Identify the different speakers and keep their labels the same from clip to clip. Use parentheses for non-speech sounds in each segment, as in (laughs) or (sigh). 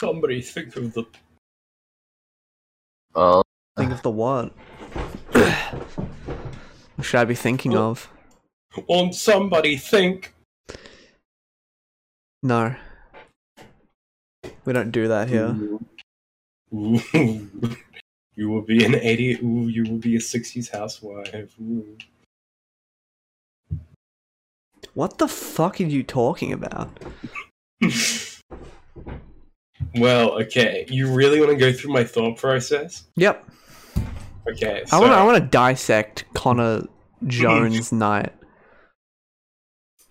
Speaker 1: Somebody think of the
Speaker 2: Oh,
Speaker 3: Think of the what? (sighs) what should I be thinking
Speaker 1: Oh.
Speaker 3: of?
Speaker 1: won't somebody think
Speaker 3: No. We don't do that here.
Speaker 1: Ooh. Ooh. (laughs) you will be an eighty ooh, you will be a sixties housewife. Ooh. (laughs)
Speaker 3: What the fuck are you talking about?
Speaker 1: well, okay. You really wanna go through my thought process?
Speaker 3: Yep.
Speaker 1: Okay,
Speaker 3: I wanna I
Speaker 1: so,
Speaker 3: wanna dissect (laughs) Connor Jones Knight.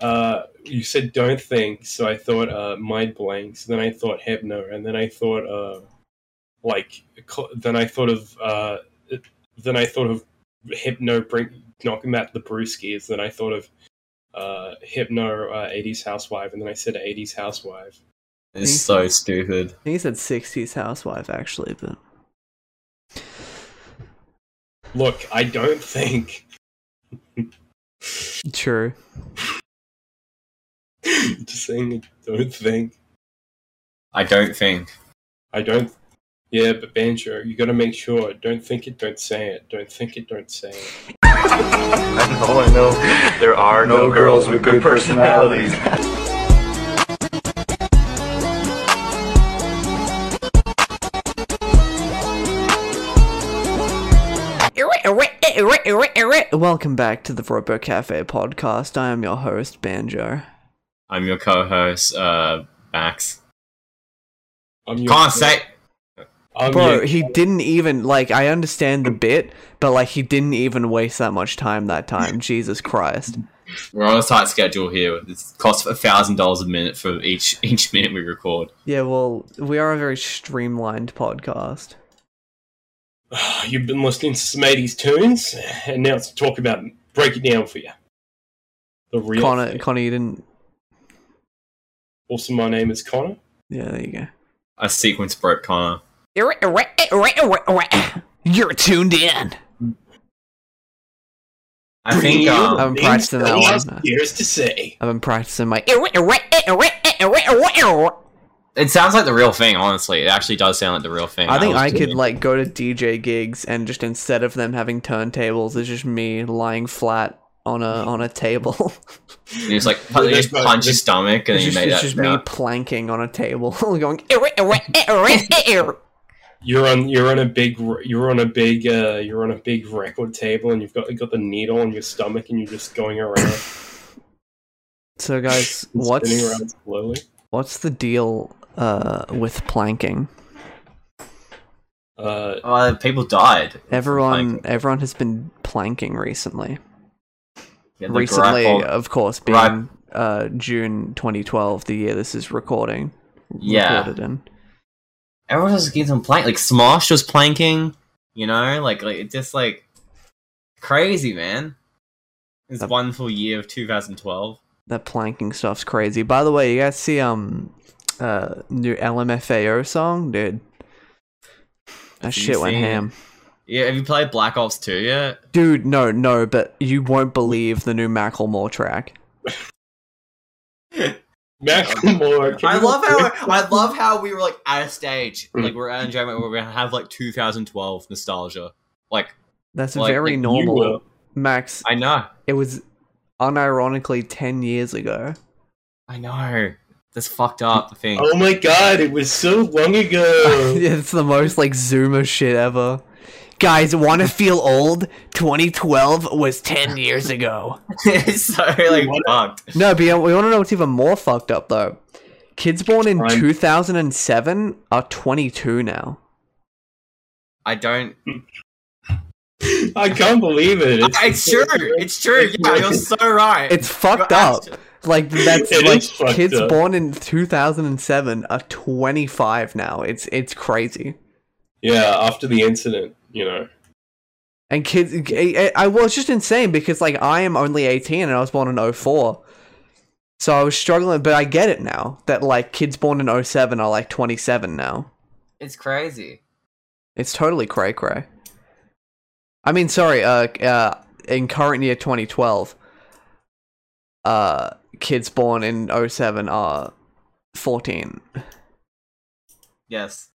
Speaker 1: uh you said don't think, so I thought uh mind blanks, then I thought hypno, and then I thought uh like cl- then I thought of uh then I thought of hypno bring knocking out the brewskis, then I thought of uh hypno uh, 80s housewife and then I said 80s housewife.
Speaker 2: it's so stupid.
Speaker 3: I think he said sixties housewife actually, but
Speaker 1: Look, I don't think (laughs)
Speaker 3: true.
Speaker 1: just saying I don't think
Speaker 2: I don't think.
Speaker 1: I don't. Yeah, but banjo, you got to make sure. Don't think it, don't say it. Don't think it, don't say it.
Speaker 4: (laughs) I know, I know. There are no, girls with good personalities.
Speaker 3: Welcome back to the Robo Cafe podcast. I am your host, Banjo.
Speaker 2: I'm your co-host, uh, Max.
Speaker 1: I'm your
Speaker 2: Can't say.
Speaker 1: I'm
Speaker 3: Bro,
Speaker 1: your-
Speaker 3: he didn't even like I understand the bit, but like he didn't even waste that much time that time. Jesus Christ.
Speaker 2: We're on a tight schedule here. It costs a thousand dollars a minute for each (laughs) each minute we record.
Speaker 3: Yeah, well, we are a very streamlined podcast.
Speaker 1: You've been listening to some 80s tunes, and now it's talk about break it down for you. The real
Speaker 3: Connor
Speaker 1: thing.
Speaker 3: Connor you didn't
Speaker 1: Also, my name is Connor.
Speaker 3: Yeah, there you go.
Speaker 2: A sequence broke, Connor.
Speaker 3: You're tuned in.
Speaker 2: I think. Um,
Speaker 3: I'm practicing that
Speaker 1: Things
Speaker 3: one.
Speaker 1: Here's to say.
Speaker 3: I've been practicing my
Speaker 2: It sounds like the real thing, honestly. It actually does sound like the real thing.
Speaker 3: I think
Speaker 2: was
Speaker 3: I could
Speaker 2: doing-
Speaker 3: like go to DJ gigs and just instead of them having turntables, it's just me lying flat on a on a table.
Speaker 2: you just like
Speaker 1: Yeah,
Speaker 2: you just
Speaker 1: that's right.
Speaker 2: punch your stomach and then you
Speaker 3: it's just,
Speaker 2: make that
Speaker 3: it's just me
Speaker 2: sound.
Speaker 3: planking on a table, (laughs) going.
Speaker 1: You're on. You're on a big. r- You're on a big. Uh, you're on a big record table, and you've got you got the needle on your stomach, and you're just going
Speaker 3: (laughs)
Speaker 1: around,
Speaker 3: So guys,
Speaker 1: spinning
Speaker 3: what's
Speaker 1: around slowly.
Speaker 3: what's the deal uh, with planking?
Speaker 1: Uh,
Speaker 2: Uh, people died.
Speaker 3: Everyone
Speaker 2: Planking.
Speaker 3: everyone has been planking recently.
Speaker 2: Yeah, the
Speaker 3: recently,
Speaker 2: grapple-
Speaker 3: of course, being
Speaker 2: Right.
Speaker 3: uh, June 2012, the year this is recording.
Speaker 2: Yeah.
Speaker 3: Recorded in.
Speaker 2: everyone was just getting some plank. Like Smosh was planking, you know, like like it's just like crazy, man. This
Speaker 3: Yep.
Speaker 2: wonderful year of 2012.
Speaker 3: That planking stuff's crazy. By the way, you guys see um uh new LMFAO song, dude. That
Speaker 2: Have you
Speaker 3: shit went
Speaker 2: seen it?
Speaker 3: ham.
Speaker 2: Yeah, have you played Black Ops 2 yet?
Speaker 3: Dude, no, no, but you won't believe the new Macklemore track.
Speaker 2: (laughs)
Speaker 1: Macklemore. can
Speaker 2: I
Speaker 1: you-
Speaker 2: love how I love how we were like at a stage, like we're at a moment where we're gonna have like 2012 nostalgia. Like
Speaker 3: That's
Speaker 2: Like,
Speaker 3: very
Speaker 2: like, you uh,
Speaker 1: were-
Speaker 3: normal. Max,
Speaker 2: I know,
Speaker 3: it was unironically 10 years ago.
Speaker 2: I know, that's fucked up. The thing.
Speaker 1: Oh my god, it was so long ago.
Speaker 3: Yeah, (laughs) it's the most like Zoomer shit ever. Guys, want to feel old? 2012 was 10 years ago.
Speaker 2: (laughs) it's so like
Speaker 1: What?
Speaker 2: fucked.
Speaker 3: No, but you know- we want to know what's even more fucked up though. Kids born in
Speaker 1: Time.
Speaker 3: 2007 are 22 now.
Speaker 2: I don't.
Speaker 1: I can't believe it.
Speaker 2: I- It's true. It's true. Yeah, you're so right.
Speaker 3: It's fucked
Speaker 2: You're
Speaker 3: up.
Speaker 2: actu-
Speaker 3: Like
Speaker 1: (laughs)
Speaker 3: that's
Speaker 1: It
Speaker 3: like
Speaker 1: is fucked
Speaker 3: kids
Speaker 1: up.
Speaker 3: born in 2007 are 25 now. It's it's crazy.
Speaker 1: yeah, after the incident, you know.
Speaker 3: And kids, I, I well, it's just insane because like I am only eighteen and I was born in 04. so I was struggling. But I get it now that like kids born in 07 are like twenty seven now.
Speaker 2: It's crazy.
Speaker 3: It's totally cray cray. I mean, sorry, uh, uh, in current year twenty twelve, uh, oh kids born in 07 are fourteen.
Speaker 2: Yes.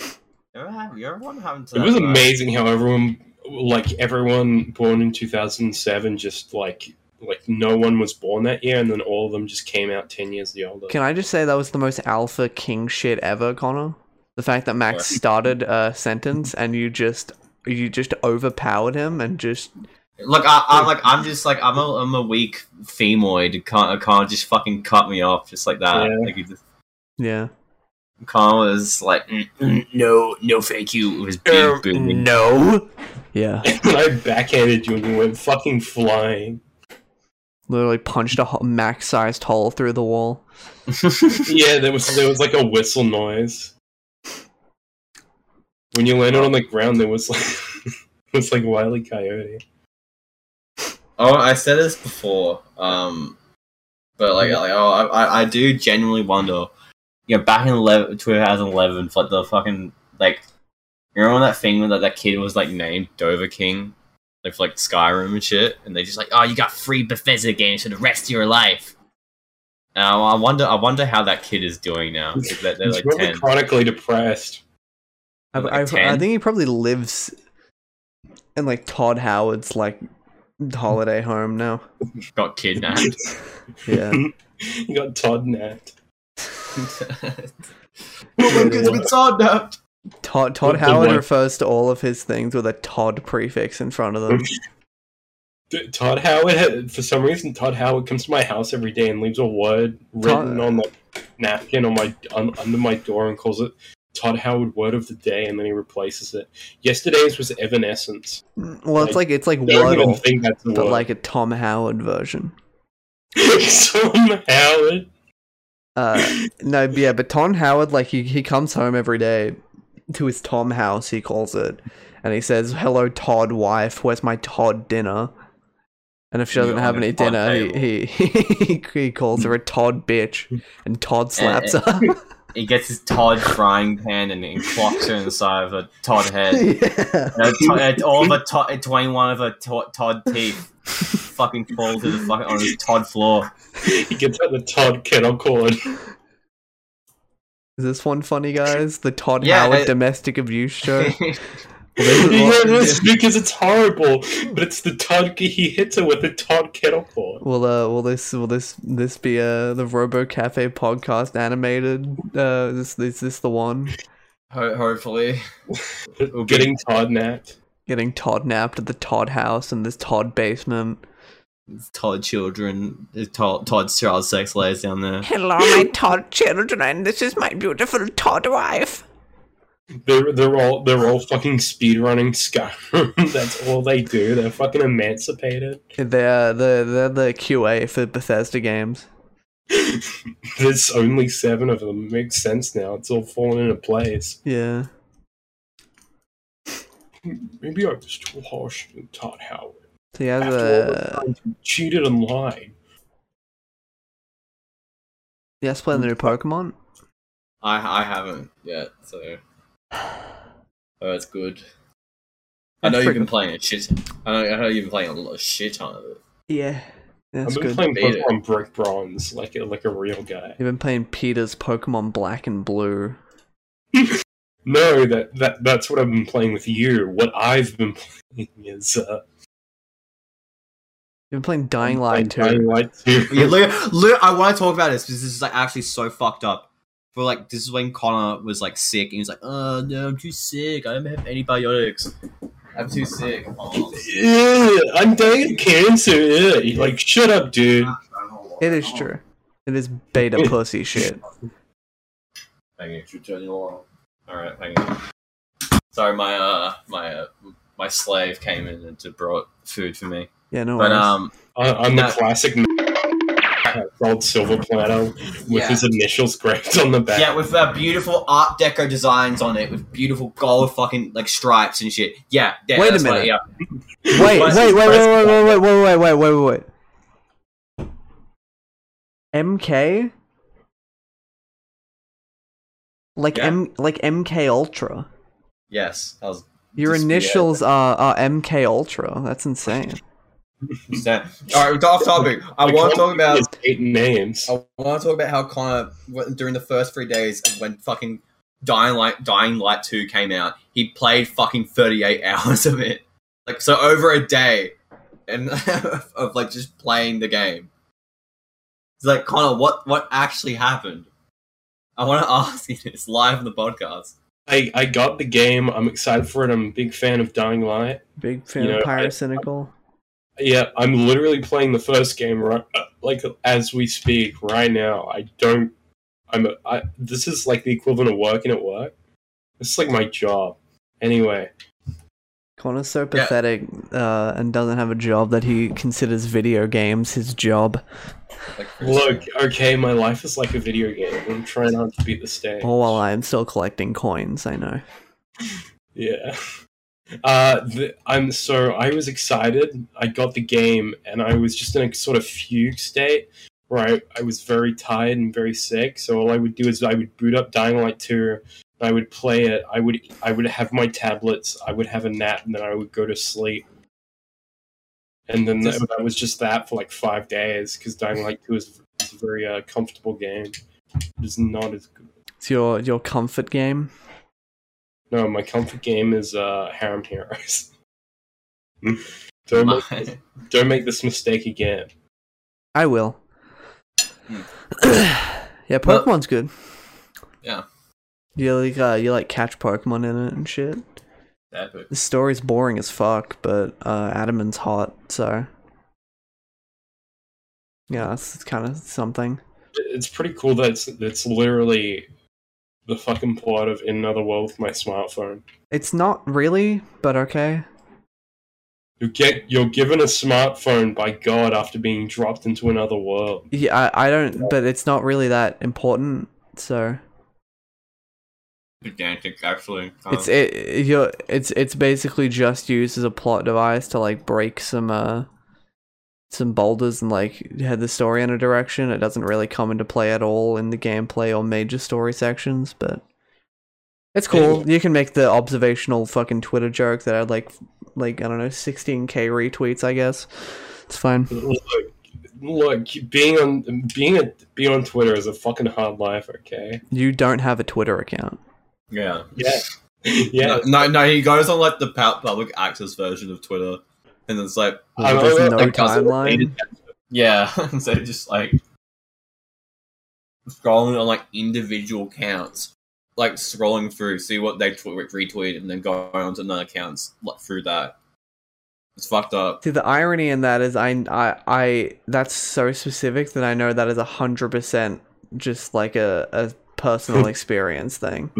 Speaker 2: You ever, have, you ever what happened to
Speaker 1: It
Speaker 2: that
Speaker 1: was
Speaker 2: guy?
Speaker 1: amazing how everyone, like everyone born in 2007, just like like no one was born that year, and then all of them just came out 10 years the older. (laughs)
Speaker 3: Can I just say that was the most alpha king shit ever, Connor? The fact that Max started a sentence and you just you just overpowered him and just
Speaker 2: Look, I, I like I'm just like I'm a I'm a weak femoid. Can't can't just fucking cut me off just like that.
Speaker 1: Yeah.
Speaker 2: Like you just,
Speaker 3: yeah.
Speaker 2: Khan was like, "Mm, mm, no, no, thank you. It was big booming.
Speaker 3: No. Yeah.
Speaker 1: I backhanded you and you went fucking flying. (laughs)
Speaker 3: Literally punched a ho- max-sized hole through the wall.
Speaker 2: (laughs)
Speaker 1: Yeah, there was there was like a whistle noise. When you landed on the ground, there was (laughs) like it was like Wily Coyote.
Speaker 2: Oh, I said this before, um, but like, like oh, I, I- I do genuinely wonder. You know, back in 11, 2011, for, like the fucking like, you remember that thing when that, that kid was like named Dover King, like for like Skyrim and shit, and they just like, oh, you got free Bethesda games for the rest of your life. And I, I wonder, I wonder how that kid is doing now. Like, they're, they're
Speaker 1: He's
Speaker 2: like
Speaker 1: probably
Speaker 2: ten.
Speaker 1: chronically depressed. (laughs)
Speaker 3: I,
Speaker 2: Like
Speaker 3: I, I
Speaker 2: 10?
Speaker 3: think he probably lives in like Todd Howard's like holiday home now.
Speaker 1: (laughs)
Speaker 2: got kidnapped.
Speaker 3: Yeah.
Speaker 1: you got Todd napped.
Speaker 2: Logan has (laughs) been kidnapped.
Speaker 3: Todd Todd
Speaker 1: The- the
Speaker 3: Howard
Speaker 1: one-
Speaker 3: refers to all of his things with a Todd prefix in front of them.
Speaker 1: Dude, Todd Howard, (laughs) had, for some reason, Todd Howard comes to my house every day and leaves a word written
Speaker 3: Todd-
Speaker 1: on the napkin on my on, under my door and calls it Todd Howard Word of the Day, and then he replaces it. Yesterday's was Evanescence.
Speaker 3: Well, it's like it's like
Speaker 1: They don't even
Speaker 3: Wordle,
Speaker 1: think that's a
Speaker 3: but
Speaker 1: word.
Speaker 3: like a Tom Howard version.
Speaker 1: (laughs) Tom Howard.
Speaker 3: Uh, no, yeah, but Tom Howard, like he, he comes home every day to his Tom house, he calls it, and he says, "Hello, Todd wife, where's my Todd dinner?" And if she doesn't
Speaker 2: Yeah,
Speaker 3: have
Speaker 2: on the
Speaker 3: any
Speaker 2: Todd
Speaker 3: dinner, he, he (laughs) he calls her a Todd bitch, and Todd slaps
Speaker 2: eh.
Speaker 3: her. (laughs)
Speaker 2: He gets his Todd frying pan and, and clocks her inside of a Todd head.
Speaker 3: yeah.
Speaker 2: And a Todd- and all of a uh, Todd, twenty-one of a Todd, Todd teeth, fucking fall to the fucking on his Todd (laughs) floor.
Speaker 1: He gets out the Todd kettle cord.
Speaker 3: (laughs) Is this one funny, guys? The Todd
Speaker 2: Yeah,
Speaker 3: Howard
Speaker 2: eh.
Speaker 3: domestic abuse
Speaker 2: (laughs)
Speaker 3: show. Well,
Speaker 2: Todd
Speaker 3: this is
Speaker 1: yeah,
Speaker 3: what-
Speaker 1: it is, because it's horrible, but it's the Todd. He hits her with the Todd kettle cord.
Speaker 3: Will uh will this will this this be uh the Robo Cafe podcast animated? Uh is, is this the one?
Speaker 2: Ho- hopefully,
Speaker 1: Getting Todd napped.
Speaker 3: Getting Todd napped at the Todd house in this Todd basement.
Speaker 2: It's Todd children, it's Todd, Todd's child sex lays down there.
Speaker 3: Hello my Todd children, this is my beautiful Todd wife.
Speaker 1: They're they're all they're all fucking speedrunning Skyrim. (laughs) That's all they do. They're fucking emancipated. (laughs)
Speaker 3: They're the they're the QA for Bethesda games.
Speaker 1: There's only seven of them. Makes sense now. It's all falling into place.
Speaker 3: Yeah.
Speaker 1: Maybe I was too harsh to Todd Howard.
Speaker 3: So he has uh,
Speaker 1: After all the
Speaker 3: a
Speaker 1: times he cheated and lied.
Speaker 3: yes playing the new Pokemon.
Speaker 2: I I haven't yet, so oh, that's good. I know you've been playing a shit. I know, I know you've been playing a lot of shit ton of it.
Speaker 3: Yeah. That's
Speaker 1: I've been
Speaker 3: good.
Speaker 1: playing
Speaker 2: Beat it.
Speaker 1: Pokemon Brick Bronze like a, like a real guy.
Speaker 3: You've been playing Peter's Pokemon Black and Blue.
Speaker 1: No, that, that that's what I've been playing with you. What I've been playing is uh,
Speaker 3: You've been playing Dying Light too.
Speaker 1: Dying Light 2. (laughs)
Speaker 2: Yeah, look, look, I want to talk about this because this is like actually so fucked up. For like, this is when Connor was like sick and he was like, "Oh no, I'm too sick. I don't have antibiotics. I'm too sick." Oh.
Speaker 1: Ew, I'm dying of cancer. Ew. You're Like, shut up, dude.
Speaker 3: It is true. It is
Speaker 1: (laughs)
Speaker 3: beta pussy shit.
Speaker 2: Thank you. All right, thank you. Sorry, my uh, my uh, my slave came in and to brought food for me,
Speaker 3: Yeah, no
Speaker 2: but
Speaker 3: worries.
Speaker 2: um,
Speaker 1: I, I'm the
Speaker 2: No.
Speaker 1: classic (laughs) gold silver platter with
Speaker 2: Yeah.
Speaker 1: his initials scraped on the back.
Speaker 2: yeah, with uh, beautiful Art Deco designs on it, with beautiful gold fucking like stripes and shit. Yeah, yeah
Speaker 3: Wait a
Speaker 2: that's what-
Speaker 3: minute.
Speaker 2: yeah,
Speaker 3: wait, wait,
Speaker 2: Price
Speaker 3: wait,
Speaker 2: is-
Speaker 3: wait, wait,
Speaker 2: price is-
Speaker 3: wait, wait, wait, wait, wait, wait, wait, wait. MK, like
Speaker 2: Yeah.
Speaker 3: M, like MK Ultra.
Speaker 2: yes, that was
Speaker 3: Your
Speaker 2: Just- yeah.
Speaker 3: initials are, are MK Ultra. That's insane.
Speaker 2: All right, we're off topic. I
Speaker 1: Like,
Speaker 2: want to
Speaker 1: one
Speaker 2: talk about
Speaker 1: is eight names.
Speaker 2: I want to talk about how Connor w- during the first three days when fucking Dying Light Dying Light Two came out, he played fucking thirty eight (laughs) hours of it, like so over a day, and (laughs) of like just playing the game. It's like Connor, what what actually happened? I want to (laughs) ask you this live on the podcast.
Speaker 1: I, I got the game. I'm excited for it. I'm a big fan of Dying Light.
Speaker 3: Big fan
Speaker 1: You know,
Speaker 3: of
Speaker 1: I-
Speaker 3: Pyrocynical.
Speaker 1: Yeah, I'm literally playing the first game right, like as we speak right now. I don't. I'm. I, this is like the equivalent of working at work. This is like my job. Anyway,
Speaker 3: Connor's so
Speaker 2: Yeah.
Speaker 3: pathetic uh, and doesn't have a job that he considers video games his job.
Speaker 2: Like, (laughs)
Speaker 1: look. Okay, my life is like a video game. I'm trying hard to beat the stage.
Speaker 3: All while I am still collecting coins, I know.
Speaker 1: Yeah. Uh, the, I'm so I was excited. I got the game, and I was just in a sort of fugue state where I, I was very tired and very sick. So all I would do is I would boot up Dying Light Two, and I would play it. I would I would have my tablets. I would have a nap, and then I would go to sleep. And then
Speaker 2: Just-
Speaker 1: that, that was just that for like five days because Dying Light Two is, is a very uh, comfortable game. It's not as good.
Speaker 3: It's your your comfort game.
Speaker 1: No, my comfort game is uh, Harem Heroes. (laughs) don't,
Speaker 2: my-
Speaker 1: make, don't make this mistake again.
Speaker 3: I will.
Speaker 2: Hmm.
Speaker 3: (clears throat) yeah,
Speaker 2: Well-
Speaker 3: Pokemon's good.
Speaker 2: Yeah.
Speaker 3: You like uh, you like catch Pokemon in it and shit.
Speaker 2: (laughs) Epic.
Speaker 3: The story's boring as fuck, but uh, Adamant's hot, so yeah, that's kind of something.
Speaker 1: It's pretty cool that it's, it's literally the fucking plot of In Another World with my smartphone.
Speaker 3: It's not really, but okay.
Speaker 1: You get you're given a smartphone by God after being dropped into another world.
Speaker 3: Yeah, I, I don't, but it's not really that important. So
Speaker 2: Pedantic, actually.
Speaker 3: it's it you're it's it's basically just used as a plot device to like break some uh some boulders and like head the story in a direction. It doesn't really come into play at all in the gameplay or major story sections, but it's cool. You can make the observational fucking Twitter joke that had like like I don't know 16k retweets. I guess it's fine.
Speaker 1: Look, look, being on being a being on Twitter is a fucking hard life. Okay. (laughs)
Speaker 3: You don't have a Twitter account.
Speaker 2: yeah.
Speaker 1: Yeah. Yeah.
Speaker 2: No, no, no, he goes on like the pu- public access version of Twitter, and it's Oh, like,
Speaker 1: I'm-
Speaker 3: There's
Speaker 1: I'm-
Speaker 3: no
Speaker 2: I'm-
Speaker 3: timeline.
Speaker 2: yeah, (laughs) and so just like scrolling on like individual accounts, like scrolling through, see what they tw- retweet, and then going on to another accounts like, through that. It's fucked up.
Speaker 3: See, the irony in that is I, I, I that's so specific that I know that is 100% just like a, a (laughs) personal experience (laughs) thing.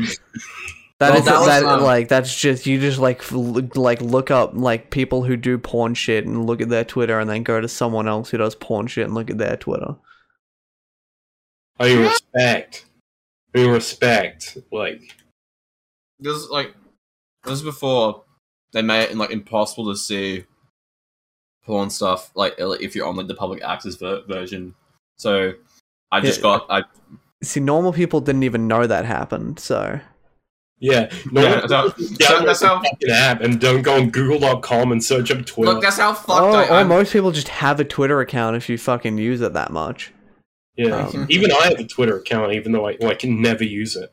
Speaker 3: That
Speaker 2: Well,
Speaker 3: is-
Speaker 2: that was,
Speaker 3: that,
Speaker 2: um,
Speaker 3: like that's just you just like f- look- like look up like people who do porn shit and look at their Twitter and then go to someone else who does porn shit and look at their Twitter.
Speaker 1: I mean, respect. I mean, respect. Like,
Speaker 2: This is like this is before they made it like impossible to see porn stuff like if you're on like the public access ver- version. So I just
Speaker 3: Yeah.
Speaker 2: got I
Speaker 3: See, normal people didn't even know that happened, so
Speaker 1: yeah. No
Speaker 2: Yeah,
Speaker 1: one-
Speaker 2: so- so
Speaker 1: download
Speaker 2: that's
Speaker 1: the
Speaker 2: how-
Speaker 1: fucking app and don't go on Google.com and search up Twitter.
Speaker 2: look. That's how fucked
Speaker 3: oh,
Speaker 2: I
Speaker 3: or
Speaker 2: am.
Speaker 3: most people just have a Twitter account if you fucking use it that much.
Speaker 1: yeah,
Speaker 3: um,
Speaker 1: even I have a Twitter account, even though I like never use it.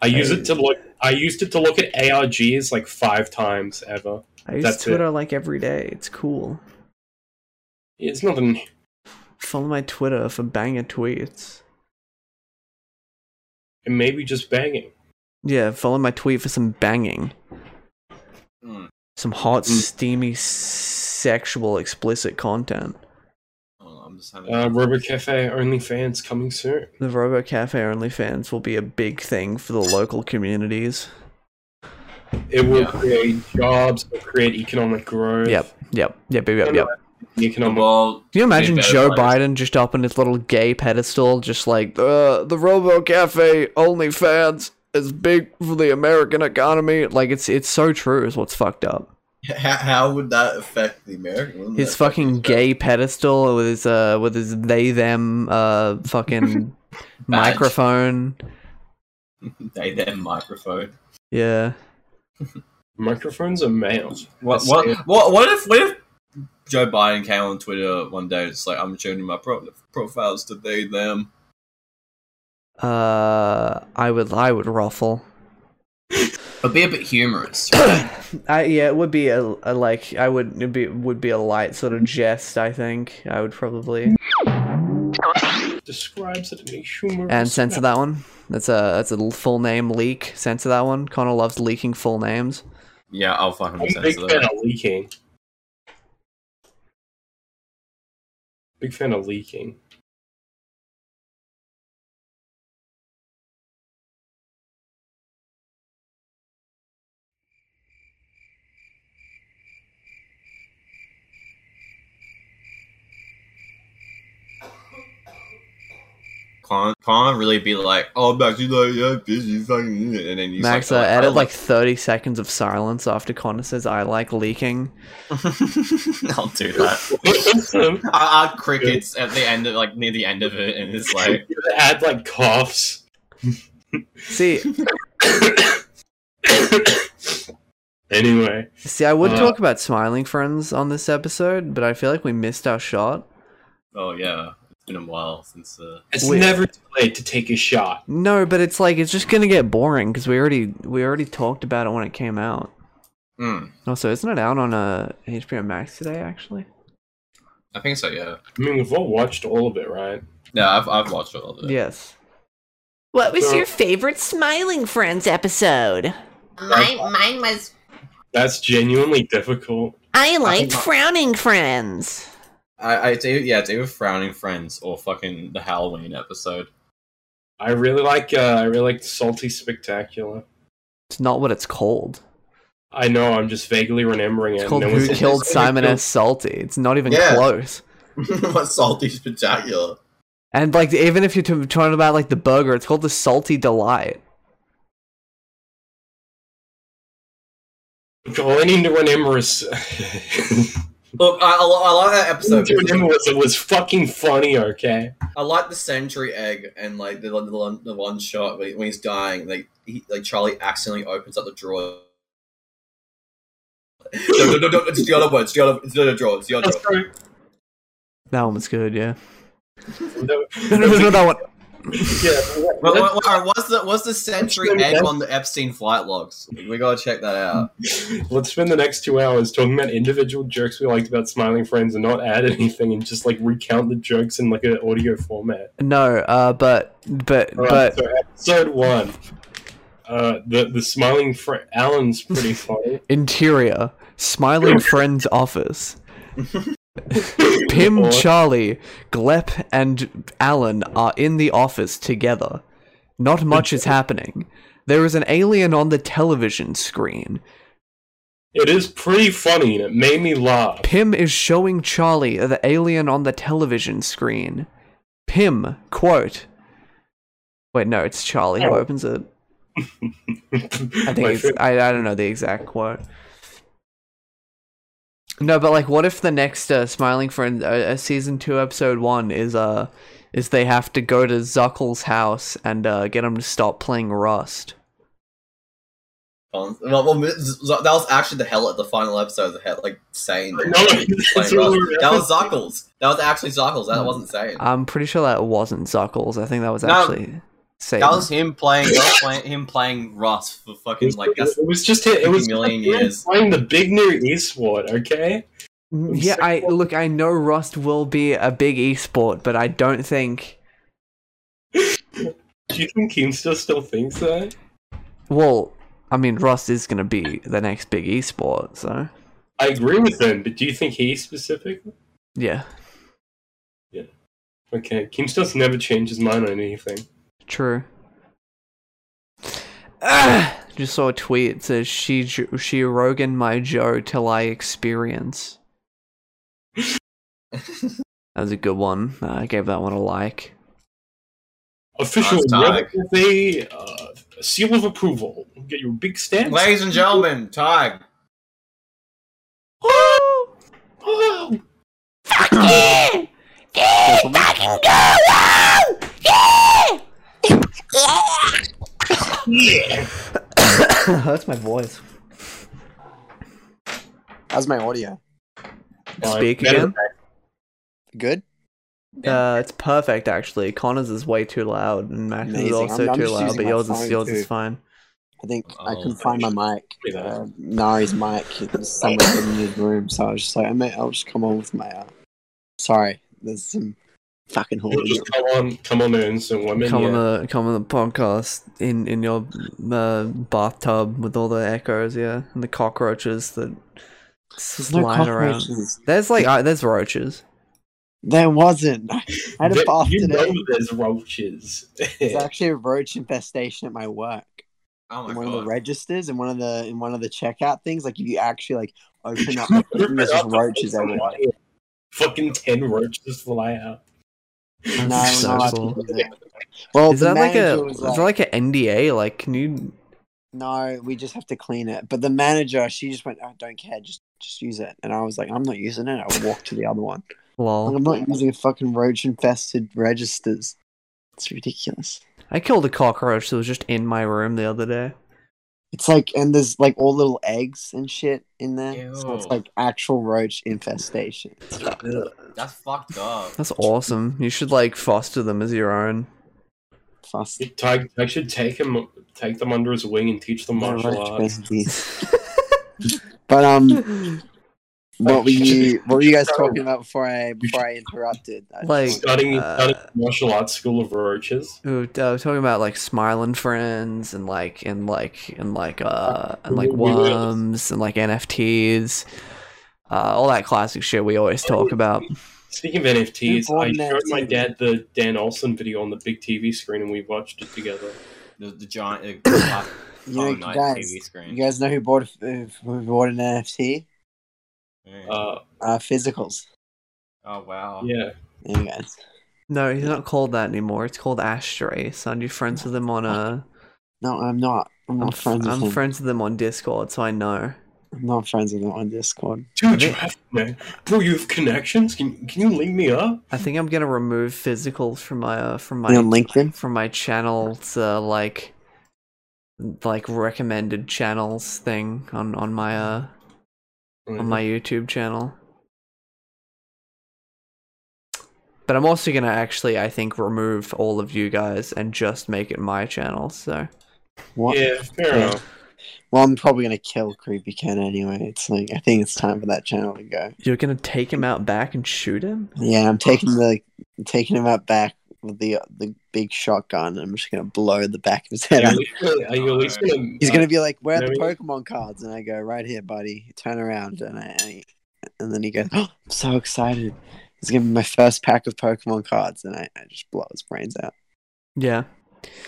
Speaker 1: I use it to look. I used it to look at ARGs like five times ever.
Speaker 3: I use
Speaker 1: That's it.
Speaker 3: Twitter like every day. It's cool.
Speaker 1: It's nothing.
Speaker 3: Follow my Twitter for banger tweets.
Speaker 1: It may be just banging.
Speaker 3: Yeah, follow my tweet for some banging.
Speaker 2: Mm.
Speaker 3: Some hot,
Speaker 1: Mm.
Speaker 3: steamy, sexual, explicit content.
Speaker 2: Hold on, I'm just having.
Speaker 1: Uh, Robo Cafe OnlyFans coming soon.
Speaker 3: The Robo Cafe OnlyFans will be a big thing for the local communities.
Speaker 1: It will
Speaker 2: Yeah.
Speaker 1: create jobs. It will create economic growth.
Speaker 3: Yep, yep, yep, yep, yep, yep.
Speaker 2: the
Speaker 1: Economic.
Speaker 2: ball.
Speaker 3: Can you imagine
Speaker 2: better
Speaker 3: Joe
Speaker 2: place.
Speaker 3: Biden just up on his little gay pedestal, just like "Uh, the the Robo Cafe OnlyFans is big for the American economy? Like it's it's so true is what's fucked up.
Speaker 2: How, how would that affect the American? wouldn't
Speaker 3: his
Speaker 2: that
Speaker 3: fucking
Speaker 2: affect-
Speaker 3: gay pedestal with his uh with his they them uh (laughs) fucking
Speaker 2: Badge.
Speaker 3: microphone.
Speaker 2: They them microphone.
Speaker 3: Yeah.
Speaker 1: Microphones are males.
Speaker 2: What what what what if what if Joe Biden came on Twitter one day. It's like I'm changing my pro- profiles to they them.
Speaker 3: Uh, I would I would ruffle.
Speaker 2: But be a bit humorous. right?
Speaker 3: I yeah, it would be a, a like I would it'd be would be a light sort of jest. I think I would probably
Speaker 1: Describes it in a humorous
Speaker 3: and censor that one. That's a that's a full name leak. Censor that one. Connor loves leaking full names.
Speaker 2: yeah, I'll fucking
Speaker 1: I'm a
Speaker 2: censor
Speaker 1: big fan
Speaker 2: that.
Speaker 1: of leaking. Big fan of (laughs) leaking.
Speaker 2: Can't can't really be like, oh Max, you like yeah, busy fucking, and then you
Speaker 3: Max,
Speaker 2: like,
Speaker 3: I
Speaker 2: oh,
Speaker 3: added like thirty seconds of silence after Connor says I like leaking.
Speaker 2: (laughs) I'll do that.
Speaker 1: Awesome.
Speaker 2: I add crickets at the end of like near the end of it, and it's like
Speaker 1: add like coughs.
Speaker 3: See,
Speaker 1: Anyway,
Speaker 3: see, I would
Speaker 1: Uh.
Speaker 3: talk about smiling friends on this episode, but I feel like we missed our shot.
Speaker 2: Oh yeah, it's been a while since. Uh...
Speaker 1: it's
Speaker 3: Wait.
Speaker 1: never too late to take a shot.
Speaker 3: No, but it's like it's just gonna get boring because we already we already talked about it when it came out.
Speaker 2: Mm,
Speaker 3: Also, isn't it out on uh, HBO Max today? Actually,
Speaker 2: I think so. Yeah.
Speaker 1: I mean, we've all watched all of it, right?
Speaker 2: Yeah, I've I've watched all
Speaker 1: Uh,
Speaker 2: of it.
Speaker 3: yes.
Speaker 5: What was
Speaker 1: So-
Speaker 5: your favorite Smiling Friends episode?
Speaker 2: Mine-
Speaker 5: mine was
Speaker 1: That's genuinely difficult.
Speaker 5: I
Speaker 2: liked
Speaker 5: Frowning Friends. (coughs)
Speaker 2: I, I it's either, yeah, it's either frowning friends or fucking the Halloween episode. (laughs)
Speaker 1: I really like. Uh, I really like salty spectacular.
Speaker 3: It's not what it's called.
Speaker 1: I know. I'm just vaguely remembering it.
Speaker 3: It's called
Speaker 1: and then
Speaker 3: Who
Speaker 1: we- (laughs)
Speaker 3: Killed
Speaker 2: it's-
Speaker 3: Simon S. Salty. It's not even
Speaker 2: Yeah.
Speaker 3: close.
Speaker 2: What's salty spectacular?
Speaker 3: And like, even if you're t- talking about like the burger, it's called the Salty Delight.
Speaker 1: All I need to remember is (laughs)
Speaker 2: Look, I, I, lo- I like that
Speaker 1: to
Speaker 2: episode.
Speaker 1: remember was it was fucking funny. (laughs) Okay,
Speaker 2: I like the century egg and like the the, one- the one shot when, he- when he's dying, like he, like Charlie accidentally opens up the drawer. no, no, no, no, it's the other one. It's the other. It's the other drawer. It's the other
Speaker 1: that's
Speaker 2: drawer.
Speaker 1: right.
Speaker 3: That one was
Speaker 1: (laughs)
Speaker 3: good, yeah.
Speaker 1: No,
Speaker 3: No, no, no, (laughs) no, that one.
Speaker 1: yeah,
Speaker 2: Well, well, well, what's the what's the century
Speaker 1: Let's-
Speaker 2: egg on the Epstein flight logs? We gotta check that out.
Speaker 1: Let's spend the next two hours talking about individual jokes we liked about Smiling Friends and not add anything and just like recount the jokes in like an audio format.
Speaker 3: No, uh, but but
Speaker 1: All right,
Speaker 3: but
Speaker 1: so episode one. Uh, the the smiling friend Alan's
Speaker 3: (laughs)
Speaker 1: pretty funny.
Speaker 3: interior smiling friend's office. Pim,
Speaker 1: Or-
Speaker 3: Charlie, Glep, and Alan are in the office together. Not much is happening. There is an alien on the television screen.
Speaker 1: It is pretty funny and it made me laugh.
Speaker 3: Pim is showing Charlie the alien on the television screen. Pim, quote. Wait, no, it's Charlie who
Speaker 1: Oh.
Speaker 3: opens it.
Speaker 1: I (laughs)
Speaker 3: I think it's, I, I don't know the exact quote. No, but like, what if the next uh, Smiling Friend, uh, uh, season two, episode one, is uh, is they have to go to Zuckel's house and uh, get him to stop playing Rust?
Speaker 2: Well, well, that was actually the hell at the final episode. of The hell, like saying
Speaker 1: No,
Speaker 2: that.
Speaker 1: that's
Speaker 2: Like,
Speaker 1: what
Speaker 2: Ross-
Speaker 1: we're-
Speaker 2: that was Zuckles. That was actually Zuckles. That wasn't saying.
Speaker 3: I'm pretty sure that wasn't Zuckel's. I think that was
Speaker 2: No,
Speaker 3: actually Satan.
Speaker 2: That was him playing, that was play- him playing Ross for fucking (laughs) like that's
Speaker 1: it was just it, it was
Speaker 2: million
Speaker 1: just
Speaker 2: years.
Speaker 1: playing the big new Eastward. Okay,
Speaker 3: Mm, Yeah, I look. I know Rust will be a big esport, but I don't think.
Speaker 1: do you think Keemstar still thinks that?
Speaker 3: Well, I mean, Rust is gonna be the next big esport, so
Speaker 1: I agree with him, but do you think he specifically?
Speaker 3: yeah,
Speaker 1: Okay, Kimstos never changes mind on anything.
Speaker 3: true. Ah, just saw a tweet that says she jo- she Rogan my Joe till I experience. that was a good one. Uh, I gave that one a
Speaker 6: (coughs)
Speaker 3: like.
Speaker 1: Official
Speaker 2: Hashtag.
Speaker 1: royalty, uh, seal of approval. Get your big (laughs) stamp.
Speaker 2: Ladies and gentlemen, Tag.
Speaker 1: Oh, oh.
Speaker 5: Fuck yeah! Yeah! Fucking go! Wow! Yeah! yeah!
Speaker 1: Yeah.
Speaker 3: That's my voice.
Speaker 6: How's my audio?
Speaker 1: Fine.
Speaker 3: speak again.
Speaker 6: Good.
Speaker 3: Uh, it's perfect actually. Connor's is way too loud, and Max is
Speaker 6: Amazing.
Speaker 3: also
Speaker 6: I'm- I'm
Speaker 3: too
Speaker 6: just
Speaker 3: loud,
Speaker 6: using
Speaker 3: but
Speaker 6: my
Speaker 3: yours is
Speaker 6: phone
Speaker 3: yours
Speaker 6: too.
Speaker 3: is fine.
Speaker 6: I think I
Speaker 2: Oh,
Speaker 6: couldn't find my mic.
Speaker 1: Pretty bad.
Speaker 6: Uh, Nari's mic is somewhere in his room, so I was just like, I may, I'll just come on with my. Uh, sorry, there's some fucking
Speaker 1: (laughs) We'll
Speaker 6: horns.
Speaker 1: just come on, come on, in some women.
Speaker 3: come
Speaker 1: yeah.
Speaker 3: on the come on the podcast in in your uh, bathtub with all the echoes, yeah, and the cockroaches that
Speaker 6: There's no
Speaker 3: slide around.
Speaker 6: cockroaches.
Speaker 3: There's like uh, there's roaches.
Speaker 6: There wasn't. (laughs) I had a
Speaker 1: But
Speaker 6: bath
Speaker 1: you know
Speaker 6: today.
Speaker 1: there's roaches. (laughs)
Speaker 6: There's actually a roach infestation at my work.
Speaker 2: Oh
Speaker 6: in
Speaker 2: my
Speaker 6: one of
Speaker 2: god.
Speaker 6: the registers and one of the in one of the checkout things. Like if you actually like
Speaker 1: (laughs)
Speaker 6: open up the thing, there's just roaches everywhere.
Speaker 1: Fucking ten roaches fly out.
Speaker 6: No,
Speaker 3: So
Speaker 6: no, I
Speaker 3: cool.
Speaker 6: didn't do that. Well,
Speaker 3: is
Speaker 6: Oh, the
Speaker 3: that like
Speaker 6: manager
Speaker 3: a
Speaker 6: was
Speaker 3: is
Speaker 6: like,
Speaker 3: that like an NDA? Like, can you?
Speaker 6: no, we just have to clean it. But the manager, she just went, I don't care, just just use it. And I was like, I'm not using it. I walked to the other one. Like,
Speaker 3: Lol.
Speaker 6: I'm not using fucking roach infested registers. It's ridiculous.
Speaker 3: I killed a cockroach that was just in my room the other day.
Speaker 6: It's like, and there's like all little eggs and shit in there. So it's
Speaker 2: Ew.
Speaker 6: like actual roach infestation.
Speaker 2: That's fucked
Speaker 6: (laughs)
Speaker 2: up.
Speaker 3: That's awesome. You should like foster them as your own. (laughs)
Speaker 6: Fast.
Speaker 1: Tag, Tag should take him, take them under his wing and teach them
Speaker 6: No,
Speaker 1: martial
Speaker 6: roach
Speaker 1: arts.
Speaker 6: babies. but um, what were you what were you guys talking about before I before I interrupted? I just
Speaker 3: Like-
Speaker 6: want-
Speaker 1: Starting,
Speaker 3: Uh,
Speaker 1: starting martial arts school of roaches.
Speaker 3: We were uh, talking about like smiling friends and like and like and like uh and like
Speaker 1: We- we will.
Speaker 3: worms and like NFTs, uh, all that classic shit we always
Speaker 6: (laughs)
Speaker 3: talk about.
Speaker 1: Speaking of NFTs,
Speaker 6: Who bought
Speaker 1: I
Speaker 6: an
Speaker 1: showed my
Speaker 6: NFT?
Speaker 1: dad the Dan Olsen video on the big TV screen and we watched it together.
Speaker 2: The, the giant
Speaker 6: (coughs)
Speaker 2: the black
Speaker 6: you, know,
Speaker 2: oh,
Speaker 6: you
Speaker 2: nice
Speaker 6: guys,
Speaker 2: TV screen.
Speaker 6: you guys know who bought a, who bought an NFT?
Speaker 2: Yeah.
Speaker 1: Uh,
Speaker 6: Uh, physicals.
Speaker 2: oh wow.
Speaker 1: yeah,
Speaker 6: There you guys.
Speaker 3: No, he's not called that anymore. It's called Ashtray. Son, you're friends with him on a.
Speaker 6: No, I'm not. I'm
Speaker 3: I'm,
Speaker 6: not
Speaker 3: f-
Speaker 6: friends with
Speaker 3: I'm
Speaker 6: him.
Speaker 3: friends with him on Discord, so I know.
Speaker 6: I'm not friends with him on Discord.
Speaker 1: dude, you have man, bro, you have connections. Can can you link me up?
Speaker 3: I think I'm gonna remove physicals from my uh, from
Speaker 6: Are you on
Speaker 3: my
Speaker 6: LinkedIn?
Speaker 3: from my channel to like like recommended channels thing on on my uh on my YouTube channel. But I'm also gonna actually, I think, remove all of you guys and just make it my channel. So
Speaker 6: What?
Speaker 1: Yeah, fair enough.
Speaker 6: Well, I'm probably gonna kill Creepy Ken anyway. It's like I think it's time for that channel to go.
Speaker 3: you're gonna take him out back and shoot him.
Speaker 6: Yeah, I'm taking the I'm taking him out back with the the big shotgun. I'm just gonna blow the back of his
Speaker 1: Are
Speaker 6: head
Speaker 1: you
Speaker 6: out.
Speaker 1: at least gonna- are you at least gonna-
Speaker 6: (laughs) He's gonna be like, "Where are the
Speaker 1: Maybe-
Speaker 6: Pokemon cards?" And I go, "Right here, buddy. Turn around." And I, I and then he goes, oh, "I'm so excited. He's gonna be my first pack of Pokemon cards." And I, I just blow his brains out.
Speaker 3: Yeah,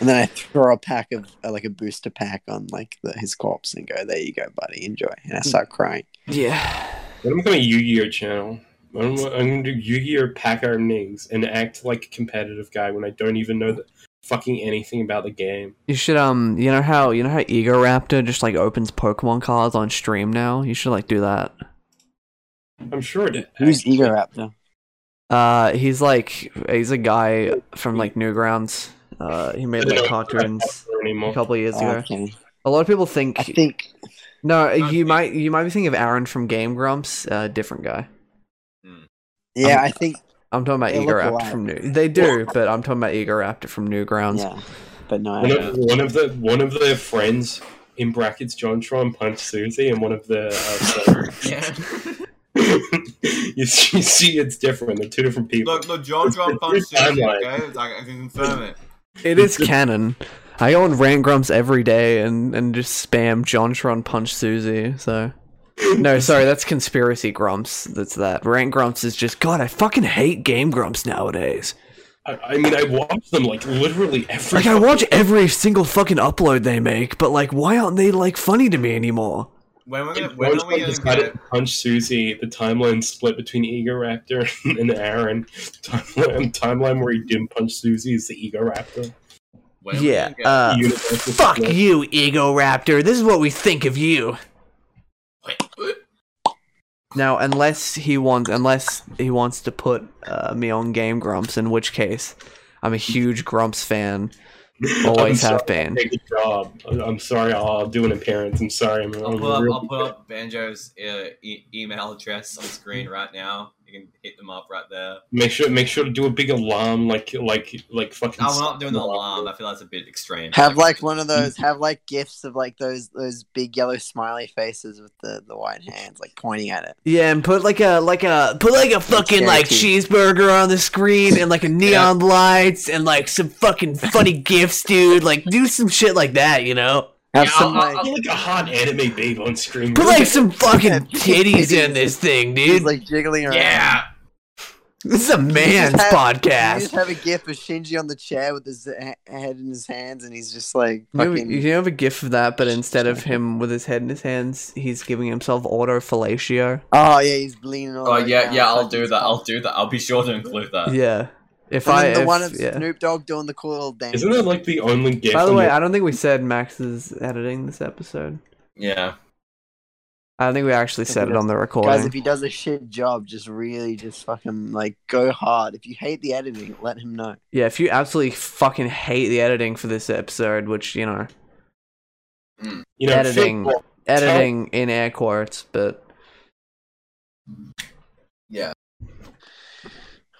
Speaker 6: And then I throw a pack of uh, like a booster pack on like the, his corpse and go, "There you go, buddy. Enjoy." And I
Speaker 2: Hmm.
Speaker 6: start crying.
Speaker 3: yeah.
Speaker 1: Then I'm gonna Yu-Gi-Oh channel. I'm, I'm gonna do Yu-Gi-Oh pack our names and act like a competitive guy when I don't even know the, fucking anything about the game.
Speaker 3: You should um, you know how you know how Ego Raptor just like opens Pokemon cards on stream now. You should like do that.
Speaker 1: I'm sure it.
Speaker 6: (laughs) Who's Ego Raptor?
Speaker 3: Uh, he's like he's a guy from like Newgrounds. Uh, he made
Speaker 1: (laughs)
Speaker 3: like cartoons a
Speaker 1: anymore.
Speaker 3: couple years ago.
Speaker 6: Oh, Okay.
Speaker 3: A lot of people
Speaker 6: I
Speaker 3: think
Speaker 6: think
Speaker 3: No, you might you might be thinking of Aaron from Game Grumps, uh, different guy.
Speaker 6: yeah,
Speaker 3: Um,
Speaker 6: I think
Speaker 3: I'm talking about
Speaker 6: They
Speaker 3: Ego
Speaker 6: look
Speaker 3: Raptor
Speaker 6: alike.
Speaker 3: from New. They do, but I'm talking about Ego Raptor from Newgrounds.
Speaker 6: yeah. But no, I
Speaker 1: One
Speaker 6: don't
Speaker 1: of, one of the one of their friends in brackets, John Tron punched Susie, and one of the. Uh,
Speaker 6: (laughs)
Speaker 1: (laughs)
Speaker 2: Yeah.
Speaker 1: you, see, you see, it's different. They're two different people.
Speaker 2: (laughs) look, look, John John punched Susie, okay? I, I can confirm it.
Speaker 3: It is canon. I go on Rant Grumps every day and, and just spam Jontron Punch Susie. So
Speaker 6: (laughs)
Speaker 3: no, sorry, that's Conspiracy Grumps. That's that. Rant Grumps is just God. I fucking hate Game Grumps nowadays.
Speaker 1: I, I mean, I watch them like literally every.
Speaker 3: Like I watch every single fucking upload they make, but like, why aren't they like funny to me anymore?
Speaker 2: When we're gonna, when
Speaker 1: Once
Speaker 2: are
Speaker 1: I
Speaker 2: we gonna
Speaker 1: decided
Speaker 2: get
Speaker 1: to punch Susie, the timeline split between Ego Raptor (laughs) and Aaron. Timeline, timeline where he didn't punch Susie is the Ego Raptor.
Speaker 2: when are we
Speaker 3: yeah.
Speaker 2: gonna get-
Speaker 3: Uh,
Speaker 1: Universal
Speaker 3: fuck
Speaker 1: split.
Speaker 3: you, Ego Raptor. This is what we think of you. Now, unless he wants, unless he wants to put uh, me on Game Grumps, in which case, I'm a huge Grumps fan. Always
Speaker 1: I'm
Speaker 3: have
Speaker 1: sorry,
Speaker 3: been.
Speaker 1: Take a job. I'm- I'm sorry. I'll, I'll do an appearance. I'm sorry. I'm,
Speaker 2: I'll
Speaker 1: I'm
Speaker 2: put up,
Speaker 1: really-
Speaker 2: I'll put up Banjo's uh, e- email address on screen right now. You can hit them up right there.
Speaker 1: Make sure make sure to do a big alarm like like like fucking.
Speaker 2: No, Oh, we're not doing the alarm. I feel that's a bit extreme.
Speaker 6: Have like
Speaker 3: Hmm.
Speaker 6: one of those. Have like gifts of like those those big yellow smiley faces with the the white hands like pointing at it.
Speaker 3: Yeah, and put like a like a put like a fucking like
Speaker 6: Cherokee.
Speaker 3: cheeseburger on the screen and (laughs) like a neon lights and like some fucking (laughs) funny gifts, dude. Like do some shit like that, you know?
Speaker 6: Have
Speaker 2: Yeah, uh,
Speaker 6: some
Speaker 2: I'll-
Speaker 6: like
Speaker 1: I'm like a hot anime babe on screen.
Speaker 3: Put like some fucking (laughs)
Speaker 6: Yeah,
Speaker 3: titties in this thing, dude.
Speaker 6: he's like jiggling around.
Speaker 2: Yeah.
Speaker 3: This is a man's
Speaker 6: have- You just
Speaker 3: podcast.
Speaker 6: have a gif of Shinji on the chair with his he- head in his hands, and he's just like
Speaker 3: You have,
Speaker 6: fucking.
Speaker 3: you have a gif of that, but instead of him with his head in his hands, he's giving himself auto fellatio.
Speaker 6: Oh yeah, he's leaning. All
Speaker 2: Oh
Speaker 6: the way
Speaker 2: yeah,
Speaker 6: down,
Speaker 2: yeah. I'll
Speaker 6: fucking
Speaker 2: do that.
Speaker 6: top.
Speaker 2: I'll do that. I'll be sure to include that.
Speaker 3: Yeah. If
Speaker 6: Uh. And
Speaker 3: I
Speaker 6: then the
Speaker 3: if-
Speaker 6: one of
Speaker 3: yeah.
Speaker 6: Snoop Dogg doing the cool little dance.
Speaker 1: Isn't that like the only gift?
Speaker 3: By the
Speaker 1: on
Speaker 3: way,
Speaker 1: your-
Speaker 3: I don't think we said Max is editing this episode.
Speaker 2: Yeah.
Speaker 3: I don't think we actually said it on the
Speaker 6: Guys, if
Speaker 3: recording.
Speaker 6: he does a shit job, just really just fucking like go hard. If you hate the editing, let him know. (sighs)
Speaker 3: Yeah, if you absolutely fucking hate the editing for this episode, which you know,
Speaker 1: you know,
Speaker 3: editing.
Speaker 1: Phil,
Speaker 3: editing in air quotes, but
Speaker 2: Yeah.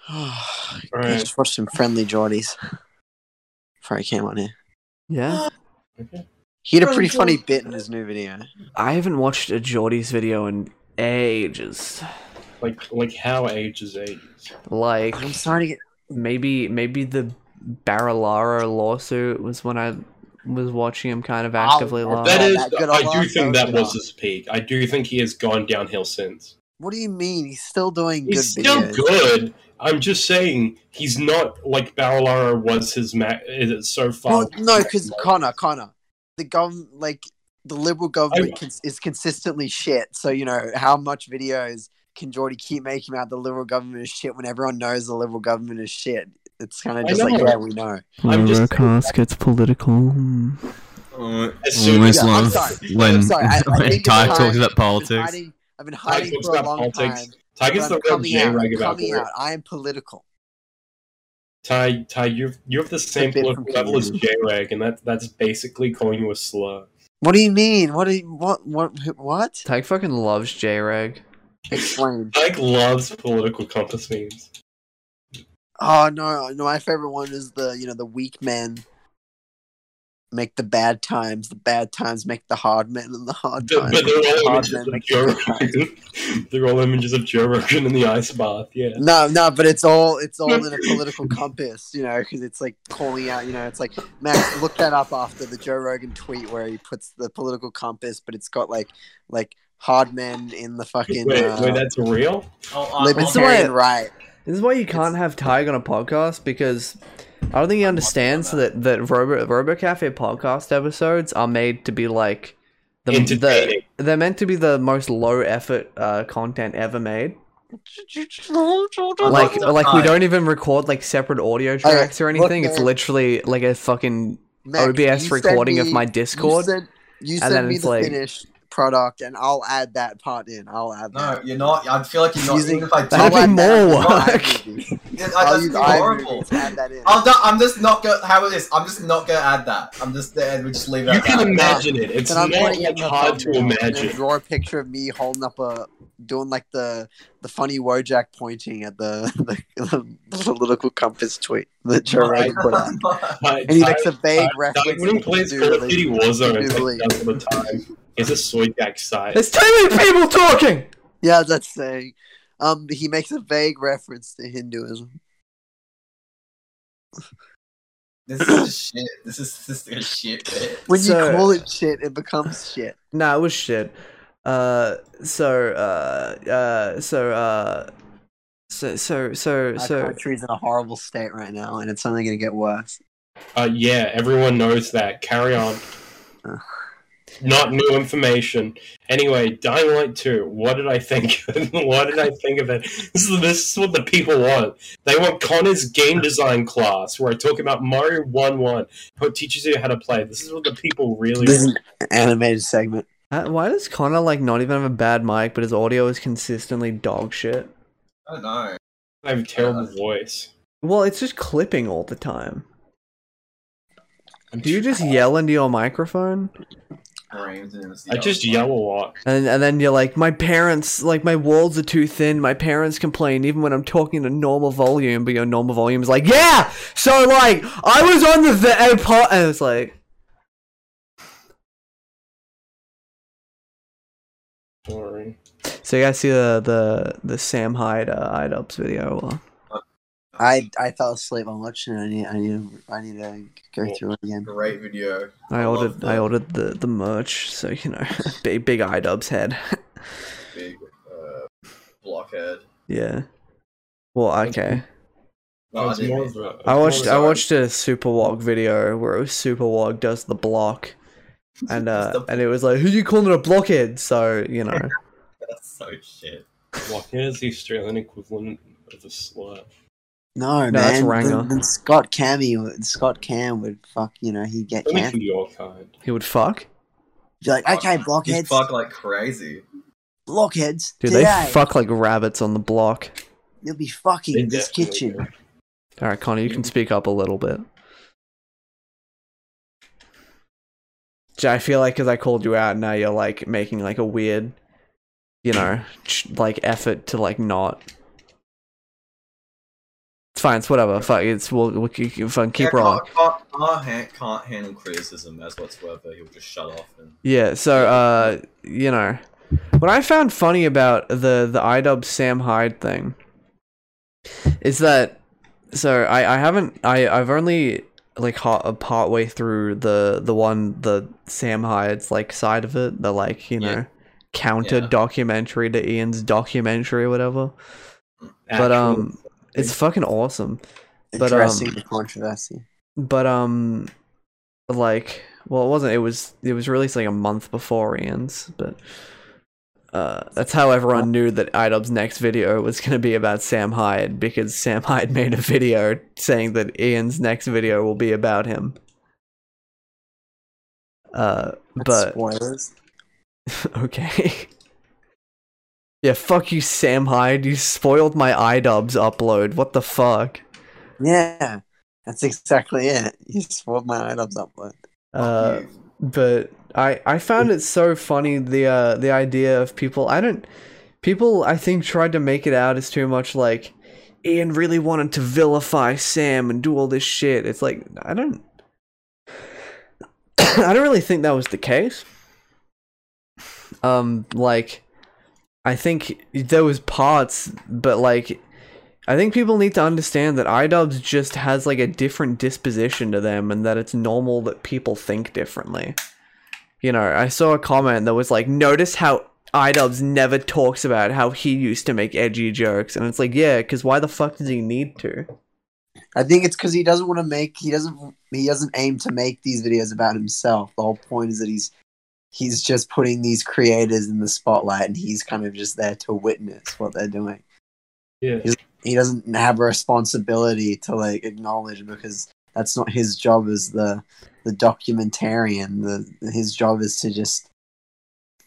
Speaker 6: I
Speaker 1: Alright.
Speaker 6: just watched some friendly Geordies before I came on here. (gasps)
Speaker 3: yeah,
Speaker 6: He had a pretty funny bit in his new video.
Speaker 3: I haven't watched a Geordie's video in ages.
Speaker 1: like like how ages ages.
Speaker 3: Like
Speaker 6: I'm starting to get.
Speaker 3: maybe maybe the Barilaro lawsuit was when I was watching him kind of actively
Speaker 6: I
Speaker 3: live.
Speaker 1: That
Speaker 6: Oh,
Speaker 1: is,
Speaker 6: that good
Speaker 1: I do
Speaker 6: alarm,
Speaker 1: think
Speaker 6: that
Speaker 1: that
Speaker 6: good
Speaker 1: was his peak. I do think he has gone downhill since.
Speaker 6: What do you mean? He's still doing
Speaker 1: He's
Speaker 6: good
Speaker 1: still
Speaker 6: videos.
Speaker 1: good. I'm just saying he's not like Barilaro was his ma- is so far.
Speaker 6: Well, no, because Connor, Connor, the government, like the liberal government, cons- is consistently shit. So you know how much videos can Geordie keep making out the liberal government is shit when everyone knows the liberal government is shit. It's kind of
Speaker 1: I
Speaker 6: just like
Speaker 1: know.
Speaker 6: yeah, we know.
Speaker 1: I'm just-
Speaker 3: cast gets political.
Speaker 1: as soon as
Speaker 6: Yeah, I'm
Speaker 2: (laughs)
Speaker 6: sorry.
Speaker 2: when
Speaker 6: I'm sorry. I, I think
Speaker 2: Ty talks
Speaker 6: it's time.
Speaker 2: about
Speaker 6: I've been
Speaker 2: politics.
Speaker 6: hiding, I've been
Speaker 1: Ty
Speaker 6: hiding
Speaker 1: talks
Speaker 6: for a
Speaker 1: about
Speaker 6: long
Speaker 1: politics.
Speaker 6: time.
Speaker 1: Ty
Speaker 6: but
Speaker 1: gets the
Speaker 6: I'm
Speaker 1: real
Speaker 6: coming
Speaker 1: J
Speaker 6: out.
Speaker 1: rag
Speaker 6: I'm
Speaker 1: about
Speaker 6: coming
Speaker 1: it.
Speaker 6: out. I am political.
Speaker 1: Ty, Ty, you're you're of the same
Speaker 6: bit
Speaker 1: political
Speaker 6: from
Speaker 1: level as
Speaker 6: Community.
Speaker 1: J rag, and that that's basically calling you a slur.
Speaker 6: What do you mean? What? Do you, what? What? What?
Speaker 3: Tyke fucking loves J Reg.
Speaker 6: Explain.
Speaker 1: Mike loves political compass memes.
Speaker 6: Oh no, no! My favorite one is the you know the weak men make the bad times, the bad times make the hard men, and the hard
Speaker 1: But
Speaker 6: times.
Speaker 1: but they're
Speaker 6: the
Speaker 1: all
Speaker 6: hard
Speaker 1: images
Speaker 6: men
Speaker 1: of
Speaker 6: make
Speaker 1: Joe
Speaker 6: the good times.
Speaker 1: Rogan. They're all images of Joe Rogan in the ice bath. Yeah.
Speaker 6: (laughs) No, no, but it's all it's all
Speaker 1: (laughs)
Speaker 6: in a political compass, you know, because it's like calling out, you know, it's like Max, look that up after the Joe Rogan tweet where he puts the political compass, but it's got like like hard men in the fucking
Speaker 1: Wait,
Speaker 6: uh,
Speaker 1: wait, that's real.
Speaker 2: Oh, uh,
Speaker 3: That's the way-
Speaker 6: libertarian right.
Speaker 3: This is why you can't have Tyg on a podcast because I don't think he understands that that Robo Robo Cafe podcast episodes are made to be like the, the
Speaker 1: Entertaining.
Speaker 3: they're meant to be the most low effort uh, content ever made. Like
Speaker 2: the
Speaker 3: like we
Speaker 2: Tyg.
Speaker 3: don't even record like separate audio tracks or
Speaker 6: look,
Speaker 3: anything. It's
Speaker 6: man.
Speaker 3: literally like a fucking
Speaker 6: Max,
Speaker 3: OBS
Speaker 6: you sent
Speaker 3: recording of
Speaker 6: me-
Speaker 3: my
Speaker 6: You
Speaker 3: Discord.
Speaker 6: send, you
Speaker 3: and then
Speaker 6: send me
Speaker 3: it's
Speaker 6: the
Speaker 3: like-
Speaker 6: finished product, and I'll add that part in. I'll add
Speaker 2: No,
Speaker 6: that.
Speaker 2: you're not. I feel like you're not.
Speaker 6: Using-
Speaker 2: Even if I do,
Speaker 3: That'd
Speaker 6: I'll
Speaker 3: be
Speaker 6: add
Speaker 3: more
Speaker 6: that.
Speaker 3: work.
Speaker 1: (laughs)
Speaker 6: iMovie.
Speaker 2: it, I,
Speaker 6: I'll
Speaker 2: that's
Speaker 6: use
Speaker 2: horrible.
Speaker 6: iMovie to add that in.
Speaker 2: I'm, not, I'm just not gonna. How about this? I'm just not gonna add that. I'm just there. We just leave it.
Speaker 1: You
Speaker 2: at that.
Speaker 1: can imagine it. It's
Speaker 6: And I'm
Speaker 1: not
Speaker 6: putting it
Speaker 1: like,
Speaker 6: in the
Speaker 1: hard to
Speaker 6: thumbnail, and
Speaker 1: (laughs)
Speaker 6: then
Speaker 1: imagine.
Speaker 6: Draw a picture of me holding up a, doing like the the funny Wojak pointing at the (laughs) the, the political compass tweet that Joe Rogan put out.
Speaker 1: Ty-
Speaker 6: And he
Speaker 1: Ty-
Speaker 6: makes a vague reference.
Speaker 1: Ty Wooden
Speaker 6: to
Speaker 1: plays
Speaker 6: the
Speaker 1: Call of
Speaker 6: dude
Speaker 1: Duty
Speaker 6: that-
Speaker 1: Warzone and
Speaker 6: Indubitably.
Speaker 1: takes down all the time. It's a soy jack site.
Speaker 3: (laughs) There's too many people talking.
Speaker 6: Yeah, that's saying. Um, he makes a vague reference to Hinduism.
Speaker 2: (laughs) This is just shit. This is this is shit. Bit.
Speaker 6: When
Speaker 3: So-
Speaker 6: you call it shit, it becomes shit.
Speaker 3: Nah, it was shit. Uh, so uh, uh, so uh, so so so
Speaker 6: Our
Speaker 3: so.
Speaker 6: country's in a horrible state right now, and it's only going to get worse.
Speaker 1: Uh, yeah, everyone knows that. Carry on.
Speaker 6: Ugh.
Speaker 1: Not new information. Anyway, Dying Light 2, what did I think? (laughs) what did I think of it? This is, this is what the people want. They want Connor's game design class where I talk about Mario 1 1, how it teaches you how to play. This is what the people really
Speaker 6: This
Speaker 1: want.
Speaker 6: is an animated segment.
Speaker 3: Uh, Why does Connor like not even have a bad mic, but his audio is consistently dog shit?
Speaker 2: I don't know.
Speaker 1: I have a terrible voice.
Speaker 3: Well, it's just clipping all the time.
Speaker 1: I'm
Speaker 3: Do you just yell into your microphone?
Speaker 1: I just yell a lot.
Speaker 3: And, and then you're like, my parents, like, my walls are too thin. My parents complain even when I'm talking to normal volume, but your normal volume is like, yeah! So, like, I was on the, the AirPod, and it's like,
Speaker 1: Sorry.
Speaker 3: so you guys see the, the, the Sam Hyde uh, IDUBS video? Or,
Speaker 6: I I fell asleep on watching it. I need I need I need to go
Speaker 1: Yeah.
Speaker 6: through it again.
Speaker 2: Great video.
Speaker 3: I
Speaker 2: I love
Speaker 3: ordered,
Speaker 2: that.
Speaker 3: I ordered the, the merch, so, you know, (laughs) big, big IDUBS head.
Speaker 2: Big uh, blockhead.
Speaker 3: yeah. Well, okay.
Speaker 2: No, I
Speaker 1: It's more
Speaker 2: didn't.
Speaker 1: of a-
Speaker 3: I watched I
Speaker 2: sorry.
Speaker 3: watched a Superwog video where it was Superwog does
Speaker 2: (laughs)
Speaker 3: the block,
Speaker 2: Does
Speaker 3: and
Speaker 2: the
Speaker 3: uh,
Speaker 2: block.
Speaker 3: and it was like, who you calling a blockhead? So you know,
Speaker 2: That's so shit.
Speaker 1: Blockhead is the Australian equivalent of a slur.
Speaker 6: No, man.
Speaker 3: that's Ranger.
Speaker 6: then, then Scott Cammy, would- Scott Cam would fuck. You know, he'd get
Speaker 1: Only
Speaker 6: canned.
Speaker 1: for your kind.
Speaker 3: he would fuck.
Speaker 6: Be like, okay,
Speaker 2: You
Speaker 6: blockheads,
Speaker 2: fuck like crazy.
Speaker 6: blockheads.
Speaker 3: Dude,
Speaker 6: today
Speaker 3: they fuck like rabbits on the block.
Speaker 6: you'll be
Speaker 1: They
Speaker 6: fucking this
Speaker 1: definitely
Speaker 6: kitchen.
Speaker 1: do.
Speaker 3: All right, Connor, you can speak up a little bit. J- I feel like because I called you out, now you're like making like a weird, you know, ch- like effort to like not. It's fine. It's whatever. Fuck. It's we'll, we'll keep, fucking keep
Speaker 2: Yeah,
Speaker 3: rolling.
Speaker 2: Can't, can't, can't, han- can't handle criticism as whatsoever. You'll just shut off and
Speaker 3: Yeah, so uh, you know, what I found funny about the the IDub Sam Hyde thing is that so I I haven't I I've only like hot part way through the the one the Sam Hyde's like side of it the like you
Speaker 2: Yeah.
Speaker 3: know counter
Speaker 2: Yeah.
Speaker 3: documentary to Ian's documentary or whatever but um it's fucking awesome But, um,
Speaker 6: Addressing the controversy.
Speaker 3: but um like well it wasn't it was it was released like a month before Ian's but uh that's how everyone knew that idubbbz next video was going to be about Sam Hyde because Sam Hyde made a video saying that Ian's next video will be about him uh (laughs)
Speaker 6: That's
Speaker 3: but
Speaker 6: spoilers.
Speaker 3: okay yeah fuck you Sam Hyde you spoiled my idubbbz upload what the fuck
Speaker 6: Yeah, that's exactly it. You swap my items up. But
Speaker 3: uh but I I found it so funny the uh, the idea of people I don't people I think tried to make it out as too much like Ian really wanted to vilify Sam and do all this shit. It's like I don't (coughs) I don't really think that was the case. Um like I think there was parts but like I think people need to understand that iDubbbz just has like a different disposition to them and that it's normal that people think differently. You know, I saw a comment that was like, notice how iDubbbz never talks about how he used to make edgy jokes. And it's like, yeah, because why the fuck does he need to?
Speaker 6: I think it's because he doesn't want to make. He doesn't. He doesn't aim to make these videos about himself. The whole point is that he's he's just putting these creators in the spotlight, and he's kind of just there to witness what they're doing.
Speaker 1: Yeah.
Speaker 6: he doesn't have a responsibility to like acknowledge because that's not his job as the the documentarian. The his job is to just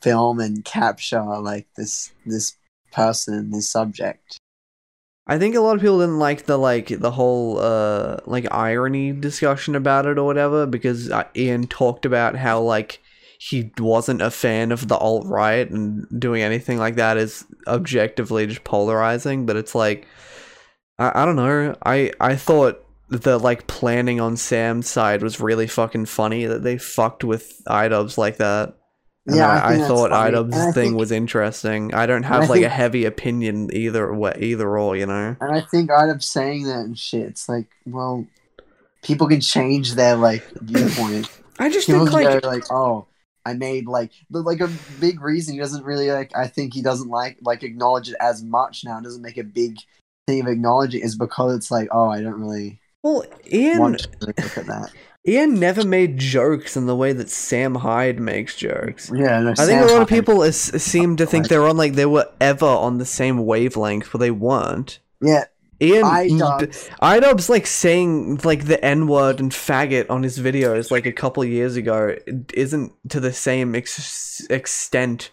Speaker 6: film and capture like this this person, this subject.
Speaker 3: I think a lot of people didn't like the like the whole uh like irony discussion about it or whatever because uh, Ian talked about how like he wasn't a fan of the alt right and doing anything like that is objectively just polarizing. But it's like I, I don't know. I I thought the like planning on Sam's side was really fucking funny that they fucked with idubs like that. And I, I,
Speaker 6: think that's
Speaker 3: thought
Speaker 6: funny.
Speaker 3: idubs
Speaker 6: And I
Speaker 3: thing
Speaker 6: think-
Speaker 3: was interesting. I don't
Speaker 6: and
Speaker 3: have
Speaker 6: I
Speaker 3: like a
Speaker 6: think-
Speaker 3: heavy opinion either way, either or you know.
Speaker 6: And I think out of saying that and shit, it's like, well, people can change their like
Speaker 3: (laughs)
Speaker 6: viewpoint.
Speaker 3: I just
Speaker 6: people
Speaker 3: think
Speaker 6: can
Speaker 3: like
Speaker 6: go like, oh, I made like, but like a big reason he doesn't really like. I think he doesn't like like acknowledge it as much now. Doesn't make a big thing of acknowledging is because it's like, oh, I don't really
Speaker 3: well Ian
Speaker 6: want to really look at that.
Speaker 3: Ian never made jokes in the way that Sam Hyde makes jokes.
Speaker 6: Yeah, no,
Speaker 3: I think a lot of people is, seem to think they're on like they were ever on the same wavelength, but they weren't.
Speaker 6: Yeah,
Speaker 3: Ian
Speaker 6: I
Speaker 3: b- Idubbbz like saying like the N word and faggot on his videos like a couple years ago isn't to the same ex- extent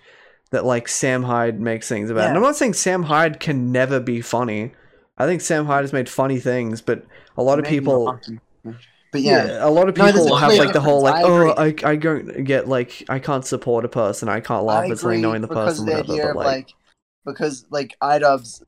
Speaker 3: that like Sam Hyde makes things about. And
Speaker 6: Yeah.
Speaker 3: I'm not saying Sam Hyde can never be funny. I think Sam Hyde has made funny things, but a lot of people
Speaker 6: But yeah,
Speaker 3: a lot of
Speaker 6: No, there's
Speaker 3: people
Speaker 2: a
Speaker 3: have
Speaker 2: clear
Speaker 3: like the whole like, oh,
Speaker 6: difference. I
Speaker 3: I, I don't get like I can't support a person, I can't laugh
Speaker 6: I
Speaker 3: at something
Speaker 6: agree
Speaker 3: knowing the
Speaker 6: because
Speaker 3: person,
Speaker 6: of
Speaker 3: whatever.
Speaker 6: the idea
Speaker 3: But
Speaker 6: of,
Speaker 3: like,
Speaker 6: like, because like idubs,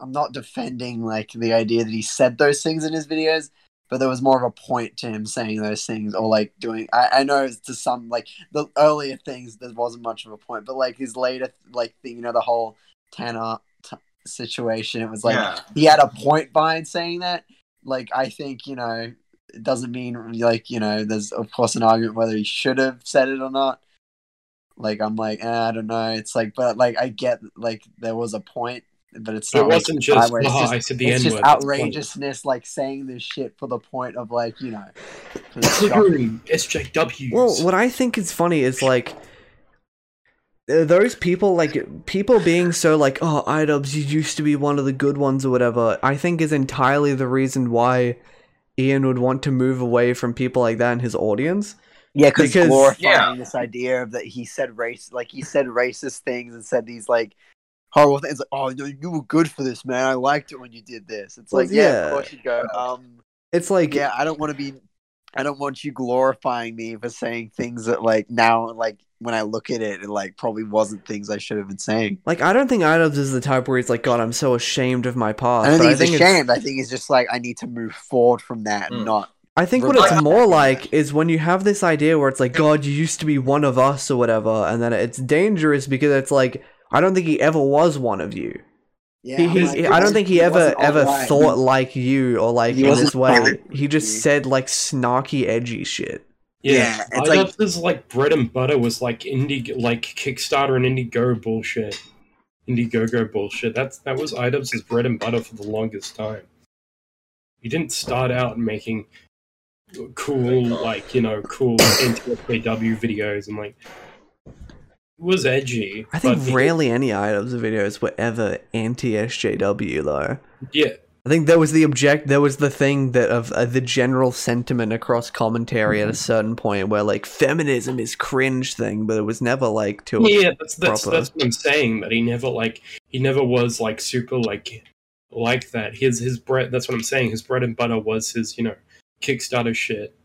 Speaker 6: I'm not defending like the idea that he said those things in his videos, but there was more of a point to him saying those things or like doing. I, I know to some like the earlier things there wasn't much of a point, but like his later like the, you know the whole Tanner t- situation, it was like
Speaker 2: yeah.
Speaker 6: he had a point behind saying that. Like, I think you know, it doesn't mean like you know, there's of course an argument whether he should have said it or not. Like, I'm like, eh, I don't know. It's like, but like, I get like there was a point, but it's
Speaker 1: So
Speaker 6: not.
Speaker 1: it
Speaker 6: like,
Speaker 1: wasn't just,
Speaker 6: I- it's
Speaker 1: "Haha,
Speaker 6: just-
Speaker 1: I said the
Speaker 6: it's
Speaker 1: N
Speaker 6: just
Speaker 1: word. (laughs)
Speaker 6: outrageousness, like saying this shit for the point of
Speaker 1: (coughs)
Speaker 6: like you know. 'cause it's shocking.
Speaker 1: Triggering SJWs.
Speaker 3: well, what I think is funny is like uh, those people like people being so like oh idubs you used to be one of the good ones or whatever i think is entirely the reason why ian would want to move away from people like that in his audience
Speaker 6: Yeah, because
Speaker 3: Because-
Speaker 6: glorifying
Speaker 2: Yeah.
Speaker 6: this idea of that he said race, like he said racist things and said these like horrible things. Like, oh no, you were good for this, man. I liked it when you did this. It's
Speaker 3: Well,
Speaker 6: like, yeah,
Speaker 3: yeah.
Speaker 6: of course you go. Um,
Speaker 3: it's like
Speaker 6: yeah, I don't want to be, I don't want you glorifying me for saying things that like now, like when I look at it, it like probably wasn't things I should have been saying.
Speaker 3: like i don't think idubs is the type where he's like god i'm so ashamed of my past
Speaker 6: I
Speaker 3: but
Speaker 6: don't
Speaker 3: Uh,
Speaker 6: think
Speaker 3: I
Speaker 6: he's
Speaker 3: think it's-
Speaker 6: ashamed. I think it's just like I need to move forward from that, and
Speaker 2: Mm.
Speaker 6: not
Speaker 3: I think what
Speaker 6: Right.
Speaker 3: it's more like is when you have this idea where it's like, God, you used to be one of us or whatever, and then it's dangerous because it's like, I don't think he ever was one of you.
Speaker 6: yeah.
Speaker 3: he,
Speaker 6: I'm
Speaker 3: he-
Speaker 6: like,
Speaker 3: I don't think he ever
Speaker 6: wasn't
Speaker 3: ever
Speaker 6: online.
Speaker 3: thought like you or like
Speaker 6: He
Speaker 3: in
Speaker 6: wasn't
Speaker 3: this way.
Speaker 6: like
Speaker 3: He
Speaker 6: you.
Speaker 3: just said like snarky, edgy shit.
Speaker 6: yeah,
Speaker 1: yeah,
Speaker 6: it's
Speaker 1: I
Speaker 6: like-
Speaker 1: thought this like bread and butter was like indie, like Kickstarter and Indiegogo bullshit. Indiegogo bullshit. That's that was Idubbbz's bread and butter for the longest time. He didn't start out making cool, like you know, cool NTSW videos and like it was edgy.
Speaker 3: I think
Speaker 1: but he-
Speaker 3: rarely any items of videos were ever anti SJW though.
Speaker 1: yeah,
Speaker 3: I think that was the object. That was the thing that of uh, the general sentiment across commentary
Speaker 1: Mm-hmm.
Speaker 3: at a certain point, where like feminism is cringe thing, but it was never like to. a-
Speaker 1: yeah. That's that's
Speaker 3: proper.
Speaker 1: that's what I'm saying. That he never like he never was like super like like that. His his bread. That's what I'm saying. His bread and butter was his you know Kickstarter shit.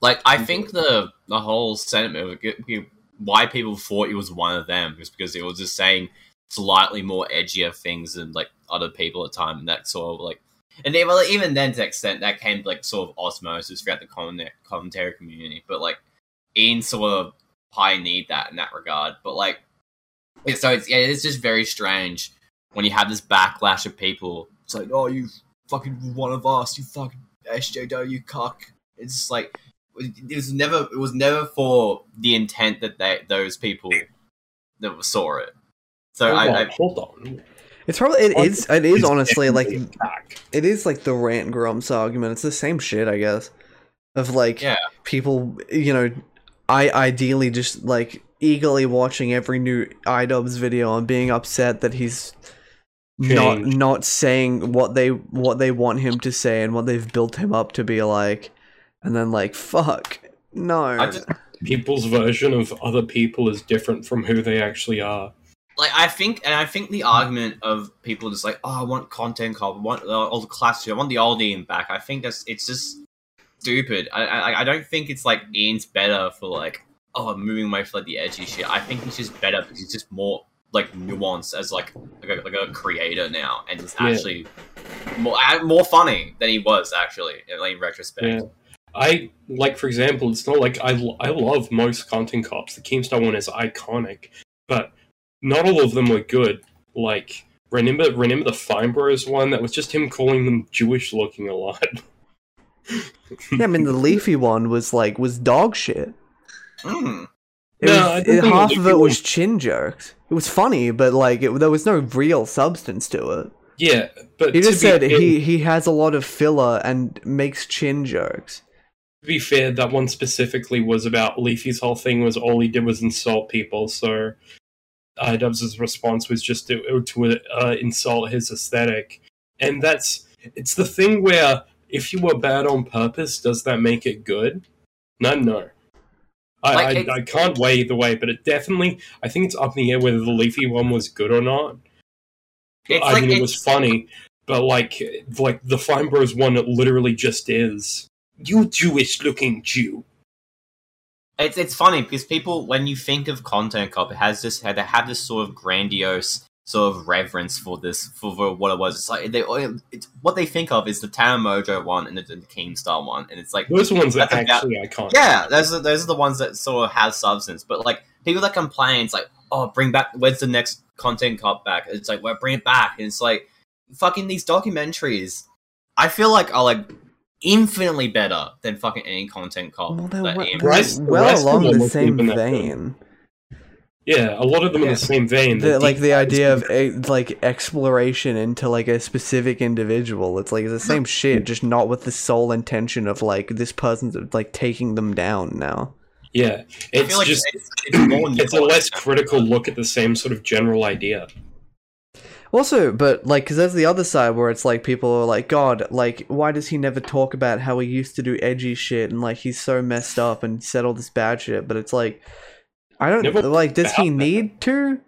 Speaker 2: Like I think the the whole sentiment of it- you- why people thought it was one of them was because it was just saying slightly more edgier things than like other people at the time, and that sort of like, and they, well, even then to an extent that came like sort of osmosis throughout the comment, commentary community, but like Ian sort of pioneered that in that regard. But like, yeah, so it's yeah, it's just very strange when you have this backlash of people. It's like, oh, you fucking one of us, you fucking SJW cuck. It's just like it was never it was never for the intent that they those people that saw it. So
Speaker 1: Hold
Speaker 2: I,
Speaker 1: on,
Speaker 2: I
Speaker 1: hold on.
Speaker 3: It's probably it is it
Speaker 1: (laughs)
Speaker 3: is
Speaker 1: It's
Speaker 3: honestly like
Speaker 1: definitely a pack.
Speaker 3: it is like the rant grumps argument. It's the same shit, I guess. Of like
Speaker 2: Yeah.
Speaker 3: people, you know, I ideally just like eagerly watching every new iDubbbz video and being upset that he's not
Speaker 1: Changed.
Speaker 3: not saying what they what they want him to say and what they've built him up to be like, and then like fuck no.
Speaker 2: I just
Speaker 1: people's version of other people is different from who they actually are.
Speaker 2: like I think and I think the argument of people just like oh I want content cop, I want the old classic, I want the old Ian back. I think that's it's just stupid. I I, I don't think it's like Ian's better for like oh I'm moving away from like the edgy shit. I think he's just better because he's just more like nuanced as like like a, like a creator now and it's
Speaker 1: Yeah.
Speaker 2: actually more uh, more funny than he was actually in, like, in retrospect.
Speaker 1: Yeah. I like, for example, it's not like I I love most content cops. The Keemstar one is iconic, but not all of them were good. Like remember remember the Feinbros one that was just him calling them Jewish looking a lot. (laughs)
Speaker 3: yeah, I mean the leafy one was like was dog shit.
Speaker 2: Mm.
Speaker 3: It
Speaker 1: No, I
Speaker 3: was,
Speaker 1: don't
Speaker 3: it,
Speaker 1: think
Speaker 3: half
Speaker 1: it
Speaker 3: of
Speaker 1: was
Speaker 3: it
Speaker 1: real.
Speaker 3: was chin jokes. It was funny, but like it, there was no real substance to it.
Speaker 1: Yeah, but
Speaker 3: He
Speaker 1: to
Speaker 3: just
Speaker 1: be
Speaker 3: said
Speaker 1: fair-
Speaker 3: he he has a lot of filler and makes chin jokes.
Speaker 1: To be fair, that one specifically was about Leafy's whole thing was all he did was insult people. So uh, Dubs' response was just to, to uh, insult his aesthetic, and that's it's the thing where if you were bad on purpose, does that make it good? No, no. I,
Speaker 2: Like,
Speaker 1: I,
Speaker 2: it's-
Speaker 1: I can't weigh either way, but it definitely I think it's up in the air whether the leafy one was good or not.
Speaker 2: It's
Speaker 1: I
Speaker 2: like
Speaker 1: mean, it
Speaker 2: it's-
Speaker 1: was funny, but like like the Fine Bros one, it literally just is. You Jewish looking Jew.
Speaker 2: It's it's funny because people, when you think of content cop, it has this they have this sort of grandiose sort of reverence for this for, for what it was. It's like they oh, it's, what they think of is the Tamamojo one and the, the Keemstar one, and it's like
Speaker 1: Those ones are
Speaker 2: That's about-
Speaker 1: actually iconic.
Speaker 2: yeah, those are those are the ones that sort of have substance. But like people that complain, it's like oh, bring back when's the next content cop back? It's like well, bring it back, and it's like fucking these documentaries. I feel like are like infinitely better than fucking any content
Speaker 1: Oh,
Speaker 2: cop.
Speaker 3: Well, they're
Speaker 2: that
Speaker 3: we-
Speaker 2: Ian
Speaker 1: Right. Rest-
Speaker 3: well
Speaker 1: rest of
Speaker 3: along
Speaker 1: them
Speaker 3: the
Speaker 1: were
Speaker 3: same
Speaker 1: keeping that going.
Speaker 3: vein.
Speaker 1: Yeah, a lot of them in
Speaker 3: Yeah.
Speaker 1: the same vein.
Speaker 3: The,
Speaker 1: The
Speaker 3: like
Speaker 1: deep
Speaker 3: the
Speaker 1: dives
Speaker 3: idea of
Speaker 1: into-
Speaker 3: eh, like exploration into like a specific individual. It's like it's
Speaker 1: (laughs)
Speaker 3: the same shit, just not with the sole intention of like this person's like taking them down now.
Speaker 1: yeah,
Speaker 2: I feel
Speaker 1: it's
Speaker 2: like
Speaker 1: just
Speaker 2: it's, it's more
Speaker 1: (clears throat) it's a
Speaker 2: nuanced.
Speaker 1: less critical look at the same sort of general idea.
Speaker 3: Also, but like, because there's the other side where it's like people are like, God, like, why does he never talk about how he used to do edgy shit and like he's so messed up and said all this bad shit? But it's like, I don't
Speaker 1: Never
Speaker 3: like. Does he
Speaker 1: about that.
Speaker 3: need to?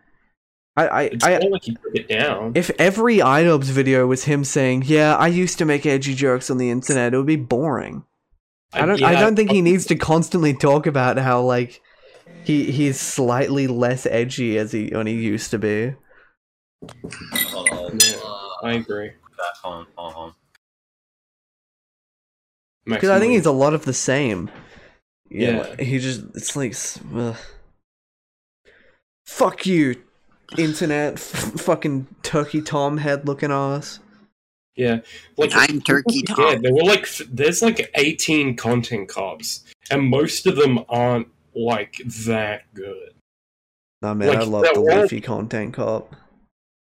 Speaker 3: I I,
Speaker 1: It's
Speaker 3: I
Speaker 1: more like you took it down.
Speaker 3: if every iDubbbz video was him saying, "Yeah, I used to make edgy jokes on the internet," it would be boring. I don't. I
Speaker 1: yeah,
Speaker 3: don't think he needs to constantly talk about how like he he's slightly less edgy as he when he used to be.
Speaker 2: Hold on,
Speaker 1: Yeah. I agree.
Speaker 2: hold on, hold on.
Speaker 3: Because I think he's a lot of the same. You know,
Speaker 1: Yeah.
Speaker 3: like, he just it's like s- ugh. fuck you, internet, f- fucking turkey tom head looking ass.
Speaker 1: yeah, like
Speaker 2: (laughs)
Speaker 6: I'm Turkey
Speaker 1: yeah,
Speaker 6: Tom.
Speaker 1: there were like f- there's like 18 content cops, and most of them aren't like that good.
Speaker 3: Nah, man,
Speaker 1: Like,
Speaker 3: I love
Speaker 1: that
Speaker 3: the
Speaker 1: wall-
Speaker 3: leafy content cop.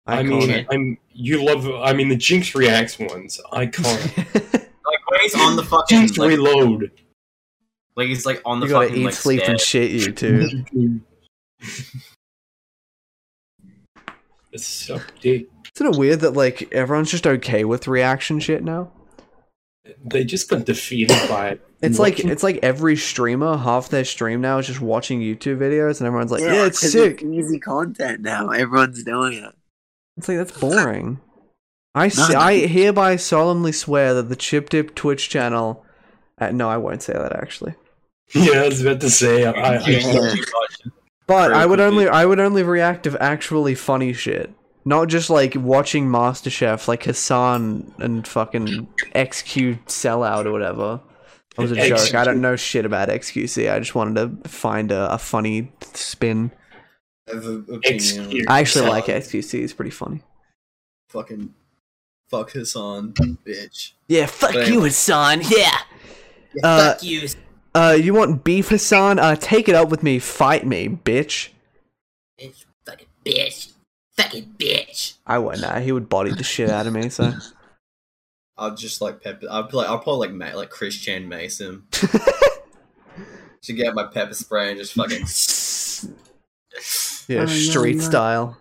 Speaker 1: I mean,
Speaker 3: (laughs) Iconic.
Speaker 1: I'm you love. I mean, the Jinx reacts ones iconic.
Speaker 2: Like when he's on the fucking
Speaker 1: Jinx
Speaker 2: like,
Speaker 1: reload.
Speaker 2: like he's like on the
Speaker 3: you gotta
Speaker 2: fucking
Speaker 3: eat,
Speaker 2: like
Speaker 3: sleep,
Speaker 2: stair.
Speaker 3: and shit, you
Speaker 1: (laughs)
Speaker 3: too.
Speaker 1: It's so dick.
Speaker 3: Isn't it weird that like everyone's just okay with reaction shit now?
Speaker 1: They just got defeated by it.
Speaker 3: It's like
Speaker 1: Watching-
Speaker 3: it's like every streamer, half their stream now is just watching YouTube videos, and everyone's like, "Yeah, it's
Speaker 6: 'cause
Speaker 3: sick."
Speaker 6: easy content now. Everyone's doing it.
Speaker 3: It's like that's boring. I, s-
Speaker 6: No, no.
Speaker 3: I hereby solemnly swear that the Chip Dip Twitch channel. Uh, no, I won't say that actually.
Speaker 1: (laughs) Yeah, I was about to say. I, I,
Speaker 2: oh
Speaker 6: Yeah.
Speaker 3: But
Speaker 2: Very
Speaker 3: I would
Speaker 2: good
Speaker 3: only
Speaker 2: dude.
Speaker 3: I would only react if actually funny shit, not just like watching MasterChef like Hassan and fucking XQ sellout or whatever. That was a joke. I don't know shit about XQC. I just wanted to find a, a funny spin.
Speaker 1: Excuse-
Speaker 3: I actually like XQC. It's pretty funny.
Speaker 2: Fucking fuck Hassan, bitch.
Speaker 3: Yeah, fuck
Speaker 2: But-
Speaker 3: you, Hassan. Yeah. Uh,
Speaker 2: fuck you.
Speaker 3: Uh, you want beef, Hassan? Uh, take it up with me. Fight me, bitch.
Speaker 5: It's fucking bitch. Fucking bitch.
Speaker 3: I wouldn't. Nah, he would body the shit out of
Speaker 2: (laughs)
Speaker 3: me. So
Speaker 2: I'll just like pepper. I'll play. I'll probably like Ma- like Christian Mason. Should get my pepper spray and just (laughs) fucking
Speaker 3: yeah,
Speaker 6: Oh, no,
Speaker 3: street
Speaker 6: no.
Speaker 3: style.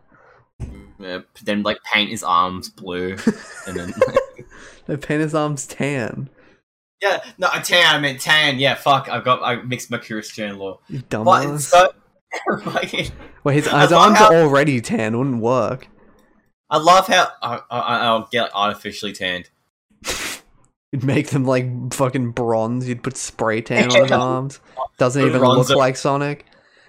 Speaker 2: yeah, then like paint his arms blue and then
Speaker 3: No, paint his arms tan.
Speaker 2: yeah no a tan I meant tan yeah fuck I got I mixed my Christian law
Speaker 3: You
Speaker 2: but it's
Speaker 3: dumbass.
Speaker 2: so (laughs) fucking (laughs)
Speaker 3: Wait, his,
Speaker 2: I
Speaker 3: his
Speaker 2: love
Speaker 3: arms
Speaker 2: how-
Speaker 3: are already tan. Wouldn't work.
Speaker 2: I love how I, I I'll get artificially tanned
Speaker 3: You'd make them like fucking bronze. You'd put spray tan
Speaker 2: (laughs)
Speaker 3: on his arms. Doesn't even
Speaker 2: Bronze
Speaker 3: look
Speaker 2: up.
Speaker 3: like Sonic.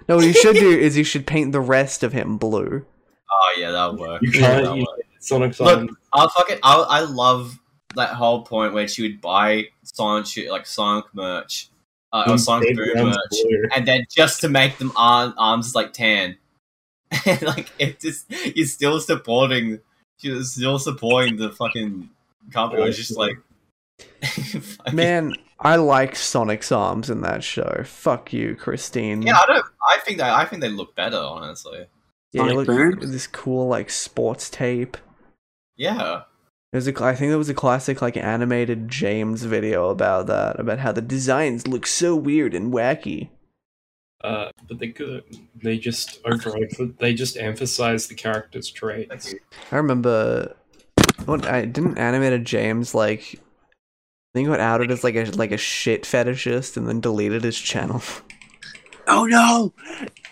Speaker 3: No, what you should do is you should paint the rest of
Speaker 2: (laughs)
Speaker 3: him blue.
Speaker 2: oh yeah that'll work
Speaker 1: You
Speaker 2: Yeah,
Speaker 1: can't-
Speaker 2: that'll
Speaker 1: you-
Speaker 2: work.
Speaker 1: Sonic
Speaker 2: Look,
Speaker 1: Sonic.
Speaker 2: I'll fucking I'll, I love that whole point where she would buy Sonic shoe- like Sonic merch uh,
Speaker 1: Mm,
Speaker 2: or Sonic
Speaker 1: Baby
Speaker 2: Boom
Speaker 1: Ram's
Speaker 2: merch
Speaker 1: blue.
Speaker 2: and then just to make them arm, arms like tan, (laughs) and like it just you're still supporting, you're still supporting the fucking company. It's just like (laughs) fucking-
Speaker 3: Man, I like Sonic's arms in that show. Fuck you, Christine.
Speaker 2: yeah, I don't. I think that I think they look better, honestly.
Speaker 3: Yeah,
Speaker 6: Sonic
Speaker 3: look,
Speaker 6: Boom?
Speaker 3: this cool like sports tape.
Speaker 2: Yeah, (laughs)
Speaker 3: There's a, cl- I think there was a classic like animated James video about that, about how the designs look so weird and wacky.
Speaker 1: Uh, but they could. They just over. They just emphasize the character's traits.
Speaker 3: I remember, what I didn't animated James like, I think got outed as like a like a shit fetishist and then deleted his channel. (laughs)
Speaker 6: Oh no!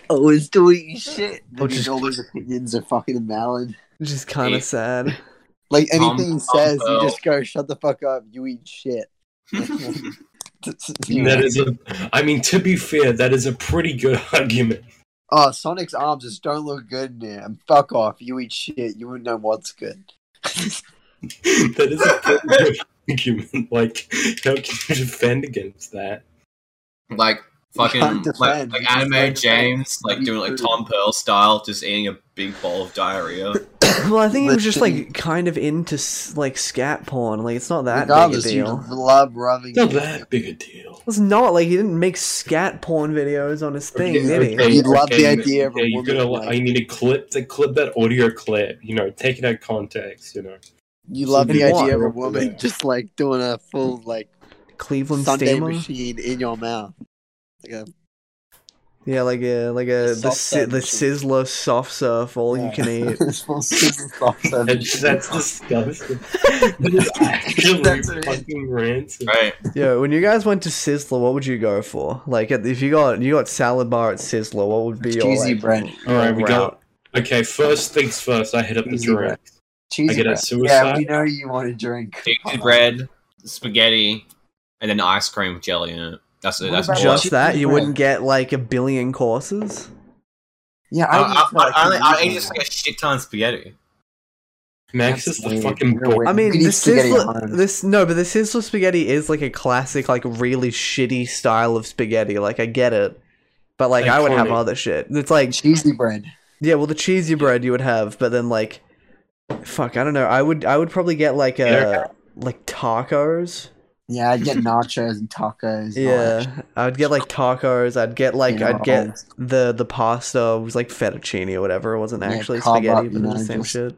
Speaker 6: Oh, it's doing shit.
Speaker 3: Oh,
Speaker 6: That means
Speaker 3: just-
Speaker 6: all those opinions are fucking invalid.
Speaker 3: Which is kind
Speaker 2: Yeah.
Speaker 3: of sad. (coughs)
Speaker 6: Like
Speaker 2: Tom-
Speaker 6: anything he
Speaker 2: Tom
Speaker 6: says, you
Speaker 2: Bell.
Speaker 6: (laughs) just go, shut the fuck up. You eat shit.
Speaker 1: That is a, I mean, to be fair, that is a pretty good (laughs) argument.
Speaker 6: oh, Sonic's arms just don't look good in there. And fuck off. You eat shit. You wouldn't know what's good.
Speaker 1: that is a pretty good (laughs) argument. Like, how can you defend against that?
Speaker 2: like fucking
Speaker 6: can't
Speaker 2: like,
Speaker 6: defend,
Speaker 2: like
Speaker 6: you just
Speaker 2: anime
Speaker 6: can't
Speaker 2: James, like
Speaker 6: Eat
Speaker 2: doing like
Speaker 6: food.
Speaker 2: Tom Pearl style, just eating a big bowl of
Speaker 6: (laughs)
Speaker 2: diarrhea.
Speaker 3: well, I think he was just
Speaker 6: Listen.
Speaker 3: like kind of into s- like scat porn. Like it's not that big a
Speaker 6: Regardless, you
Speaker 3: deal.
Speaker 6: love rubbing.
Speaker 1: Not that big a deal.
Speaker 3: It's not like he didn't make scat porn videos on his
Speaker 6: (laughs)
Speaker 3: thing, did he?
Speaker 6: okay. You'd love the idea of a
Speaker 1: okay, you
Speaker 6: woman,
Speaker 1: gotta,
Speaker 6: like-
Speaker 1: I need to clip the clip that audio clip. You know, take it out of context. You know,
Speaker 6: You love the
Speaker 3: You want-
Speaker 6: idea of a woman (laughs)
Speaker 1: Yeah.
Speaker 6: just like doing a full like
Speaker 3: Cleveland
Speaker 6: Sunday
Speaker 3: Steamer.
Speaker 6: machine in your mouth. Like a,
Speaker 3: Yeah, like a like a the
Speaker 6: Soft
Speaker 3: si-
Speaker 6: serve
Speaker 3: the
Speaker 6: machine.
Speaker 3: sizzler soft surf all you can
Speaker 6: (laughs)
Speaker 3: eat.
Speaker 6: Full sizzle stuff, so-
Speaker 1: that's, (laughs)
Speaker 6: (laughs)
Speaker 1: that's disgusting. that is actually
Speaker 6: That's it.
Speaker 1: fucking rancid.
Speaker 2: right.
Speaker 3: Yo, when you guys went to Sizzler, what would you go for? Like, at- if you got you got salad bar at Sizzler, what would be your
Speaker 6: Cheesy
Speaker 3: like,
Speaker 6: bread.
Speaker 1: All right, we
Speaker 3: route?
Speaker 1: got. Okay, first things first. I hit up the
Speaker 6: Easy, right?
Speaker 1: direct. I
Speaker 6: Cheesy
Speaker 1: get a
Speaker 6: bread. Yeah,
Speaker 1: suicide?
Speaker 6: we know you want to drink.
Speaker 2: Deep bread, spaghetti, and then ice cream with jelly in it. That's it.
Speaker 6: What
Speaker 2: That's
Speaker 6: about
Speaker 2: all.
Speaker 3: Just that you
Speaker 6: Cheesy
Speaker 3: wouldn't get like a billion courses.
Speaker 6: Yeah,
Speaker 2: I,
Speaker 6: I,
Speaker 2: Uh, I,
Speaker 6: just feel like
Speaker 2: I,
Speaker 6: you
Speaker 2: I, I,
Speaker 6: need
Speaker 2: ate just
Speaker 6: one.
Speaker 2: like a shit ton of spaghetti.
Speaker 1: Max
Speaker 6: That's
Speaker 1: is the
Speaker 6: weird.
Speaker 1: fucking
Speaker 6: You're
Speaker 1: boy.
Speaker 6: weird.
Speaker 3: I
Speaker 6: You
Speaker 3: mean,
Speaker 6: could
Speaker 3: the
Speaker 6: eat spaghetti at
Speaker 3: Sizzler,
Speaker 6: home.
Speaker 3: this no, but the Sizzler spaghetti is like a classic, like really shitty style of spaghetti. Like, I get it, but like I would have
Speaker 1: Iconic.
Speaker 3: other shit. It's like
Speaker 6: (laughs) cheesy bread.
Speaker 3: Yeah, well, the cheesy bread you would have, but then like, fuck, I don't know. I would, I would probably get like a
Speaker 1: Yeah.
Speaker 3: like tacos.
Speaker 6: Yeah,
Speaker 2: (laughs)
Speaker 6: I'd get nachos and tacos. and all that shit,
Speaker 3: Yeah, I would get like tacos. I'd get like,
Speaker 6: you know,
Speaker 3: I'd get
Speaker 6: all-
Speaker 3: the the pasta it was like fettuccine or whatever. It wasn't
Speaker 6: Yeah,
Speaker 3: actually
Speaker 6: carb
Speaker 3: spaghetti,
Speaker 6: up,
Speaker 3: but
Speaker 6: you
Speaker 3: it was
Speaker 6: know,
Speaker 3: the same
Speaker 6: just-
Speaker 3: shit.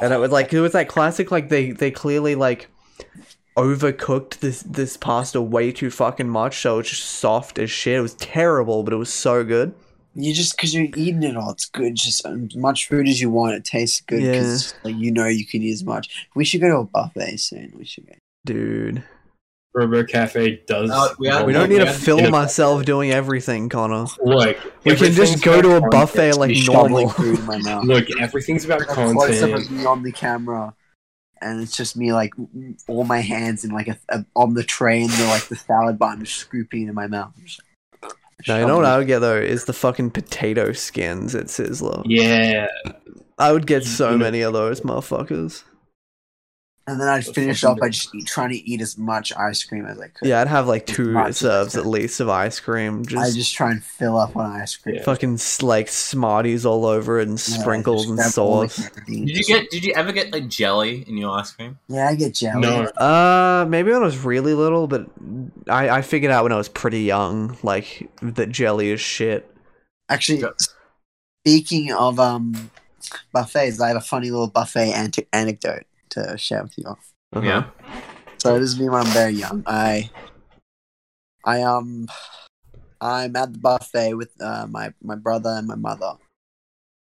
Speaker 3: And it was like it was that classic. Like they they clearly like overcooked this this pasta way too fucking much, so it's just soft as shit. It was terrible, but it was so good.
Speaker 6: You just because you're eating it all, it's good. Just as much food as you want, it tastes good because like, you know you can eat as much. We should go to a buffet soon. We should go.
Speaker 3: Dude,
Speaker 1: Robo Cafe does.
Speaker 2: Uh, we have-
Speaker 3: we don't need to
Speaker 2: yeah.
Speaker 3: film (laughs) ourselves doing everything, Connor.
Speaker 1: Like
Speaker 3: We can
Speaker 1: everything's
Speaker 3: just go to a
Speaker 1: about
Speaker 3: buffet
Speaker 1: context.
Speaker 3: like
Speaker 6: Be shoveling
Speaker 3: normal.
Speaker 6: food in my mouth.
Speaker 1: Look, everything's about
Speaker 6: Close up
Speaker 1: content.
Speaker 6: of me on the camera, and it's just me like all my hands in like a, a on the tray and the like the salad bar, and just scooping it in my mouth. I'm just-
Speaker 3: No, you know what I would get though is the fucking potato skins at Sizzler.
Speaker 1: Yeah,
Speaker 3: I would get so
Speaker 1: Yeah.
Speaker 3: many of those motherfuckers.
Speaker 6: And then I'd
Speaker 1: That's
Speaker 6: finish
Speaker 1: fucking
Speaker 6: up by just eat, trying to eat as much ice cream as I could.
Speaker 3: Yeah, I'd have like
Speaker 6: Just
Speaker 3: two
Speaker 6: lots of
Speaker 3: serves
Speaker 6: ice
Speaker 3: at
Speaker 6: cream.
Speaker 3: least of ice cream,
Speaker 6: I
Speaker 3: just,
Speaker 6: just try and fill up on ice cream.
Speaker 1: Yeah.
Speaker 3: fucking s- like Smarties all over it and
Speaker 6: Yeah,
Speaker 3: sprinkles
Speaker 6: just
Speaker 3: and
Speaker 6: grab all the
Speaker 3: sauce.
Speaker 6: candy.
Speaker 2: Did you get? Did you ever get like jelly in your ice cream?
Speaker 6: Yeah, I get jelly.
Speaker 1: no,
Speaker 3: Uh, maybe when I was really little, but I I figured out when I was pretty young, like that jelly is shit.
Speaker 6: Actually,
Speaker 2: Yeah.
Speaker 6: speaking of um buffets, I have a funny little buffet ante- anecdote to share with you all.
Speaker 3: Uh-huh.
Speaker 2: Yeah.
Speaker 6: So this is me when I'm very young. I, I um, I'm at the buffet with uh, my my brother and my mother.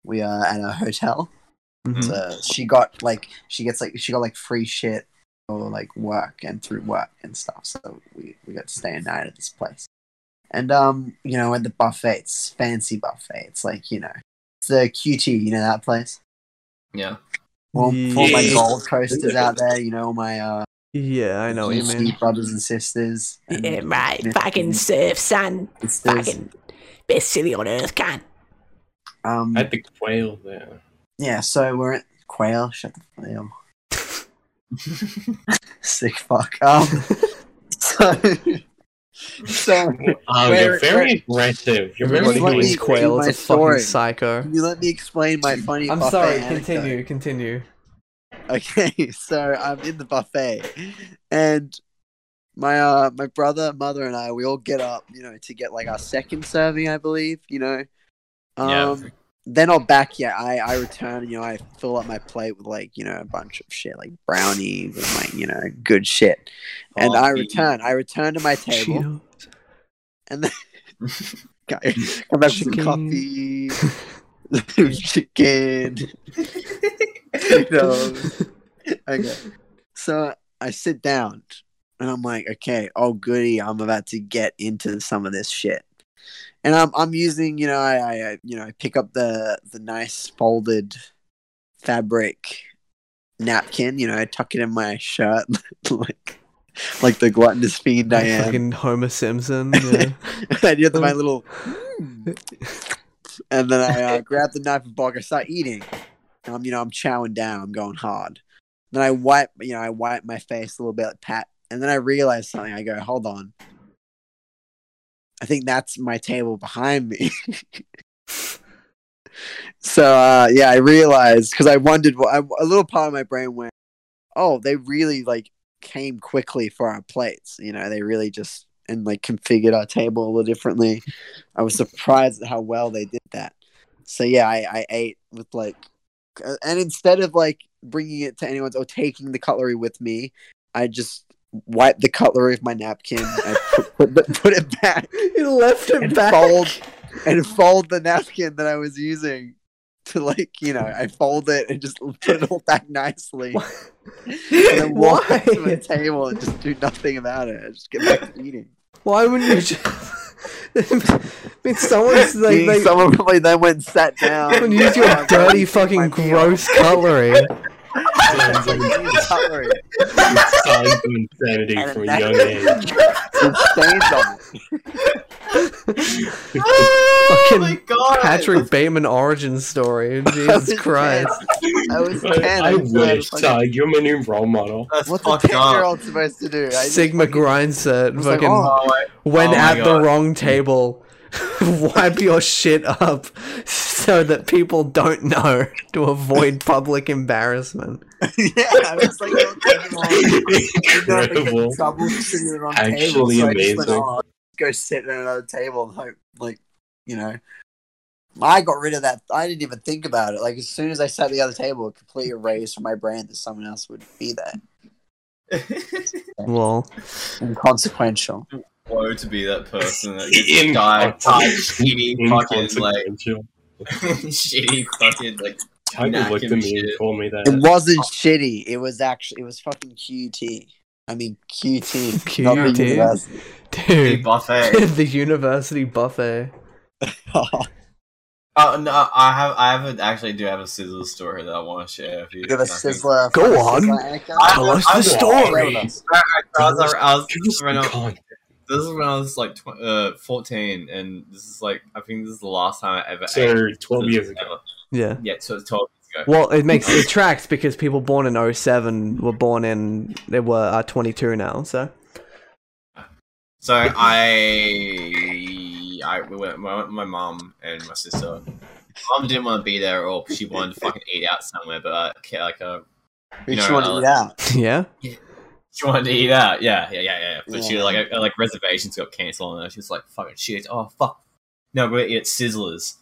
Speaker 6: We are at a hotel.
Speaker 3: Mhm.
Speaker 6: So she got like she gets like she got like free shit or like work and through work and stuff. So we we got to stay a night at this place. And um, you know, at the buffet, it's fancy buffet. It's like you know, it's the QT. You know that place.
Speaker 2: Yeah.
Speaker 6: All, all my
Speaker 1: Yeah.
Speaker 6: Gold Coasters out there. You know all my uh,
Speaker 3: Yeah, I know eh, what you
Speaker 6: GC
Speaker 3: mean.
Speaker 6: brothers and sisters. And
Speaker 7: Yeah, mate.
Speaker 6: Yeah.
Speaker 7: Fucking surf, son.
Speaker 6: sisters.
Speaker 7: Fucking best city on earth, cunt.
Speaker 6: Um,
Speaker 1: I had the quail there.
Speaker 6: yeah, so we're at Quail. Shut the quail.
Speaker 7: (laughs)
Speaker 6: Sick fuck. Um, (laughs) so, so
Speaker 1: Oh,
Speaker 6: Where-
Speaker 1: you're very aggressive. You're very
Speaker 6: Everybody
Speaker 3: Everybody
Speaker 6: who's
Speaker 3: hates
Speaker 1: doing
Speaker 3: quail.
Speaker 6: my
Speaker 3: It's a fucking
Speaker 6: story.
Speaker 3: psycho.
Speaker 6: can you let me explain my funny.
Speaker 3: I'm
Speaker 6: buffet
Speaker 3: sorry.
Speaker 6: anecdote?
Speaker 3: Continue. Continue.
Speaker 6: (laughs) Okay, so I'm in the buffet, and my uh, my brother, mother, and I, we all get up, you know, to get like our second serving, I believe, you know. Um,
Speaker 2: Yeah.
Speaker 6: They're not back yet. I I return, you know, I fill up my plate with like you know a bunch of shit, like brownies and like you know good shit. And
Speaker 2: Oh,
Speaker 6: I
Speaker 2: yeah.
Speaker 6: return, I return to my table,
Speaker 3: Cheeto.
Speaker 6: Okay, come back with some
Speaker 3: Chicken.
Speaker 6: coffee, chicken. No. okay. So I sit down and I'm like, okay, oh goody, I'm about to get into some of this shit. And I'm I'm using, you know, I, I I, you know, I pick up the the nice folded fabric napkin, you know, I tuck it in my shirt (laughs) like like the gluttonous fiend I (laughs) am.
Speaker 3: Fucking Homer Simpson.
Speaker 6: (laughs)
Speaker 3: yeah. (laughs)
Speaker 6: I did my little, and then I uh, grabbed the knife and fork. I start eating. And I'm, you know, I'm chowing down. I'm going hard. Then I wipe, you know, I wipe my face a little bit, like pat, and then I realize something. I go, hold on. I think that's my table behind me. (laughs) so uh, yeah, I realized because I wondered. What, I, a little part of my brain went, "Oh, they really like came quickly for our plates. You know, they really just and like configured our table a little differently." I was surprised at how well they did that. So yeah, I, I ate with like, uh, and instead of like bringing it to anyone's or taking the cutlery with me, I just wiped the cutlery with my napkin. I put, put, put it back
Speaker 3: You left it
Speaker 6: and
Speaker 3: back.
Speaker 6: fold and fold the napkin that I was using to like you know I fold it and just put it all back nicely and
Speaker 3: (laughs)
Speaker 6: then walk
Speaker 3: Why?
Speaker 6: up to the table and just do nothing about it. I just get back to eating.
Speaker 3: Why wouldn't you (laughs) just? I mean, someone's like,
Speaker 6: Being
Speaker 3: they
Speaker 6: someone probably then went and sat down.
Speaker 3: someone used
Speaker 6: (laughs)
Speaker 3: your
Speaker 6: and-
Speaker 3: dirty fucking
Speaker 6: my meal.
Speaker 3: gross
Speaker 6: (laughs)
Speaker 3: cutlery.
Speaker 1: (laughs)
Speaker 6: It's like, "Use cutlery."
Speaker 1: Signs of insanity
Speaker 6: And
Speaker 1: from a
Speaker 6: that-
Speaker 1: young
Speaker 6: (laughs)
Speaker 1: age.
Speaker 6: It's stains on it.
Speaker 2: oh my
Speaker 3: Fucking
Speaker 2: god!
Speaker 3: Patrick Bateman origin
Speaker 6: (laughs)
Speaker 3: story.
Speaker 6: was
Speaker 3: Jesus
Speaker 6: 10.
Speaker 3: Christ.
Speaker 6: I was
Speaker 1: But
Speaker 6: ten.
Speaker 1: I
Speaker 6: was like,
Speaker 1: wish, Tig. You're my new role model.
Speaker 2: That's
Speaker 6: What's a
Speaker 2: fucked up.
Speaker 6: ten-year-old supposed to do? I just
Speaker 3: Sigma
Speaker 6: fucking-
Speaker 3: grind set.
Speaker 6: was like,
Speaker 3: Fucking
Speaker 6: "Oh,
Speaker 2: Oh, wait.
Speaker 3: when
Speaker 2: oh my
Speaker 3: at the
Speaker 2: God.
Speaker 3: wrong table. (laughs) Wipe your shit up so that people don't know to avoid public embarrassment.
Speaker 6: (laughs) yeah, I was like, oh, "You're ten-year-old."
Speaker 1: (laughs) Incredible.
Speaker 6: trouble sitting at the wrong table.
Speaker 1: Actually
Speaker 6: So I just went,
Speaker 1: amazing.
Speaker 6: "Oh, I'll go sit at another table and hope, like, you know. I got rid of that. I didn't even think about it. Like, as soon as I sat at the other table, it completely erased from my brain that someone else would be there.
Speaker 3: Well,
Speaker 6: Inconsequential.
Speaker 2: Woe to be that person that
Speaker 1: In-
Speaker 2: gets
Speaker 1: (laughs)
Speaker 2: died by shitty fucking like (laughs)
Speaker 1: Inconsequential.
Speaker 2: shitty fucking like
Speaker 1: Tiger looked at
Speaker 2: napkin
Speaker 1: me
Speaker 2: shit.
Speaker 1: and called me
Speaker 6: It
Speaker 1: that.
Speaker 6: wasn't shitty. It was actually, it was fucking QT. I mean, QT. not the
Speaker 3: QT.
Speaker 6: university.
Speaker 2: shitty
Speaker 3: dude,
Speaker 2: buffet.
Speaker 3: (laughs) the university buffet.
Speaker 2: Oh no, I have I have a, actually do have a sizzler story that I want to share. If you
Speaker 6: (laughs) Give us Sizzler.
Speaker 3: Go
Speaker 6: fucking
Speaker 3: on.
Speaker 6: Sizzler anecdote.
Speaker 2: Tell us the
Speaker 6: I'm-
Speaker 2: story.
Speaker 6: I'm-
Speaker 2: I was, I was,
Speaker 1: Give us
Speaker 2: when
Speaker 1: some
Speaker 2: I-
Speaker 1: context.
Speaker 2: this is when I was like tw- uh, fourteen, and this is like I think this is the last time I ever ate
Speaker 1: So, 12 years
Speaker 2: sizzler
Speaker 1: ago.
Speaker 2: ever.
Speaker 3: Yeah.
Speaker 2: Yeah, so it's twelve years ago.
Speaker 3: Well, it makes it tracks because people born in 07 were born in they were are 22 now. So (laughs)
Speaker 2: So I, I we went, I went with my mom and my sister. Mom didn't want to be there at all. She wanted to fucking eat out somewhere, but uh, ca- like uh,
Speaker 6: We
Speaker 2: You
Speaker 6: just
Speaker 2: know,
Speaker 6: want to
Speaker 2: Alex.
Speaker 6: eat out.
Speaker 3: yeah,
Speaker 2: she wanted to eat out. Yeah, yeah, yeah, yeah. But she
Speaker 6: Yeah.
Speaker 2: like uh, like reservations got cancelled, and she was like, "Fucking shit! Oh fuck! No, we're gonna eat at Sizzlers."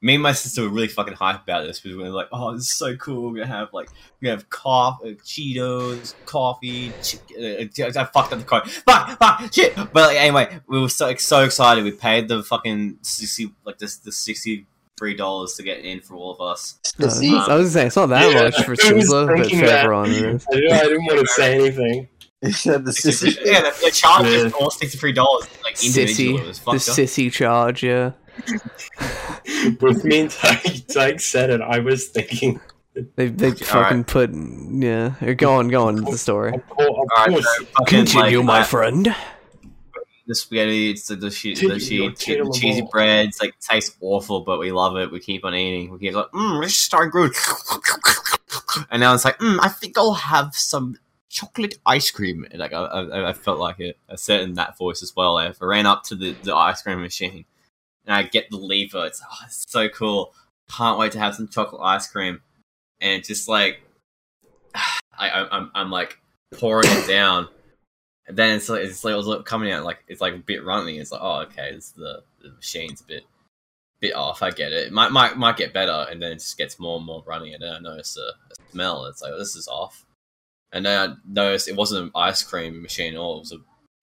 Speaker 2: Me and my sister were really fucking hyped about this because we were like, "Oh, this is so cool! We're gonna have like we're gonna have cough, uh, Cheetos, coffee." Chicken, uh, uh, I fucked up the code. Fuck! Fuck! Shit! But like, anyway, we were so like, so excited. We paid the fucking sixty like this the sixty three dollars to get in for all of us.
Speaker 3: No,
Speaker 6: Does he-
Speaker 3: Uh, I was saying it's not that
Speaker 1: Yeah,
Speaker 3: much
Speaker 1: (laughs) I
Speaker 3: for
Speaker 1: was
Speaker 3: Sizzler, but
Speaker 1: thinking
Speaker 3: for
Speaker 1: that.
Speaker 3: everyone, it is.
Speaker 1: I didn't, I didn't want to say anything.
Speaker 6: He said the Sizzler.
Speaker 2: yeah, the, the charge
Speaker 1: Yeah.
Speaker 2: was all sixty three dollars like individual.
Speaker 3: sissy,
Speaker 2: It was
Speaker 3: the
Speaker 2: fucked up.
Speaker 3: sissy charge. Yeah,
Speaker 1: With me and Tig, Tig said it, I was thinking,
Speaker 3: they they
Speaker 2: Okay, all right.
Speaker 3: fucking put yeah. Go on, go on with the story.
Speaker 1: of course, of
Speaker 2: Alright,
Speaker 1: course
Speaker 2: so fucking, like, I-
Speaker 3: friend. (laughs)
Speaker 2: the spaghetti, it's the, the, she,
Speaker 1: Dude,
Speaker 2: the, she,
Speaker 1: you're
Speaker 2: the
Speaker 1: terrible.
Speaker 2: cheesy breads, like tastes awful, but we love it. We keep on eating. We keep like, mmm, this is so good. And now it's like, mmm, I think I'll have some chocolate ice cream. And like I, I, I felt like it. I said it in that voice as well. I ran up to the, the ice cream machine and I get the lever. It's, oh, it's so cool. Can't wait to have some chocolate ice cream. And just like, (sighs) I, I, I'm, I'm like pouring it down. And then it's like, it's like it was like coming out like it's like a bit runny. It's like oh okay, this the the machine's a bit bit off. I get it. it might might might get better, and then it just gets more and more runny. And then I notice a, a smell. It's like oh, this is off. And then I noticed it wasn't an ice cream machine at all. It was a,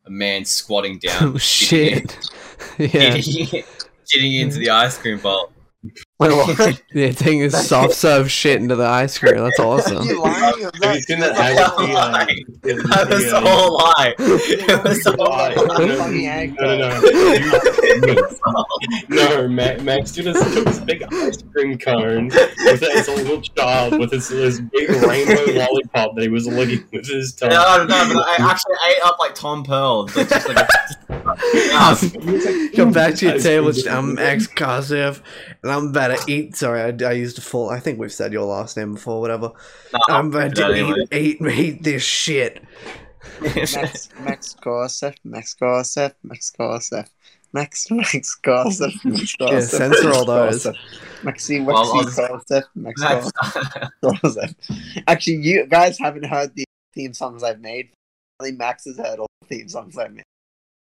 Speaker 2: a man squatting down,
Speaker 3: Oh shit. (laughs) yeah.
Speaker 2: (laughs) shitting into the ice cream bowl.
Speaker 3: Wait, what? yeah, taking his soft serve shit into the ice cream. That's awesome.
Speaker 6: you lying? You're
Speaker 1: Have you seen that
Speaker 6: not-
Speaker 1: ad?
Speaker 2: That's (laughs) a lie.
Speaker 1: The, uh,
Speaker 2: That was
Speaker 1: the, uh,
Speaker 2: (laughs) all a lie. It was all
Speaker 1: lie.
Speaker 2: a lie.
Speaker 1: No,
Speaker 6: Fucking
Speaker 1: No, no, no.
Speaker 2: It was all-
Speaker 1: No, Ma- Max Judas took his big ice cream cone with his little child with his, his big rainbow lollipop that he was licking with his tongue.
Speaker 2: No, no, but I actually ate up like Tom Pearl. Like, just like a-
Speaker 3: Come back to your table. it's- I'm ex Kazev, and I'm about to eat. Sorry, I, I used a full. I think we've said your last name before. Whatever. I'm about to
Speaker 2: anyway.
Speaker 3: eat, eat, eat this shit.
Speaker 6: Max, Max Gorsuch, Max Gorsuch, Max Gorsuch, Max, (laughs) Max Gorsuch, Max Gorsuch.
Speaker 3: Yeah, censor all those.
Speaker 6: Max Gorsuch, Maxi,
Speaker 2: Well, I'll-
Speaker 6: Maxi Gorsuch, Max
Speaker 2: That's-
Speaker 6: (laughs) Gorsuch. Actually, you guys haven't heard the theme songs I've made. Only Max has heard all the theme songs I've made.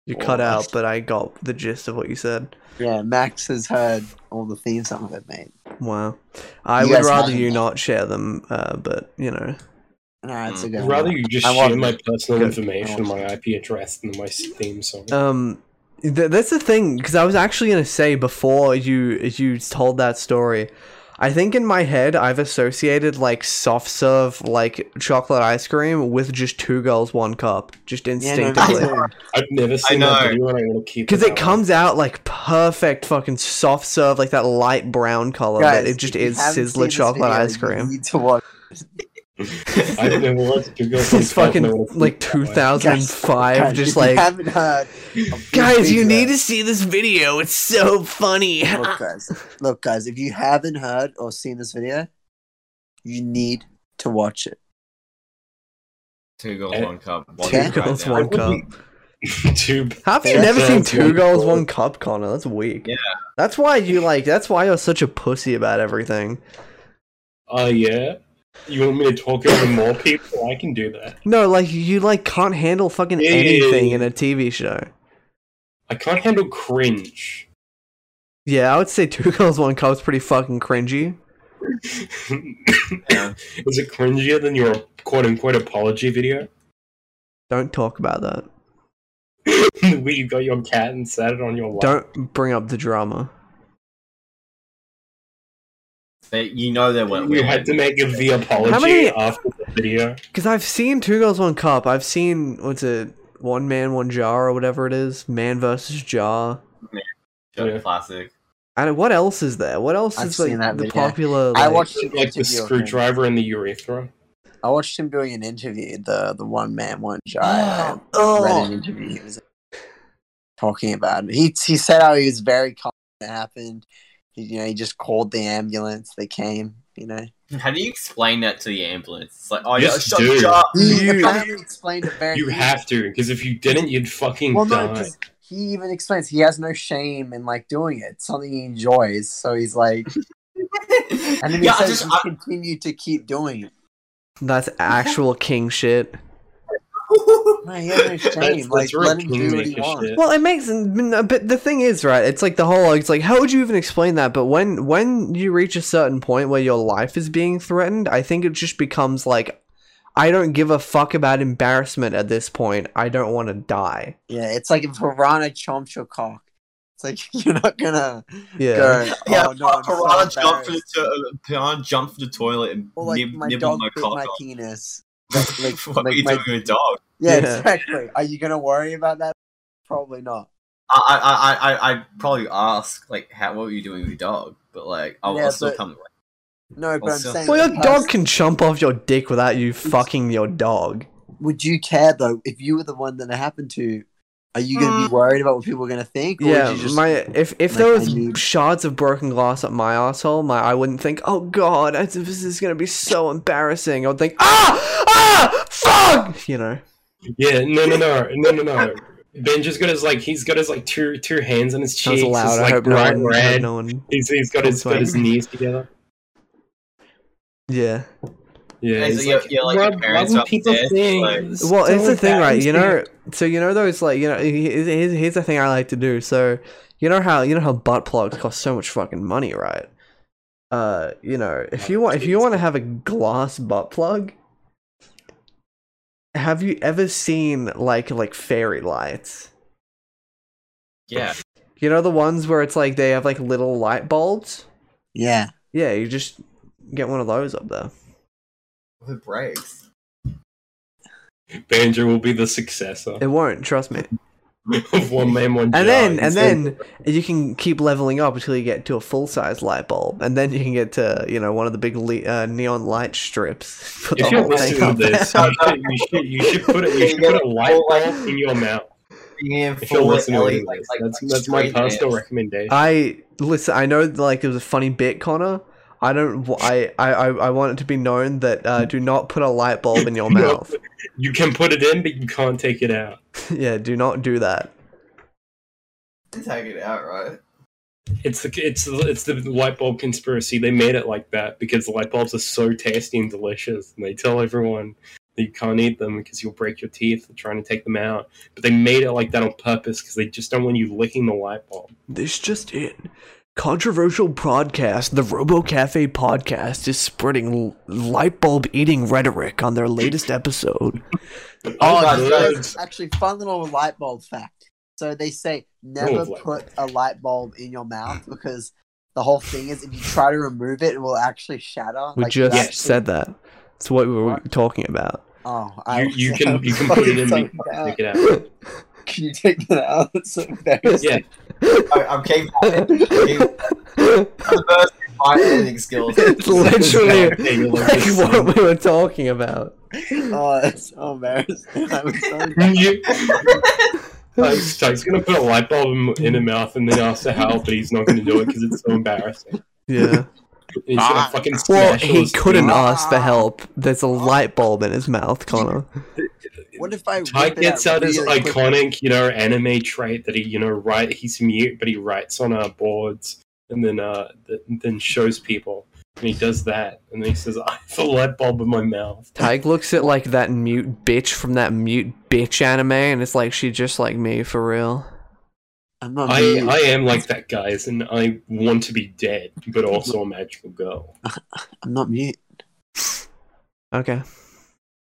Speaker 3: You cut out, but I got the gist of what you said.
Speaker 6: Yeah, Max has heard all the theme songs I've made.
Speaker 3: Wow. I
Speaker 6: You
Speaker 3: would
Speaker 6: guys
Speaker 3: rather
Speaker 6: have-
Speaker 3: you not share them, uh, but you know.
Speaker 6: Nah, it's a
Speaker 2: Mm.
Speaker 1: I'd
Speaker 6: good one.
Speaker 1: Hmm. rather you just
Speaker 6: I
Speaker 1: share
Speaker 6: want-
Speaker 1: my personal
Speaker 3: Good.
Speaker 1: information, my IP address, than my theme song.
Speaker 3: Um, th- that's the thing because I was actually gonna say before you you told that story. I think in my head I've associated like soft serve like chocolate ice cream with just two girls one cup just
Speaker 6: Yeah, no,
Speaker 3: instinctively
Speaker 6: no, no.
Speaker 1: I've never seen that
Speaker 2: I know.
Speaker 1: video, and I want to keep
Speaker 3: because
Speaker 1: it
Speaker 3: it
Speaker 1: that
Speaker 3: comes out like perfect fucking soft serve like that light brown color but
Speaker 6: Guys,
Speaker 3: it just
Speaker 6: if you
Speaker 3: is
Speaker 6: haven't seen
Speaker 3: sizzler
Speaker 6: this
Speaker 3: chocolate
Speaker 6: video,
Speaker 3: ice
Speaker 6: you
Speaker 3: cream.
Speaker 6: need to watch.
Speaker 1: way.
Speaker 3: (laughs)
Speaker 1: I've never watched two girls.
Speaker 3: It's
Speaker 1: One Cup, and I
Speaker 3: fucking
Speaker 1: wanna keep
Speaker 3: like
Speaker 1: it that way.
Speaker 3: 2005,
Speaker 6: Guys,
Speaker 3: just
Speaker 6: if you
Speaker 3: like
Speaker 6: haven't heard. of
Speaker 3: guys,
Speaker 6: these
Speaker 3: you
Speaker 6: things,
Speaker 3: need
Speaker 6: uh,
Speaker 3: to see this video. It's so funny. (laughs)
Speaker 6: look, guys. Look, guys. If you haven't heard or seen this video, you need to watch it.
Speaker 2: Two girls, one cup. One
Speaker 6: Two
Speaker 2: cup
Speaker 3: girls,
Speaker 2: now.
Speaker 3: one cup.
Speaker 1: (laughs) Two.
Speaker 3: How have you
Speaker 6: Yeah,
Speaker 3: never
Speaker 1: so
Speaker 3: seen
Speaker 1: it's
Speaker 3: two
Speaker 1: one
Speaker 3: goals,
Speaker 1: goal.
Speaker 3: one cup, Connor? That's weak.
Speaker 2: Yeah.
Speaker 3: That's why you like. That's why you're such a pussy about everything.
Speaker 1: Oh yeah. You want me to talk over more people? I can do that.
Speaker 3: No, like you like can't handle fucking
Speaker 1: Yeah, yeah, yeah,
Speaker 3: anything
Speaker 1: yeah.
Speaker 3: in a TV show.
Speaker 1: I can't handle cringe.
Speaker 3: Yeah, I would say two (laughs) goals, one cup's pretty fucking cringy.
Speaker 1: (coughs)
Speaker 2: Yeah.
Speaker 1: Is it cringier than your quote unquote apology video? (laughs)
Speaker 3: Don't talk about that.
Speaker 1: Where you got your cat and sat it on your lap.
Speaker 3: Don't bring up the drama.
Speaker 2: They, you know they went
Speaker 1: you
Speaker 2: weird.
Speaker 1: had to make a the apology
Speaker 3: How many-
Speaker 1: after the video.
Speaker 3: Because I've seen two girls, one cup. I've seen what's it, one man, one jar, or whatever it is, man versus jar.
Speaker 1: Yeah.
Speaker 2: Classic.
Speaker 3: And what else is there? What else
Speaker 6: I've
Speaker 3: is like
Speaker 6: seen that
Speaker 3: the
Speaker 6: video.
Speaker 3: popular?
Speaker 6: I
Speaker 3: like-
Speaker 6: watched an
Speaker 1: Like the
Speaker 6: interview of him.
Speaker 1: screwdriver and the urethra.
Speaker 6: I watched him doing an interview. The the one man, one giant. I
Speaker 3: Oh.
Speaker 6: read an interview he was talking about. It. He he said how he was very calm when it happened. He, you know, he just called the ambulance. They came. You know,
Speaker 2: How do you explain that to the ambulance? It's like, oh,
Speaker 1: Just
Speaker 2: yeah, shut
Speaker 1: do.
Speaker 2: your up.
Speaker 6: he
Speaker 3: You-
Speaker 6: apparently explained it very.
Speaker 1: You have to, because if you didn't, you'd fucking
Speaker 6: Well, no,
Speaker 1: die.
Speaker 6: because he even explains he has no shame in like doing it. It's something he enjoys, so he's like, and then he
Speaker 2: yeah, I
Speaker 6: says
Speaker 2: just,
Speaker 6: he
Speaker 2: I,
Speaker 6: continued to keep doing it.
Speaker 3: That's actual king shit.
Speaker 6: No, he has no
Speaker 1: That's,
Speaker 6: shame. like,
Speaker 1: that's real
Speaker 6: let him do what he
Speaker 1: kingmaker
Speaker 6: wants.
Speaker 1: shit.
Speaker 3: Well, it makes, no, but the thing is, right? It's like the whole. It's like, how would you even explain that? But when when you reach a certain point where your life is being threatened, I think it just becomes like, I don't give a fuck about embarrassment at this point. I don't want to die.
Speaker 6: Yeah, it's like if Piranha chomps your cock. It's like (laughs) you're not gonna
Speaker 3: Yeah.
Speaker 6: go.
Speaker 2: yeah,
Speaker 6: oh, no, I'm so
Speaker 2: Piranha jumped for the
Speaker 6: embarrassed."
Speaker 2: to- uh, Piranha jumped for the toilet and
Speaker 6: Or like
Speaker 2: nib-
Speaker 6: my
Speaker 2: nibbled
Speaker 6: dog
Speaker 2: my
Speaker 6: bit
Speaker 2: cock
Speaker 6: my
Speaker 2: off.
Speaker 6: penis. (laughs) like-
Speaker 2: (laughs) what are
Speaker 6: like
Speaker 2: you
Speaker 6: my-
Speaker 2: doing with a dog?
Speaker 6: Yeah,
Speaker 3: Yeah.
Speaker 6: exactly. Are you gonna worry about that? Probably not.
Speaker 2: I, I, I, I I'd probably ask like, how what were you doing with your dog? But like, I'll,
Speaker 6: Yeah,
Speaker 2: I'll still
Speaker 6: but-
Speaker 2: come. Like,
Speaker 6: No, but I'm
Speaker 2: Also-
Speaker 6: saying.
Speaker 3: Well,
Speaker 6: the
Speaker 3: your
Speaker 6: person-
Speaker 3: dog can chomp off your dick without you fucking your dog.
Speaker 6: would you care though if you were the one that it happened to? Are you going to be worried about what people are going to think? Or
Speaker 3: Mm. Yeah,
Speaker 6: would you just,
Speaker 3: my if if
Speaker 6: like,
Speaker 3: there
Speaker 6: I
Speaker 3: was
Speaker 6: need-
Speaker 3: shards of broken glass up my asshole, my I wouldn't think, oh god, I- this is gonna be so embarrassing. I would think, ah, ah, fuck, you know.
Speaker 1: Yeah, no, no, no, no, no, no. Ben just got his like he's got his like two two hands on his
Speaker 3: That was
Speaker 1: cheeks.
Speaker 3: loud.
Speaker 1: He's,
Speaker 3: I
Speaker 1: like
Speaker 3: hope no
Speaker 1: bright
Speaker 3: one, I hope
Speaker 1: red.
Speaker 3: no one.
Speaker 1: He's, he's got his
Speaker 3: Sorry.
Speaker 1: got his knees together.
Speaker 3: Yeah.
Speaker 1: Yeah,
Speaker 2: Yeah,
Speaker 1: he's
Speaker 2: so you're- you're like your parents
Speaker 1: rubbing
Speaker 2: up
Speaker 1: people's
Speaker 2: dead,
Speaker 1: things.
Speaker 3: Well, it's
Speaker 1: Don't
Speaker 3: the thing,
Speaker 1: embarrass
Speaker 3: right? You
Speaker 1: me.
Speaker 3: know, so you know those like you know. Here's, here's- here's the thing I like to do. So you know how you know how butt plugs cost so much fucking money, right? Uh, you know, if you want if you want to have a glass butt plug, have you ever seen like like fairy lights?
Speaker 2: yeah,
Speaker 3: You know the ones where it's like they have like little light bulbs.
Speaker 6: Yeah.
Speaker 3: Yeah, you just get one of those up there.
Speaker 2: If it breaks.
Speaker 1: Banjo will be the successor
Speaker 3: It won't, trust me.
Speaker 1: (laughs) of One Man One Jar.
Speaker 3: And then and
Speaker 1: Instead-
Speaker 3: then you can keep leveling up until you get to a full size light bulb, and then you can get to you know one of the big le- uh, neon light strips. (laughs)
Speaker 1: (laughs)
Speaker 3: Put
Speaker 1: if
Speaker 3: the
Speaker 1: you're
Speaker 3: whole thing
Speaker 1: listening
Speaker 3: up
Speaker 1: to
Speaker 3: (laughs)
Speaker 1: this,
Speaker 3: there.
Speaker 1: you should, you should you should put it
Speaker 2: (laughs)
Speaker 1: you should put a light bulb in your mouth.
Speaker 2: Yeah,
Speaker 1: If you're
Speaker 2: full like,
Speaker 1: listening
Speaker 2: Ellie,
Speaker 1: to
Speaker 2: like,
Speaker 1: this,
Speaker 2: like,
Speaker 1: that's
Speaker 2: like
Speaker 1: that's my
Speaker 2: straight
Speaker 1: personal
Speaker 2: hands.
Speaker 1: recommendation.
Speaker 3: I listen. I know like it was a funny bit, Connor. I don't. w- I I I- I want it to be known that uh, do not put a light bulb in
Speaker 1: (laughs)
Speaker 3: your
Speaker 1: No.
Speaker 3: mouth. (laughs)
Speaker 1: You can put it in, but you can't take it out.
Speaker 3: yeah, do not do that.
Speaker 2: Take it out, right?
Speaker 1: It's the it's the, it's the light bulb conspiracy. They made it like that because light bulbs are so tasty and delicious, and they tell everyone that you can't eat them because you'll break your teeth trying to take them out. But they made it like that on purpose because they just don't want you licking the light bulb.
Speaker 3: This just it. Controversial broadcast. The Robo Cafe podcast is spreading light bulb eating rhetoric on their latest episode.
Speaker 6: Oh,
Speaker 2: my
Speaker 6: so
Speaker 2: God.
Speaker 6: that's actually, fun little light bulb fact. So they say never
Speaker 1: light
Speaker 6: put a light bulb in your mouth because the whole thing is if you try to remove it, it will actually shatter.
Speaker 3: We
Speaker 6: Like, you
Speaker 3: just
Speaker 6: actually-
Speaker 3: said that. It's what we were talking about.
Speaker 6: Oh, I
Speaker 1: You,
Speaker 6: (laughs)
Speaker 1: you can you can put it in, but (laughs) you can't take it out.
Speaker 6: Can you take that out? It's so embarrassing.
Speaker 1: Yeah,
Speaker 2: I, I'm keeping the first fighting skills.
Speaker 3: (laughs) it's literally
Speaker 1: Okay, you're like
Speaker 3: like
Speaker 1: this.
Speaker 3: what we were talking about.
Speaker 6: Oh, it's so embarrassing. (laughs) I'm so
Speaker 1: You- Tyke's Tyke's gonna put a light bulb in, in her mouth and then ask for help, but he's not gonna do it because it's so embarrassing.
Speaker 3: Yeah.
Speaker 1: He's
Speaker 6: Ah.
Speaker 1: gonna fucking
Speaker 3: (laughs) Well,
Speaker 1: smash all
Speaker 3: he
Speaker 1: his
Speaker 3: couldn't
Speaker 1: teeth.
Speaker 3: ask for help. There's a light bulb in his mouth, Connor.
Speaker 6: What if I
Speaker 1: Tyke
Speaker 6: rip it
Speaker 1: gets out his
Speaker 6: really quick?
Speaker 1: iconic, you know, anime trait that he, you know, write. He's mute, but he writes on our boards and then, uh, th- then shows people. And he does that, and then he says, (laughs) "I have a light bulb in my mouth."
Speaker 3: Tig looks at like that mute bitch from that mute bitch anime, and it's like she just like me for real.
Speaker 6: I'm not
Speaker 1: I,
Speaker 6: mute.
Speaker 1: I am like that, guys, and I want to be dead, but also a magical girl.
Speaker 6: I'm not mute.
Speaker 3: Okay.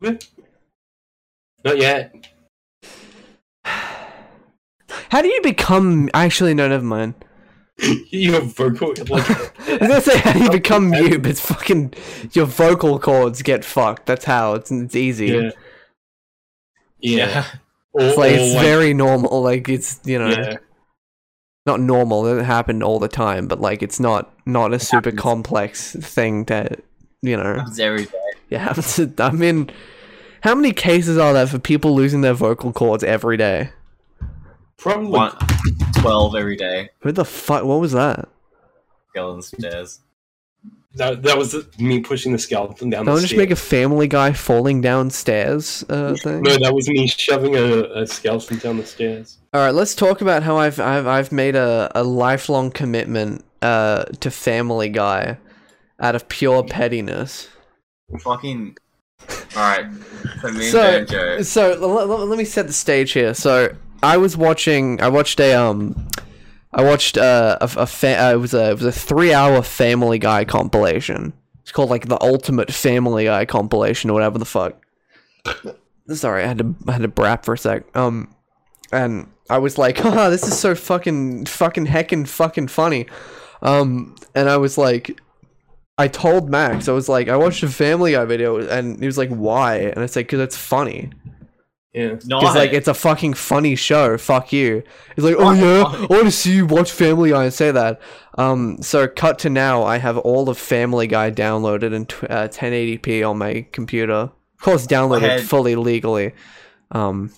Speaker 1: Not yet. (laughs)
Speaker 3: How do you become? Actually, no, never mind. (laughs)
Speaker 1: Your vocal, like,
Speaker 3: I was gonna say how do you become mute, but it's fucking your vocal cords get fucked. That's how. It's it's easy.
Speaker 1: yeah, yeah. Or,
Speaker 3: It's like
Speaker 1: or,
Speaker 3: it's very normal. Like it's you know
Speaker 1: yeah.
Speaker 3: not normal. It doesn't happen all the time, but like it's not not a super complex thing to you know.
Speaker 2: Happens every day.
Speaker 3: Yeah, happens to- I mean, how many cases are there for people losing their vocal cords every day?
Speaker 1: Probably
Speaker 2: One, 12 every day.
Speaker 3: Who the fuck? What was that?
Speaker 2: Going stairs.
Speaker 1: that, that was me pushing the skeleton down.
Speaker 3: Don't
Speaker 1: the
Speaker 3: just
Speaker 1: stairs.
Speaker 3: make a Family Guy falling downstairs
Speaker 1: (laughs)
Speaker 3: uh, thing.
Speaker 1: No, that was me shoving a, a skeleton down the stairs.
Speaker 3: All right, let's talk about how I've I've, I've made a, a lifelong commitment uh, to Family Guy out of pure pettiness.
Speaker 2: Fucking. Alright. So, me
Speaker 3: So-
Speaker 2: and Banjo.
Speaker 3: So l- l- let me set the stage here. So I was watching. I watched a um. I watched uh, a, a fa- uh, it was a it was a three hour Family Guy compilation. It's called like the Ultimate Family Guy compilation or whatever the fuck. (laughs) Sorry, I had to I had to brap for a sec. Um, and I was like, (laughs) "Haha, this is so fucking fucking heckin' fucking funny." Um, and I was like, I told Max, I was like, I watched a Family Guy video, and he was like, "Why?" And I said, "Cause it's funny."
Speaker 1: Yeah.
Speaker 2: No,
Speaker 3: He's like, it's a fucking funny show. Fuck you. He's like, oh
Speaker 2: Fuck
Speaker 3: yeah,
Speaker 2: funny.
Speaker 3: I want to see you watch Family Guy and say that. Um, so cut to now, I have all of Family Guy downloaded in tw- uh, 1080p on my computer. Of course, downloaded
Speaker 2: ahead.
Speaker 3: fully legally. Um,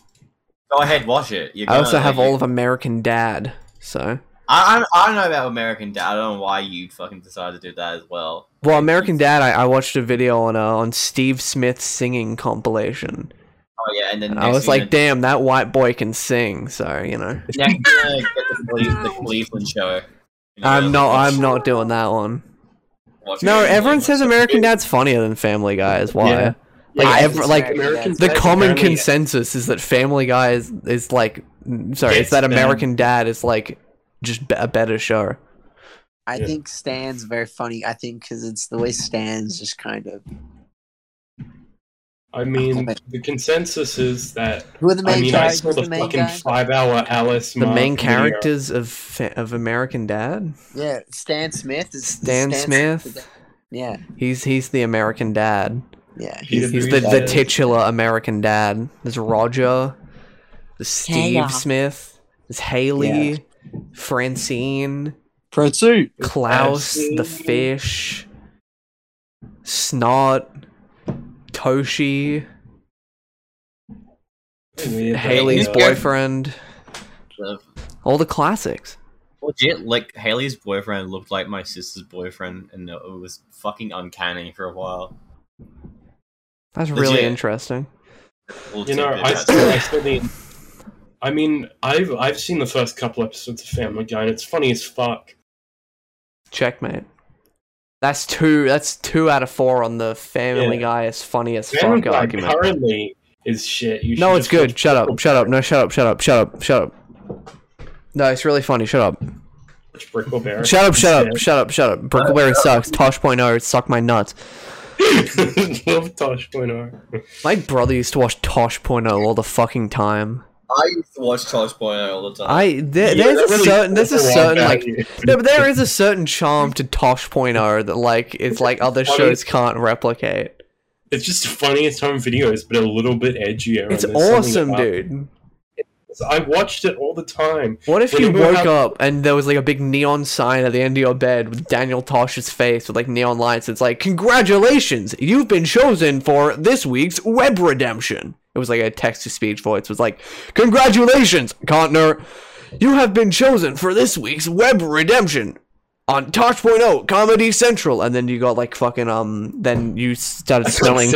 Speaker 2: go ahead, watch it. You're
Speaker 3: I
Speaker 2: gonna,
Speaker 3: also have
Speaker 2: like,
Speaker 3: all of American Dad. So,
Speaker 2: I, I, don't- I don't know about American Dad. I don't know why you fucking decided to do that as well.
Speaker 3: well, American Dad, I, I watched a video on uh, on Steve Smith's singing compilation,
Speaker 2: Oh yeah, and then
Speaker 3: and I
Speaker 2: next
Speaker 3: was
Speaker 2: thing you
Speaker 3: like, damn, that white boy can sing. So you know,
Speaker 2: know- next thing you know, get the, Cle- the Cleveland show. You know,
Speaker 3: I'm not,
Speaker 2: watch-
Speaker 3: I'm not doing that one.
Speaker 2: watch
Speaker 3: No,
Speaker 2: it.
Speaker 3: everyone says American Dad's funnier than Family Guy. Is why.
Speaker 1: Yeah.
Speaker 3: Like,
Speaker 6: I
Speaker 3: every,
Speaker 6: just
Speaker 3: like
Speaker 6: read
Speaker 1: American
Speaker 3: the
Speaker 1: Dad
Speaker 3: common
Speaker 1: apparently-
Speaker 3: consensus is that Family Guy is, is like, mm, sorry, it's
Speaker 2: Yes,
Speaker 3: that
Speaker 2: man.
Speaker 3: American Dad is like just be- a better show.
Speaker 6: I
Speaker 1: Yeah.
Speaker 6: think Stan's very funny. I think because it's the way Stan's just kind of
Speaker 1: I mean, the consensus is that
Speaker 6: Who are the main
Speaker 1: I mean, I
Speaker 6: characters?
Speaker 1: saw the,
Speaker 6: the main
Speaker 1: fucking
Speaker 6: guy?
Speaker 1: five-hour Alice.
Speaker 3: The
Speaker 1: Mark
Speaker 3: main
Speaker 1: video.
Speaker 3: characters of fa- of American Dad,
Speaker 6: Yeah, Stan Smith. Is, is
Speaker 3: Stan Smith.
Speaker 6: Yeah,
Speaker 3: He's he's the American Dad.
Speaker 6: yeah.
Speaker 1: Peter
Speaker 3: He's the,
Speaker 1: Green's
Speaker 3: the
Speaker 1: dad.
Speaker 3: titular American Dad. There's Roger, there's Steve
Speaker 5: Taylor.
Speaker 3: Smith, there's Haley, Francine,
Speaker 6: Prince.
Speaker 3: Klaus, the
Speaker 1: Francine.
Speaker 3: fish, Snot, Toshi,
Speaker 1: Weird, but,
Speaker 3: (laughs) Haley's
Speaker 1: uh,
Speaker 3: boyfriend, all the classics.
Speaker 2: Legit, like Haley's boyfriend looked like my sister's boyfriend, and it was fucking uncanny for a while.
Speaker 3: That's really
Speaker 2: Legit.
Speaker 3: interesting.
Speaker 2: Little
Speaker 1: You know,
Speaker 2: tidbit
Speaker 1: I
Speaker 2: that's-
Speaker 1: still, I still need. I mean, I've I've seen the first couple episodes of Family Guy, and it's funny as fuck.
Speaker 3: Checkmate. That's two. That's two out of four on the Family
Speaker 1: Yeah.
Speaker 3: Guy is funny as
Speaker 1: Family
Speaker 3: fuck
Speaker 1: Guy
Speaker 3: argument.
Speaker 1: currently is shit. You
Speaker 3: No,
Speaker 1: should
Speaker 3: it's
Speaker 1: just watch
Speaker 3: good. Shut up. Shut up. No, shut up. Shut up. Shut up. Shut up. No, it's really funny. Shut up.
Speaker 1: Brickleberry.
Speaker 3: Shut up. Shut up.
Speaker 1: instead.
Speaker 3: Shut up. Shut up. Brickleberry sucks. Tosh.0 suck my nuts.
Speaker 1: (laughs) Love Tosh Point R.
Speaker 3: My brother used to watch Tosh.0 all the fucking time.
Speaker 1: (laughs)
Speaker 2: I used to watch Tosh Boy all the time.
Speaker 3: I there,
Speaker 1: Yeah,
Speaker 3: there's
Speaker 1: that
Speaker 3: a
Speaker 1: really
Speaker 3: certain there's a
Speaker 1: says a lot
Speaker 3: certain
Speaker 1: about
Speaker 3: like
Speaker 1: you.
Speaker 3: no, but there is a certain charm to Tosh.0 that like it's like other
Speaker 1: (laughs) Funny.
Speaker 3: shows can't replicate.
Speaker 1: It's just funniest home videos, but a little bit edgier. and
Speaker 3: It's
Speaker 1: there's something
Speaker 3: awesome,
Speaker 1: about it.
Speaker 3: dude.
Speaker 1: I watched it all the time.
Speaker 3: What if
Speaker 1: When
Speaker 3: you
Speaker 1: you move
Speaker 3: woke
Speaker 1: out-
Speaker 3: up and there was like a big neon sign at the end of your bed with Daniel Tosh's face with like neon lights? It's like, congratulations, you've been chosen for this week's web redemption. It was like a text to speech voice. It was like, congratulations, Contner, you have been chosen for this week's web redemption on Tosh.0 Comedy Central. And then you got like fucking um. Then you
Speaker 1: (laughs)
Speaker 3: started (laughs) smelling.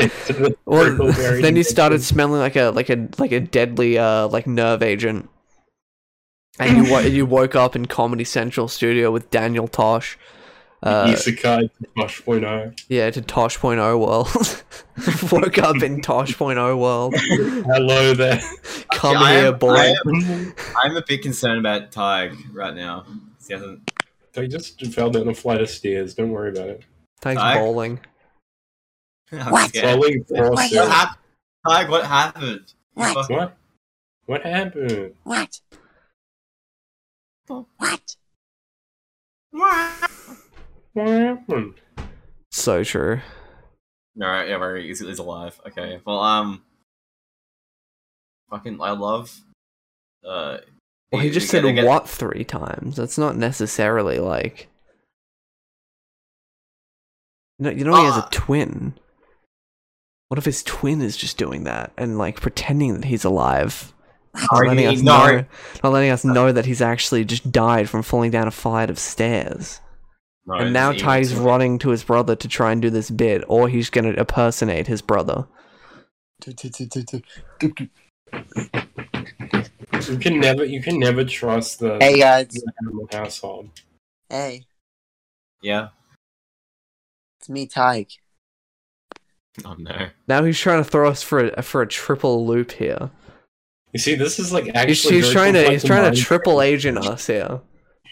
Speaker 3: Well, (laughs) then you started smelling like a like a like a deadly uh like nerve agent, and you wo- you woke up in Comedy Central studio with Daniel Tosh, uh,
Speaker 1: Isekai Tosh Point R.
Speaker 3: yeah, to Tosh Point O world. (laughs) woke
Speaker 2: (laughs)
Speaker 3: up in Tosh Point O world.
Speaker 1: Hello there. (laughs)
Speaker 3: Come
Speaker 2: I am-
Speaker 3: here, boy.
Speaker 2: I am- I'm a bit concerned about Tig right now. He hasn't- (laughs)
Speaker 1: I just fell down a flight of stairs. Don't worry about it.
Speaker 3: Thanks,
Speaker 2: I-
Speaker 3: bowling.
Speaker 2: I'm
Speaker 5: What?
Speaker 2: scared.
Speaker 1: Falling
Speaker 5: Why
Speaker 1: across
Speaker 5: you-
Speaker 2: What
Speaker 1: it.
Speaker 2: happened? Tig, what happened? You
Speaker 5: What?
Speaker 2: fucking-
Speaker 1: What? What happened?
Speaker 5: What? What?
Speaker 1: What happened?
Speaker 3: So true.
Speaker 2: No, right, yeah, right, he's, he's alive. Okay, well, um, fucking, I love. Uh,
Speaker 3: Well, he
Speaker 2: you-
Speaker 3: just
Speaker 2: you
Speaker 3: said
Speaker 2: gotta get-
Speaker 3: what three times. That's not necessarily like. No, you know he has a
Speaker 2: Ah.
Speaker 3: twin. What if his twin is just doing that and like pretending that he's alive, not
Speaker 2: Sorry,
Speaker 3: letting us
Speaker 2: no.
Speaker 3: know, not letting
Speaker 2: Uh.
Speaker 3: us know that he's actually just died from falling down a flight of stairs.
Speaker 2: No,
Speaker 3: and now
Speaker 2: he-
Speaker 3: Ty's running to his brother to try and do this bit, or he's gonna impersonate his brother.
Speaker 1: You can never, you can never trust the
Speaker 6: Hey guys,
Speaker 1: animal household.
Speaker 6: hey,
Speaker 2: Yeah.
Speaker 6: it's me, Tyke.
Speaker 2: Oh no.
Speaker 3: Now he's trying to throw us for a, for a triple loop here.
Speaker 1: You see, this is like
Speaker 3: He's,
Speaker 1: actually.
Speaker 3: he's
Speaker 1: very
Speaker 3: trying to
Speaker 1: complex
Speaker 3: he's trying to
Speaker 1: mind.
Speaker 3: triple agent us here.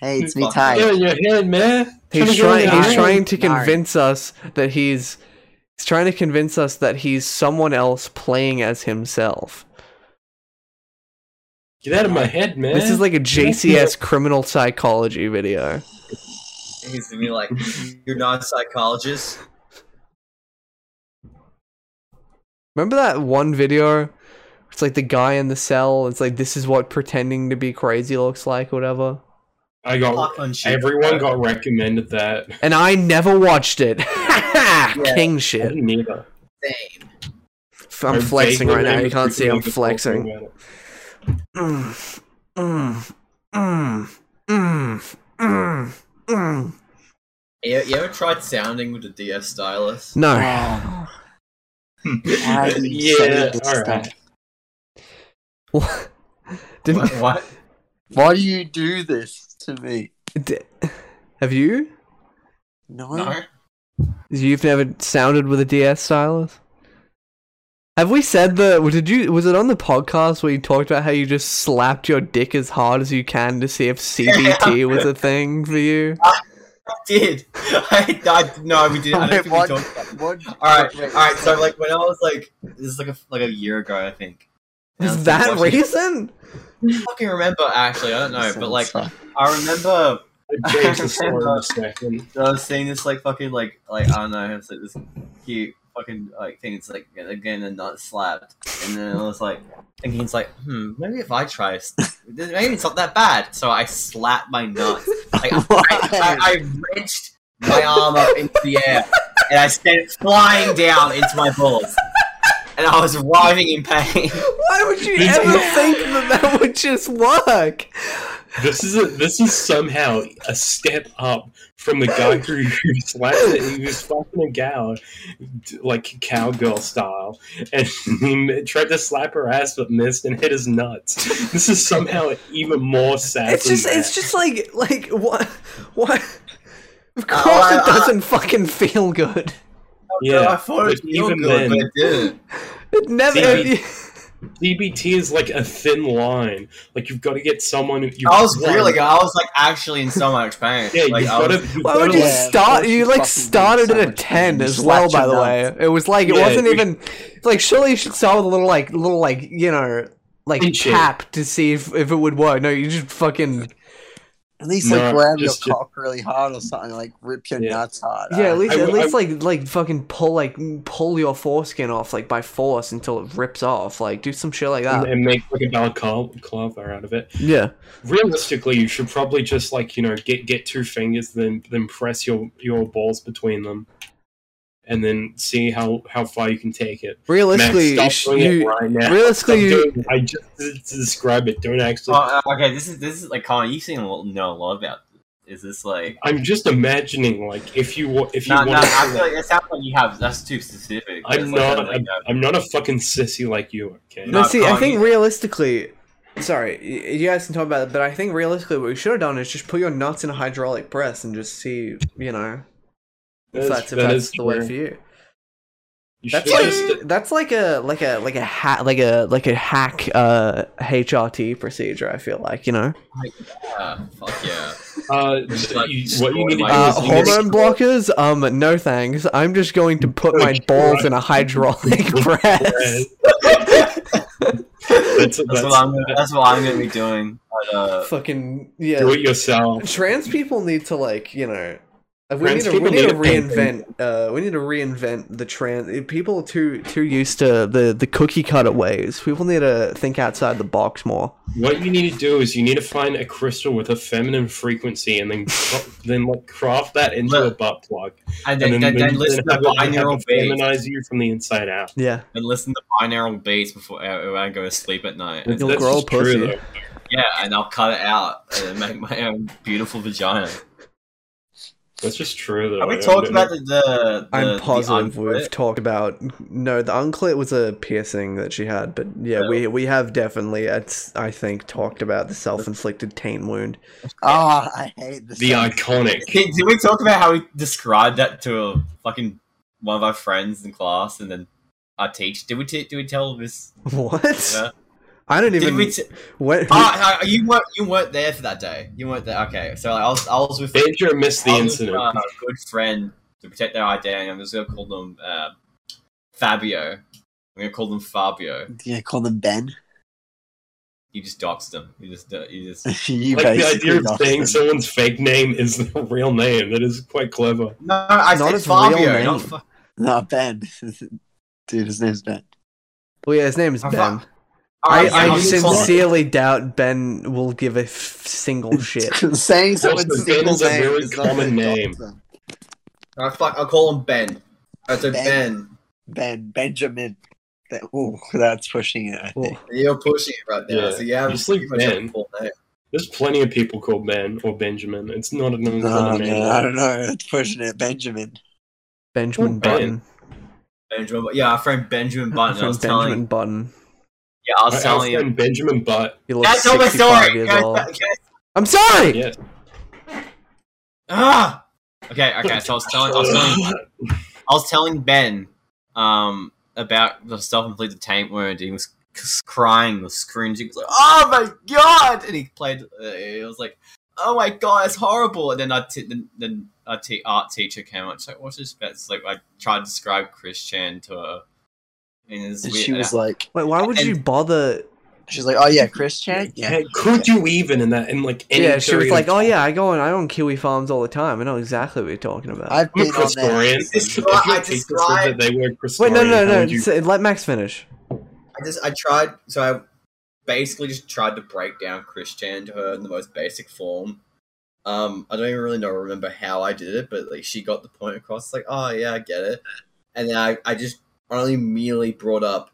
Speaker 6: Hey, it's me,
Speaker 2: Fuck.
Speaker 1: Yeah, (laughs)
Speaker 6: Tyke.
Speaker 1: you're here, man.
Speaker 3: He's
Speaker 1: Trying to
Speaker 3: trying
Speaker 1: get
Speaker 3: he's
Speaker 1: in.
Speaker 3: trying to
Speaker 6: Nine.
Speaker 3: convince us that he's he's trying to convince us that he's someone else playing as himself.
Speaker 1: Get out of my head, man.
Speaker 3: This is like a JCS criminal psychology video.
Speaker 2: He's gonna be like, "You're not a psychologist."
Speaker 3: Remember that one video? It's like the guy in the cell. It's like this is what pretending to be crazy looks like, whatever.
Speaker 1: I got.
Speaker 2: Fuck on shit.
Speaker 1: Everyone got recommended that.
Speaker 3: And I never watched it. (laughs)
Speaker 1: I
Speaker 3: King shit.
Speaker 1: didn't either.
Speaker 3: F- I'm
Speaker 1: I
Speaker 3: flexing
Speaker 1: vaguely
Speaker 3: right now. You
Speaker 1: remember
Speaker 3: can't see I'm
Speaker 1: people talking
Speaker 3: flexing.
Speaker 1: about it.
Speaker 3: Mm, mm, mm, mm, mm, mm.
Speaker 2: You, you ever tried sounding with a DS
Speaker 3: (laughs)
Speaker 2: stylus?
Speaker 3: No.
Speaker 6: Oh, why do you say
Speaker 1: yeah,
Speaker 6: this
Speaker 1: all
Speaker 6: stuff?
Speaker 1: right.
Speaker 3: What?
Speaker 2: What?
Speaker 3: (laughs)
Speaker 2: (laughs)
Speaker 3: Didn't
Speaker 2: what?
Speaker 6: Why do you do this to me?
Speaker 3: d- have you?
Speaker 6: No, (laughs)
Speaker 2: No.
Speaker 3: You've never sounded with a DS stylus? Have we said the? Did you? Was it on the podcast where you talked about how you just
Speaker 2: (laughs)
Speaker 3: slapped your dick as hard as you can to see if CBT was a thing for you?
Speaker 2: did. (laughs) I, I no, we didn't. I don't
Speaker 6: Wait,
Speaker 2: think we
Speaker 6: what?
Speaker 2: talked about it.
Speaker 6: What?
Speaker 2: All right,
Speaker 6: wait, wait,
Speaker 2: all right. So like when I was like, this is like a like a year ago, I think. And I
Speaker 3: Is
Speaker 2: was
Speaker 3: that
Speaker 2: watching-
Speaker 3: reason?
Speaker 2: I fucking remember actually. I don't know, but like
Speaker 6: (laughs) Sounds
Speaker 2: I remember
Speaker 1: James the story in
Speaker 2: (laughs)
Speaker 1: a second.
Speaker 2: I was seeing this like fucking like like I don't know, it's like this cute fucking like thing. It's like they're getting a nut slapped, and then I was like thinking, it's like hmm, maybe if I try, s- maybe it's not that bad. So I slapped my nuts, like I, I, I wrenched my arm up into the air, and I sent it flying down into my balls, and I was writhing in pain.
Speaker 3: Why would you
Speaker 1: This
Speaker 2: (laughs)
Speaker 3: ever
Speaker 1: is-
Speaker 3: think that that would just work?
Speaker 1: This is a, this is somehow a step up from the guy who, who slapped it. He was fucking a gal, d- like cowgirl style, and he tried to slap her ass but missed and hit his nuts. This is somehow even more sad.
Speaker 3: It's
Speaker 1: than
Speaker 3: just, it's
Speaker 1: that.
Speaker 3: just like, like what, what? (laughs) Of course,
Speaker 2: Oh, I-
Speaker 3: it
Speaker 2: I-
Speaker 3: doesn't fucking feel good.
Speaker 1: (laughs) Yeah,
Speaker 2: I thought it
Speaker 1: but
Speaker 2: was
Speaker 1: even
Speaker 2: good, but
Speaker 1: then-
Speaker 2: it didn't.
Speaker 3: It never.
Speaker 1: See, DBT is like a thin line. Like you've got to get someone. You
Speaker 2: I was really, I was like actually in so much pain.
Speaker 1: Yeah,
Speaker 2: like,
Speaker 1: you've
Speaker 2: I
Speaker 1: got
Speaker 2: was-
Speaker 1: to.
Speaker 3: why would you
Speaker 6: Yeah, of
Speaker 3: start?
Speaker 6: course
Speaker 3: You
Speaker 6: you
Speaker 3: like
Speaker 6: fucking
Speaker 3: started
Speaker 6: do
Speaker 3: at a
Speaker 6: something.
Speaker 3: ten
Speaker 6: You
Speaker 3: as well.
Speaker 6: slapped your
Speaker 3: By the way,
Speaker 6: nuts.
Speaker 3: it was like it
Speaker 1: Yeah,
Speaker 3: wasn't
Speaker 1: you-
Speaker 3: even like. Surely you should start with a little like, little like, you know, like
Speaker 1: Pinch it.
Speaker 3: tap to see if if it would work. No, you just fucking
Speaker 6: At least like
Speaker 1: No,
Speaker 6: grab
Speaker 1: just-
Speaker 6: your cock really hard or something, like rip your
Speaker 1: Yeah.
Speaker 6: nuts hard.
Speaker 3: yeah. At least,
Speaker 1: I
Speaker 3: at
Speaker 1: w- I-
Speaker 3: least like like fucking pull like pull your foreskin off like by force until it rips off. Like do some shit like
Speaker 1: And,
Speaker 3: that.
Speaker 1: and make like a balaclava out of it.
Speaker 3: Yeah.
Speaker 1: Realistically, you should probably just like you know get get two fingers, then then press your your balls between them, and then see how how far you can take it. Max,
Speaker 3: Realistically, you,
Speaker 1: stop
Speaker 3: sh-
Speaker 1: doing it
Speaker 3: you-
Speaker 1: right now. Stop
Speaker 3: realistically you,
Speaker 1: doing- I just did to describe it. Don't actually.
Speaker 2: Oh, uh, okay, this is this is like Connor. You seem to know a lot about. This. Is this like?
Speaker 1: I'm just imagining like if you wa- if you
Speaker 2: No, no.
Speaker 1: want
Speaker 2: I
Speaker 1: to.
Speaker 2: feel like it sounds like you have. That's too specific.
Speaker 1: I'm
Speaker 2: It's like-
Speaker 1: not.
Speaker 2: like,
Speaker 1: I'm,
Speaker 2: uh,
Speaker 1: I'm not a fucking sissy like you. Okay.
Speaker 2: No,
Speaker 3: No, see, I
Speaker 2: Kanye-
Speaker 3: think realistically, sorry, y- you guys can talk about it, but I think realistically, what you should have done is just put your nuts in a hydraulic press and just see, you know, if
Speaker 1: That is-
Speaker 3: that's, if
Speaker 1: that
Speaker 3: that's
Speaker 1: is
Speaker 3: the way
Speaker 1: true.
Speaker 3: for you.
Speaker 1: You
Speaker 3: That's
Speaker 1: should
Speaker 3: like
Speaker 1: just-
Speaker 3: that's like a like a like a hack like a like a hack uh HRT procedure. I feel like you know
Speaker 2: yeah, uh, fuck
Speaker 1: (laughs)
Speaker 2: yeah.
Speaker 1: Uh,
Speaker 2: Just, like,
Speaker 1: you- what you need to do
Speaker 3: uh,
Speaker 2: Yes,
Speaker 1: is you need to-
Speaker 3: hormone blockers. Um, no thanks. I'm just going to
Speaker 1: (laughs)
Speaker 3: put my balls in a hydraulic press. (laughs)
Speaker 1: (laughs) That's,
Speaker 2: That's, what I'm. Gonna, that's what I'm gonna be doing. But, uh,
Speaker 3: Fucking
Speaker 1: do
Speaker 3: yeah.
Speaker 1: it yourself.
Speaker 3: trans people need to like you know uh, we
Speaker 1: Trans
Speaker 3: need to, we
Speaker 1: people
Speaker 3: need to
Speaker 1: need a
Speaker 3: reinvent uh we need to reinvent the trans eh, people are too too used to the the cookie cutter ways people need to think outside the box more
Speaker 1: What you need to do is you need to find a crystal with a feminine frequency, and then cra- then like craft that into a
Speaker 2: Look.
Speaker 1: butt plug,
Speaker 2: and
Speaker 1: and
Speaker 2: then,
Speaker 1: then,
Speaker 2: then, then listen to
Speaker 1: have it- have
Speaker 2: binaural
Speaker 1: it
Speaker 2: beats.
Speaker 1: feminize you from the inside out.
Speaker 3: yeah
Speaker 2: And listen to binaural beats before uh, I, I go to sleep at night.
Speaker 3: You'll
Speaker 1: That's
Speaker 3: grow
Speaker 1: just
Speaker 3: a pussy.
Speaker 1: true, though.
Speaker 2: yeah, and I'll cut it out and make my own beautiful vagina.
Speaker 1: That's just true. Though.
Speaker 2: Have we
Speaker 1: I don't
Speaker 2: talked
Speaker 1: know.
Speaker 2: about the? the, the
Speaker 3: i'm
Speaker 2: the
Speaker 3: positive
Speaker 2: unclit?
Speaker 3: we've talked about no the unclit was a piercing that she had but yeah we we have definitely it's, i think talked about the self-inflicted taint wound (laughs)
Speaker 6: Oh, I hate this.
Speaker 1: the uh, (laughs) iconic?
Speaker 2: Did, did we talk about how we described that to a fucking one of our friends in class, and then our teacher? Did we? T- did we tell this?
Speaker 3: what
Speaker 2: Yeah.
Speaker 3: i don't
Speaker 2: Did
Speaker 3: even
Speaker 2: we? T-
Speaker 3: what
Speaker 2: Ah, ah, you weren't. You weren't there for that day. You weren't there. Okay, so I was. I was with.
Speaker 1: Danger missed the
Speaker 2: I was with,
Speaker 1: incident.
Speaker 2: uh, a good friend to protect their identity. I'm just gonna call them uh, Fabio. I'm gonna call them Fabio.
Speaker 6: Yeah, call them Ben. (laughs)
Speaker 2: You just doxed them. You just. uh, You just.
Speaker 6: you
Speaker 1: like the idea of
Speaker 6: doxed
Speaker 1: saying
Speaker 6: them. (laughs)
Speaker 1: someone's fake name is their (laughs) real name. That is quite clever.
Speaker 2: (laughs) No, I
Speaker 3: Not
Speaker 2: said
Speaker 3: his real
Speaker 2: Fabio.
Speaker 3: name.
Speaker 2: Not fa-
Speaker 6: No, Ben. (laughs) Dude, his name's Ben.
Speaker 3: (laughs)
Speaker 6: (laughs)
Speaker 3: well yeah his name is
Speaker 2: I
Speaker 3: ben
Speaker 2: thought-
Speaker 3: I,
Speaker 2: Alright, yeah,
Speaker 3: I
Speaker 2: I'll just call-
Speaker 3: sincerely doubt Ben will give a f-
Speaker 1: (laughs)
Speaker 3: single shit.
Speaker 6: saying someone's
Speaker 1: Also,
Speaker 6: single
Speaker 1: Ben's a
Speaker 6: name
Speaker 1: very
Speaker 6: is not
Speaker 1: common
Speaker 6: gonna
Speaker 1: name.
Speaker 6: dox them.
Speaker 2: Alright, fuck, I'll call him Ben. I said
Speaker 6: Ben.
Speaker 2: ben.
Speaker 6: Ben Benjamin. That, ooh, that's pushing it. I think.
Speaker 3: Well,
Speaker 2: You're pushing it right now,
Speaker 1: Yeah.
Speaker 2: so you have
Speaker 1: Just like
Speaker 2: pretty much have
Speaker 1: Ben.
Speaker 2: a full name.
Speaker 1: There's plenty of people called Ben or Benjamin. It's not an
Speaker 6: No,
Speaker 1: uncommon name.
Speaker 6: man, I don't know. It's pushing it, Benjamin.
Speaker 3: Benjamin
Speaker 1: Ben.
Speaker 3: Button.
Speaker 2: Benjamin, Bu- yeah, our friend Benjamin Button. I
Speaker 3: From
Speaker 2: was
Speaker 3: Benjamin
Speaker 2: telling,
Speaker 3: Button.
Speaker 2: yeah, I
Speaker 1: My
Speaker 2: was telling
Speaker 1: friend
Speaker 2: you.
Speaker 1: Benjamin Butt.
Speaker 3: He
Speaker 2: Yeah,
Speaker 3: looks
Speaker 2: tell my
Speaker 3: 65
Speaker 2: story. (laughs)
Speaker 3: years
Speaker 2: Can I-
Speaker 3: old.
Speaker 2: can I-
Speaker 3: I'm sorry!
Speaker 1: Yes.
Speaker 2: Ah! Okay, okay. So I was telling, I was telling, I was telling Ben, um, about the self-inflicted taint wound. and He was c- crying, was screaming. He was like, "Oh my god!" And he played. Uh, he was like, "Oh my god, it's horrible!" And then our t- then, then our t- art teacher came up. She's like, "What's this?" about?" It's like I tried to describe Chris Chan to her, and, it's
Speaker 6: And
Speaker 2: weird.
Speaker 6: she was like,
Speaker 3: Wait, why would
Speaker 2: And-
Speaker 3: you bother?
Speaker 6: she's like, oh yeah, Christian, yeah.
Speaker 1: Hey, could you even in that in like any
Speaker 3: yeah, she was
Speaker 1: period
Speaker 3: like,
Speaker 1: of-
Speaker 3: "Oh yeah, I go and I own kiwi farms all the time. I know exactly what you're talking about."
Speaker 6: I've
Speaker 1: I'm
Speaker 6: been
Speaker 1: a
Speaker 6: on there.
Speaker 1: Christorian. If your teacher
Speaker 2: Describe-
Speaker 1: said that
Speaker 2: describe-
Speaker 1: they were Christorian,
Speaker 3: Wait, no, no,
Speaker 1: how
Speaker 3: no.
Speaker 1: would you-
Speaker 3: s- Let Max finish.
Speaker 2: I just I tried so I basically just tried to break down Christian to her in the most basic form. Um, I don't even really know remember how I did it, but like she got the point across. It's like, oh yeah, I get it. And then I, I just only merely brought up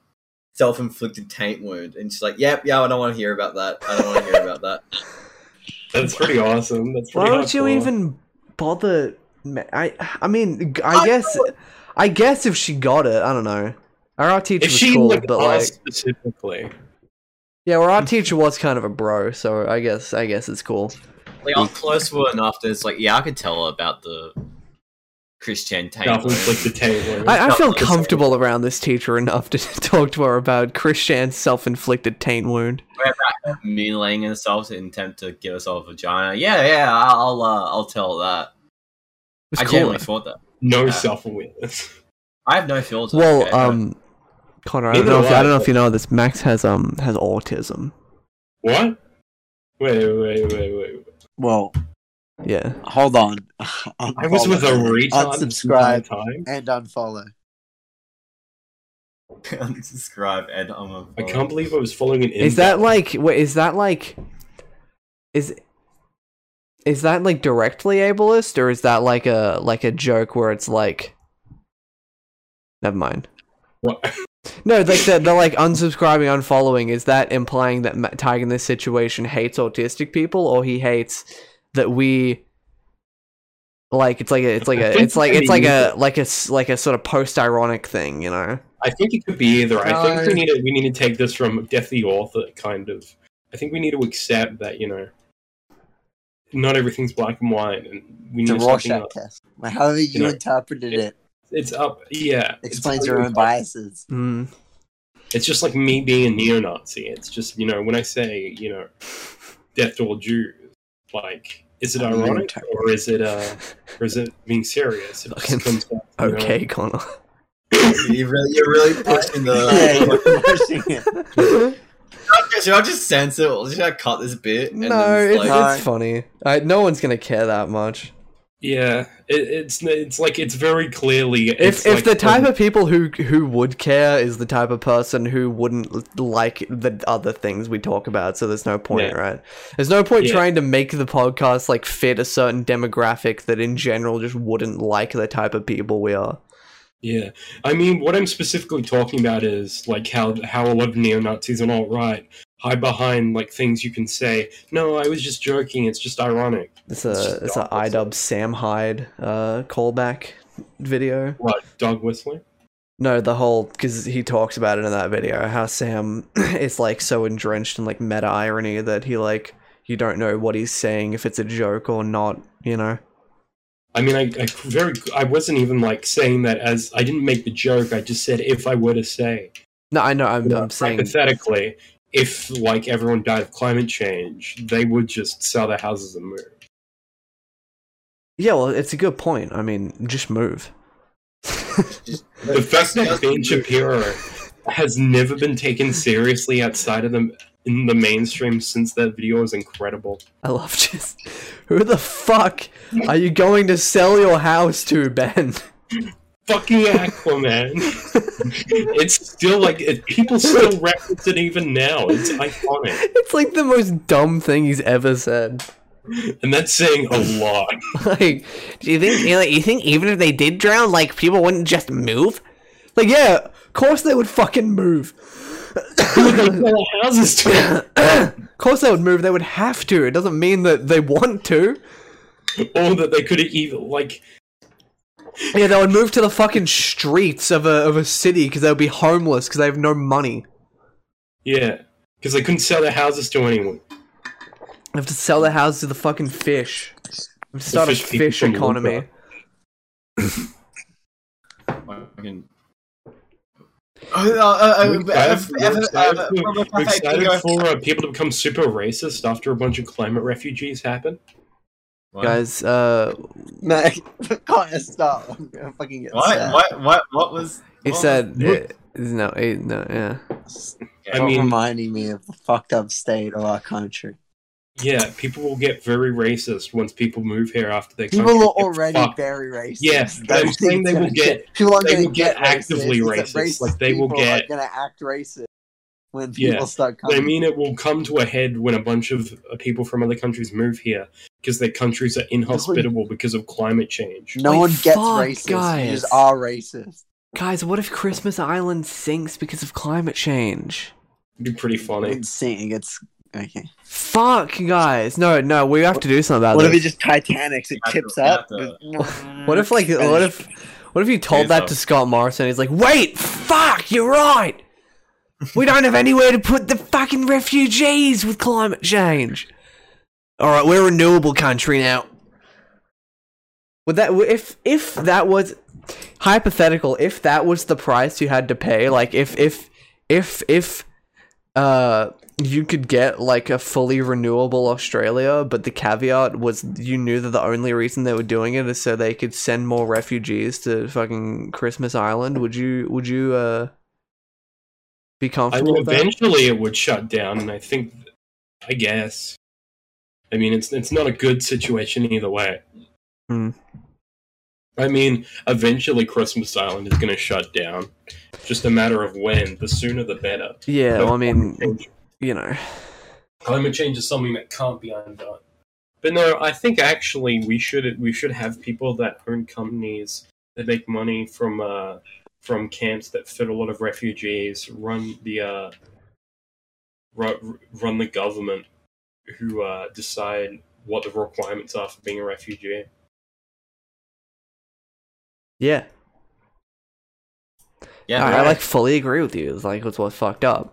Speaker 2: self inflicted taint wound, and she's like, yep, yeah, I don't want to hear about that. I don't want to hear about that.
Speaker 1: That's pretty awesome. That's
Speaker 3: Why
Speaker 1: pretty
Speaker 3: would you
Speaker 1: hardcore.
Speaker 3: even bother? ma- I, I mean, g- I guess, I guess if she got it, I don't know. Our art teacher
Speaker 1: If
Speaker 3: was
Speaker 1: she
Speaker 3: cool,
Speaker 1: looked
Speaker 3: but
Speaker 1: us
Speaker 3: like,
Speaker 1: specifically,
Speaker 3: yeah, well, our teacher was kind of a bro, so I guess, I guess it's cool.
Speaker 2: (laughs) Like I'm close to her enough that it's like, yeah, I could tell her about the Christian taint wound.
Speaker 1: self-inflicted taint.
Speaker 3: I, I
Speaker 2: not
Speaker 3: feel
Speaker 2: necessary.
Speaker 3: comfortable around this teacher enough to (laughs) talk to her about Christian's self-inflicted taint wound.
Speaker 2: mutilating herself to attempt to give herself a vagina. Yeah, yeah, I'll uh, I'll tell that. I
Speaker 3: It was cool.
Speaker 2: genuinely thought that.
Speaker 1: no
Speaker 2: Yeah.
Speaker 1: self-awareness.
Speaker 2: I have no filter.
Speaker 3: Well,
Speaker 2: okay? (laughs)
Speaker 3: um, Connor, I don't
Speaker 1: Neither
Speaker 3: know if
Speaker 1: do I.
Speaker 3: I don't know if you know this. Max has um has autism.
Speaker 1: What? Wait, wait, wait, wait.
Speaker 6: Well,
Speaker 3: Yeah.
Speaker 6: hold on. (laughs)
Speaker 1: I was with a
Speaker 6: Unfollow.
Speaker 1: retard this entire
Speaker 6: Unsubscribe
Speaker 1: time.
Speaker 6: and unfollow.
Speaker 2: unsubscribe and I'm a.
Speaker 1: I can't believe
Speaker 2: (laughs)
Speaker 1: I was following an.
Speaker 3: Is that like wait, is that like is is that like directly ableist or is that like a like a joke where it's like never mind.
Speaker 1: What?
Speaker 3: No, like the, the like unsubscribing, unfollowing is that implying that Ma- Tyg in this situation hates autistic people or he hates that we like it's like a, it's like
Speaker 1: I
Speaker 3: a
Speaker 1: think
Speaker 3: it's like
Speaker 1: it's
Speaker 3: it's like a
Speaker 1: neither.
Speaker 3: like a s- like a sort of post ironic thing, you know.
Speaker 1: I think it could be either. I think
Speaker 6: No.
Speaker 1: we need to we need to take this from Death the Author kind of. I think we need to accept that you know, not everything's black and white, and we need
Speaker 6: It's a
Speaker 1: to something
Speaker 6: Rorschach
Speaker 1: up.
Speaker 6: test. Like, however you
Speaker 1: know,
Speaker 6: interpreted
Speaker 1: it
Speaker 6: it
Speaker 1: It's up. Yeah, it's
Speaker 6: explains
Speaker 1: totally
Speaker 6: your own
Speaker 1: up.
Speaker 6: biases.
Speaker 3: Mm.
Speaker 1: It's just like me being a neo-Nazi. It's just you know when I say you know, death to all Jews. Like, is it
Speaker 6: I'm a
Speaker 1: ironic
Speaker 6: neo-Nazi.
Speaker 1: or is it uh, or is it being serious?
Speaker 6: (laughs)
Speaker 1: It just
Speaker 3: Fucking-
Speaker 1: comes down to, you know, (laughs)
Speaker 3: Okay, Connor.
Speaker 2: You're really, you're really pushing
Speaker 1: Uh,
Speaker 6: yeah,
Speaker 3: (laughs)
Speaker 1: (laughs)
Speaker 2: the.
Speaker 6: you're pushing it.
Speaker 2: Should I just censor? it? Should I cut this bit? and
Speaker 3: No,
Speaker 2: then
Speaker 3: it's,
Speaker 2: just, like-
Speaker 3: it's funny. I, no one's gonna care that much.
Speaker 1: Yeah, it, it's it's like it's very clearly
Speaker 3: If
Speaker 1: it's
Speaker 3: if
Speaker 1: like um,
Speaker 3: the type of people who who would care is the type of person who wouldn't l- like the other things we talk about, so there's no point,
Speaker 1: Yeah.
Speaker 3: right? There's no point
Speaker 1: Yeah.
Speaker 3: trying to make the podcast like fit a certain demographic that in general just wouldn't like the type of people we are.
Speaker 1: yeah. I mean, what I'm specifically talking about is like how how a lot of neo Nazis and alt right hide behind like things you can say. No, I was just joking. It's just ironic.
Speaker 3: It's
Speaker 1: It's just
Speaker 3: a it's a
Speaker 1: dumb, isn't
Speaker 3: idub Sam Hyde uh, callback video.
Speaker 1: What dog whistling?
Speaker 3: No, the whole because he talks about it in that video how Sam (clears throat) is like so entrenched in like meta irony that he like you don't know what he's saying if it's a joke or not. You know,
Speaker 1: I mean, I, I very I wasn't even like saying that as I didn't make the joke. I just said if I were to say
Speaker 3: no, I know. I'm, I'm saying
Speaker 1: hypothetically, if like everyone died of climate change, they would just sell their houses and move.
Speaker 3: yeah. Well, it's a good point. I mean, just move. (laughs)
Speaker 1: The fact that Ben Shapiro has never been taken seriously outside of the in the mainstream since that video is incredible.
Speaker 3: I love just who the fuck are you going to sell your house to, Ben? (laughs)
Speaker 1: Fucking Aquaman. it's still like it, people still reference it even now. It's iconic,
Speaker 3: It's like the most dumb thing he's ever said.
Speaker 1: and that's saying a lot. (laughs)
Speaker 3: Like, do you think you, know, you think even if they did drown, like people wouldn't just move? Like, yeah, of course they would fucking move.
Speaker 1: Sell houses to it.
Speaker 3: Of course they would move. They would have to. It doesn't mean that they want to.
Speaker 1: or that they could even like
Speaker 3: Yeah, they would move to the fucking streets of a of a city because they would be homeless because they have no money.
Speaker 1: yeah, because they couldn't sell their houses to anyone.
Speaker 3: They have to sell their house to the fucking fish. Start
Speaker 1: fish
Speaker 3: a
Speaker 1: people
Speaker 3: fish
Speaker 1: from
Speaker 3: economy.
Speaker 1: Luca.
Speaker 2: Fucking-
Speaker 1: I'm excited I'm excited (laughs)
Speaker 2: uh,
Speaker 1: for- I'm excited
Speaker 2: Guys,
Speaker 1: for uh, people to become super racist after a bunch of climate refugees happen.
Speaker 3: guys. Uh,
Speaker 6: No, (laughs) Connor, stop. I'm gonna fucking get
Speaker 2: What?
Speaker 3: uh,
Speaker 6: sad.
Speaker 2: What? What? What was?
Speaker 1: Oh,
Speaker 2: what
Speaker 3: he
Speaker 2: was-
Speaker 3: said
Speaker 2: what-
Speaker 3: eh, no, eh, no, yeah.
Speaker 1: I
Speaker 6: Stop
Speaker 1: mean-
Speaker 6: reminding me of the fucked up state of our country.
Speaker 1: Yeah, people will get very racist once people move here after they
Speaker 6: People
Speaker 1: country
Speaker 6: are
Speaker 1: gets
Speaker 6: already
Speaker 1: fucked.
Speaker 6: very racist. (laughs)
Speaker 1: Yeah, but I'm
Speaker 6: That's
Speaker 1: saying they will
Speaker 6: exactly-
Speaker 1: get-
Speaker 6: (laughs) People aren't
Speaker 1: they
Speaker 6: gonna
Speaker 1: will get actively
Speaker 6: It's that
Speaker 1: racist, like, they will
Speaker 6: people
Speaker 1: get-
Speaker 6: are gonna act racist when
Speaker 1: Yeah.
Speaker 6: people start
Speaker 1: I
Speaker 6: coming.
Speaker 1: mean, it will come to a head when a bunch of uh, people from other countries move here because their
Speaker 6: (laughs)
Speaker 1: countries are inhospitable because of climate change.
Speaker 6: no
Speaker 3: Like,
Speaker 6: one gets
Speaker 3: fuck,
Speaker 6: racist. You
Speaker 3: guys.
Speaker 6: just are racist.
Speaker 3: Guys, what if Christmas Island sinks because of climate change?
Speaker 1: It'd be pretty funny.
Speaker 6: It's sink. It's okay.
Speaker 3: Fuck, guys. No, no, we have to do something about
Speaker 6: What if
Speaker 3: this.
Speaker 6: it just Titanics? It
Speaker 2: Yeah,
Speaker 6: tips
Speaker 2: yeah,
Speaker 6: up.
Speaker 2: the-
Speaker 3: (laughs) What if like what if what if you told
Speaker 2: Here's
Speaker 3: that
Speaker 2: how-
Speaker 3: to Scott Morrison? He's like, wait, fuck, you're
Speaker 6: (laughs)
Speaker 3: right. We don't have anywhere to put the fucking refugees with climate change. All right, we're a renewable country now. Would that if if that was hypothetical? If that was the price you had to pay, like if if if if uh you could get like a fully renewable Australia, but the caveat was you knew that the only reason they were doing it is so they could send more refugees to fucking Christmas Island. Would you would you uh be
Speaker 1: I
Speaker 3: comfortable
Speaker 1: mean,
Speaker 3: with that?
Speaker 1: eventually it would shut down, and I think, I guess. I mean, it's it's not a good situation either way.
Speaker 3: Hmm.
Speaker 1: I mean, eventually Christmas Island is going to shut down. It's Just a matter of when. The sooner, the better.
Speaker 3: Yeah, well, I mean,
Speaker 1: Climate change-
Speaker 3: you know,
Speaker 1: climate change is something that can't be undone. But no, I think actually we should we should have people that own companies that make money from uh, from camps that fit a lot of refugees run the uh, run, run the government who uh, decide what the requirements are for being a refugee.
Speaker 3: yeah,
Speaker 2: Yeah,
Speaker 3: I, I,
Speaker 2: right.
Speaker 3: like fully agree with you. It's like it's what's fucked up.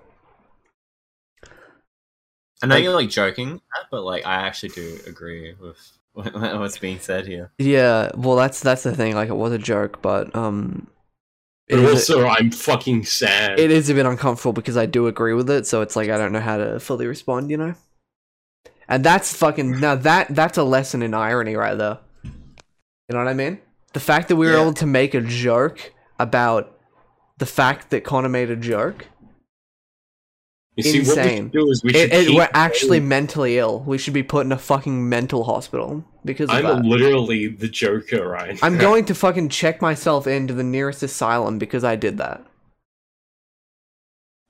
Speaker 2: I know you're like joking, but like I actually do agree with (laughs) what- what's being said here.
Speaker 3: Yeah, well, that's that's the thing. Like, it was a joke, but um, it
Speaker 1: But
Speaker 3: is a-
Speaker 1: also, I'm fucking sad.
Speaker 3: it is a bit uncomfortable because I do agree with it, so it's like I don't know how to fully respond, you know. And that's (sighs) fucking now that that's a lesson in irony right there. You know what I mean? The fact that we were
Speaker 2: Yeah.
Speaker 3: able to make a joke about the fact that Connor made a joke.
Speaker 1: you see, what we
Speaker 3: insane.
Speaker 1: should do is we should
Speaker 3: It, it,
Speaker 1: keep
Speaker 3: we're actually mentally ill. We should be put in a fucking mental hospital because of
Speaker 1: I'm
Speaker 3: that.
Speaker 1: literally the Joker, right? (laughs)
Speaker 3: I'm going to fucking check myself into the nearest asylum because I did that.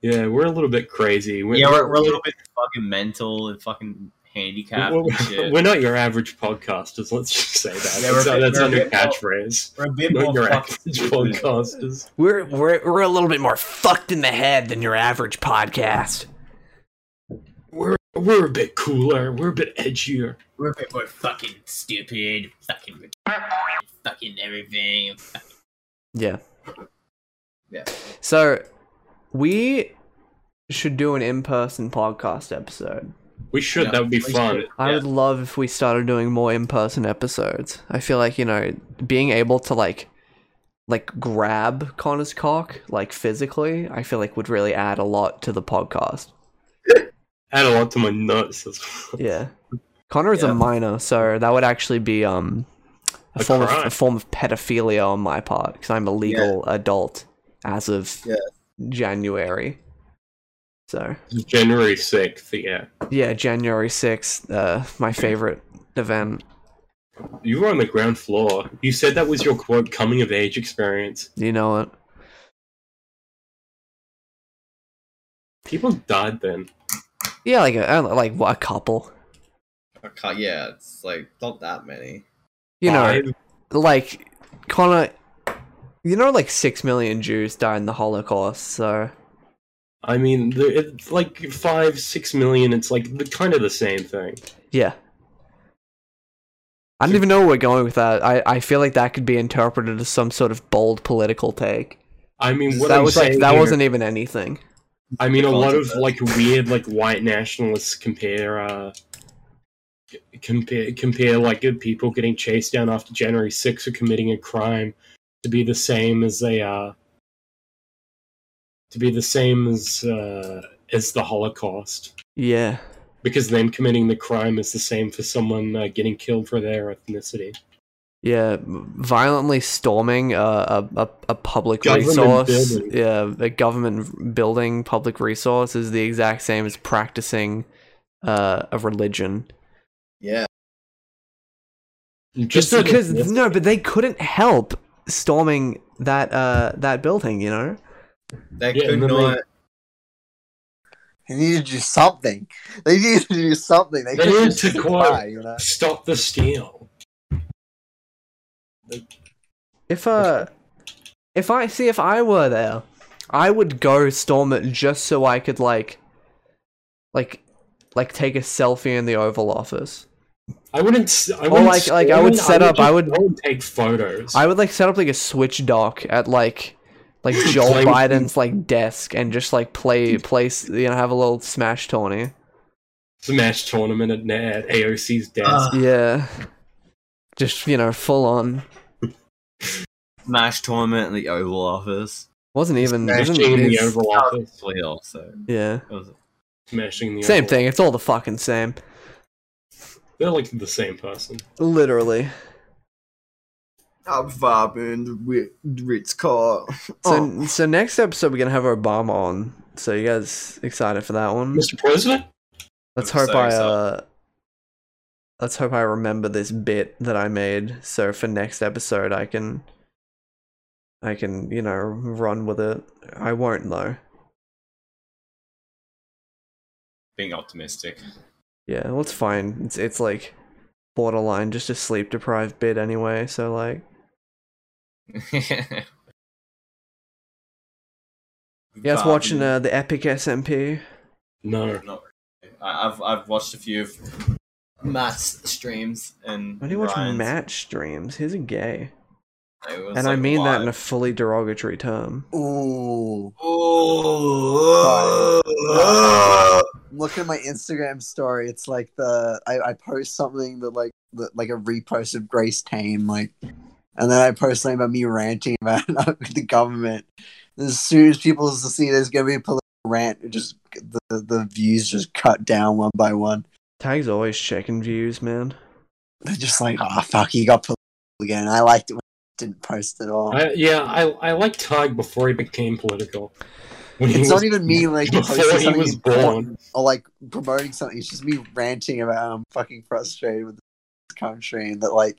Speaker 1: yeah, we're a little bit crazy. We're,
Speaker 2: yeah, we're, we're a little bit fucking mental and fucking handicapped
Speaker 1: We're,
Speaker 2: and shit.
Speaker 1: we're not your average podcasters. Let's just say that.
Speaker 2: Yeah, we're
Speaker 1: that's
Speaker 2: a bit-
Speaker 1: that's
Speaker 2: we're a
Speaker 1: under
Speaker 2: bit more-
Speaker 1: catchphrase.
Speaker 2: We're a bit
Speaker 1: Not your (laughs)
Speaker 2: fucking
Speaker 1: average
Speaker 2: stupid.
Speaker 1: podcasters.
Speaker 3: We're we're we're a little bit more fucked in the head than your average podcast.
Speaker 1: We're we're a bit cooler. We're a bit edgier.
Speaker 5: We're, we're fucking stupid, fucking retarded, fucking everything.
Speaker 3: Yeah.
Speaker 2: Yeah.
Speaker 3: So we should do an in-person podcast episode.
Speaker 1: We should.
Speaker 2: Yeah,
Speaker 1: that would be
Speaker 2: we
Speaker 1: fun.
Speaker 2: should.
Speaker 3: I
Speaker 2: Yeah.
Speaker 3: would love if we started doing more in-person episodes. I feel like, you know, being able to like like grab Connor's cock like physically, I feel like would really add a lot to the podcast.
Speaker 1: Add a lot to my nuts. That's
Speaker 3: Yeah. Connor is
Speaker 2: Yeah.
Speaker 3: a minor, so that would actually be um a,
Speaker 1: A
Speaker 3: form of,
Speaker 1: crime.
Speaker 3: a form of pedophilia on my part because I'm a legal adult as of
Speaker 2: Yeah.
Speaker 3: January. So
Speaker 1: January sixth. Yeah,
Speaker 3: yeah, January sixth, uh, my favorite event.
Speaker 1: you were on the ground floor. You said that was your quote coming of age experience.
Speaker 3: You know it.
Speaker 1: People died then.
Speaker 3: Yeah, like a, I don't know, like what, a couple.
Speaker 2: I can't- yeah, it's like not that many.
Speaker 3: You know,
Speaker 1: Five?
Speaker 3: like Connor. You know, like six million Jews died in the Holocaust. So
Speaker 1: I mean, the- it's like five, six million. It's like the kind of the same thing.
Speaker 3: Yeah. I don't even know where we're going with that. I, I feel like that could be interpreted as some sort of bold political take.
Speaker 1: I mean, what
Speaker 3: that
Speaker 1: I'm
Speaker 3: was like
Speaker 1: saying
Speaker 3: that
Speaker 1: here-
Speaker 3: wasn't even anything.
Speaker 1: I mean, a
Speaker 2: Because
Speaker 1: lot
Speaker 2: of
Speaker 1: of
Speaker 2: that.
Speaker 1: like weird, like white nationalists compare, uh, c- compare, compare like good people getting chased down after January 6th for committing a crime to be the same as they are to be the same as uh, as the Holocaust,
Speaker 3: Yeah.
Speaker 1: because them committing the crime is the same for someone uh, getting killed for their ethnicity.
Speaker 3: Yeah, violently storming a a, a, a public
Speaker 1: Government
Speaker 3: resource,
Speaker 1: building.
Speaker 3: yeah, a government building, public resource is the exact same as practicing uh, a religion.
Speaker 2: Yeah.
Speaker 3: Just
Speaker 1: as an
Speaker 3: because
Speaker 1: ethnicity.
Speaker 3: no, but they couldn't help storming that uh that building, you know.
Speaker 2: They
Speaker 1: Yeah,
Speaker 2: could
Speaker 1: and then they-
Speaker 2: not.
Speaker 6: (laughs) They needed to do something. They needed to do something. They,
Speaker 1: They
Speaker 6: couldn't
Speaker 1: needed
Speaker 6: just
Speaker 1: to
Speaker 6: sit
Speaker 1: quote-
Speaker 6: by, you know?
Speaker 1: stop the steal.
Speaker 3: If uh, if I see if I were there, I would go storm it just so I could like, like, like take a selfie in the Oval Office.
Speaker 1: I wouldn't. s- I wouldn't
Speaker 3: like- like, I would
Speaker 1: storm,
Speaker 3: set up- I
Speaker 1: just
Speaker 3: would-
Speaker 1: go and take photos.
Speaker 3: I would like set up like a switch dock at like
Speaker 1: (laughs)
Speaker 3: like Joel
Speaker 1: Play with
Speaker 3: Biden's like desk and just like play place you know have a little
Speaker 1: (laughs)
Speaker 3: smash Tony.
Speaker 1: Smash tournament at, at AOC's desk.
Speaker 6: Uh,
Speaker 2: Ah.
Speaker 3: Yeah. Just you know, full on.
Speaker 2: Smash tournament in the Oval Office.
Speaker 3: Wasn't even isn't,
Speaker 1: smashing the
Speaker 3: it's-
Speaker 1: Oval Office.
Speaker 2: Actually, also.
Speaker 3: Yeah.
Speaker 2: It was-
Speaker 1: Smashing the
Speaker 3: Same
Speaker 1: Oval-
Speaker 3: thing, it's all the fucking same.
Speaker 1: They're like the same person.
Speaker 3: Literally.
Speaker 2: I'm vibing the Rit- Ritz car.
Speaker 3: So so next episode we're gonna have Obama on. So you guys excited for that one?
Speaker 1: Mr. President,
Speaker 3: Let's
Speaker 2: I'm
Speaker 3: hope
Speaker 2: so
Speaker 3: I
Speaker 2: excited.
Speaker 3: uh let's hope I remember this bit that I made so for next episode I can I can, you know, run with it. I won't though.
Speaker 2: Being
Speaker 3: (laughs)
Speaker 2: optimistic.
Speaker 3: Yeah, well it's fine. It's it's like borderline just a sleep deprived bit anyway, so like yeah, it's watching uh, the epic SMP.
Speaker 1: no.
Speaker 2: I- I've I've watched a few of Matt's streams and
Speaker 3: Why do you watch
Speaker 2: Ryan's.
Speaker 3: match streams? He's a gay.
Speaker 2: It was,
Speaker 3: and I
Speaker 2: like,
Speaker 3: mean that
Speaker 2: wild.
Speaker 3: in a fully derogatory term.
Speaker 6: Ooh.
Speaker 2: Oh,
Speaker 6: Look at my Instagram story. It's like the I, I post something that like that, like a repost of Grace Tame, like, and then I post something about me ranting about (laughs) the government. And as soon as people see there's gonna be a political rant, it just the the views just cut down one by one.
Speaker 3: Tag's always checking views, man.
Speaker 6: They're just like, oh fuck, he got political again. I liked it when he didn't post at all.
Speaker 1: I, yeah, I I liked Tug before he became political. When he
Speaker 6: It's
Speaker 1: was,
Speaker 6: not even me
Speaker 1: (laughs)
Speaker 6: like
Speaker 1: before
Speaker 6: posting
Speaker 1: he
Speaker 6: something
Speaker 1: was
Speaker 6: important
Speaker 1: born.
Speaker 6: or like promoting something. It's just me ranting about how I'm fucking frustrated with this country and that like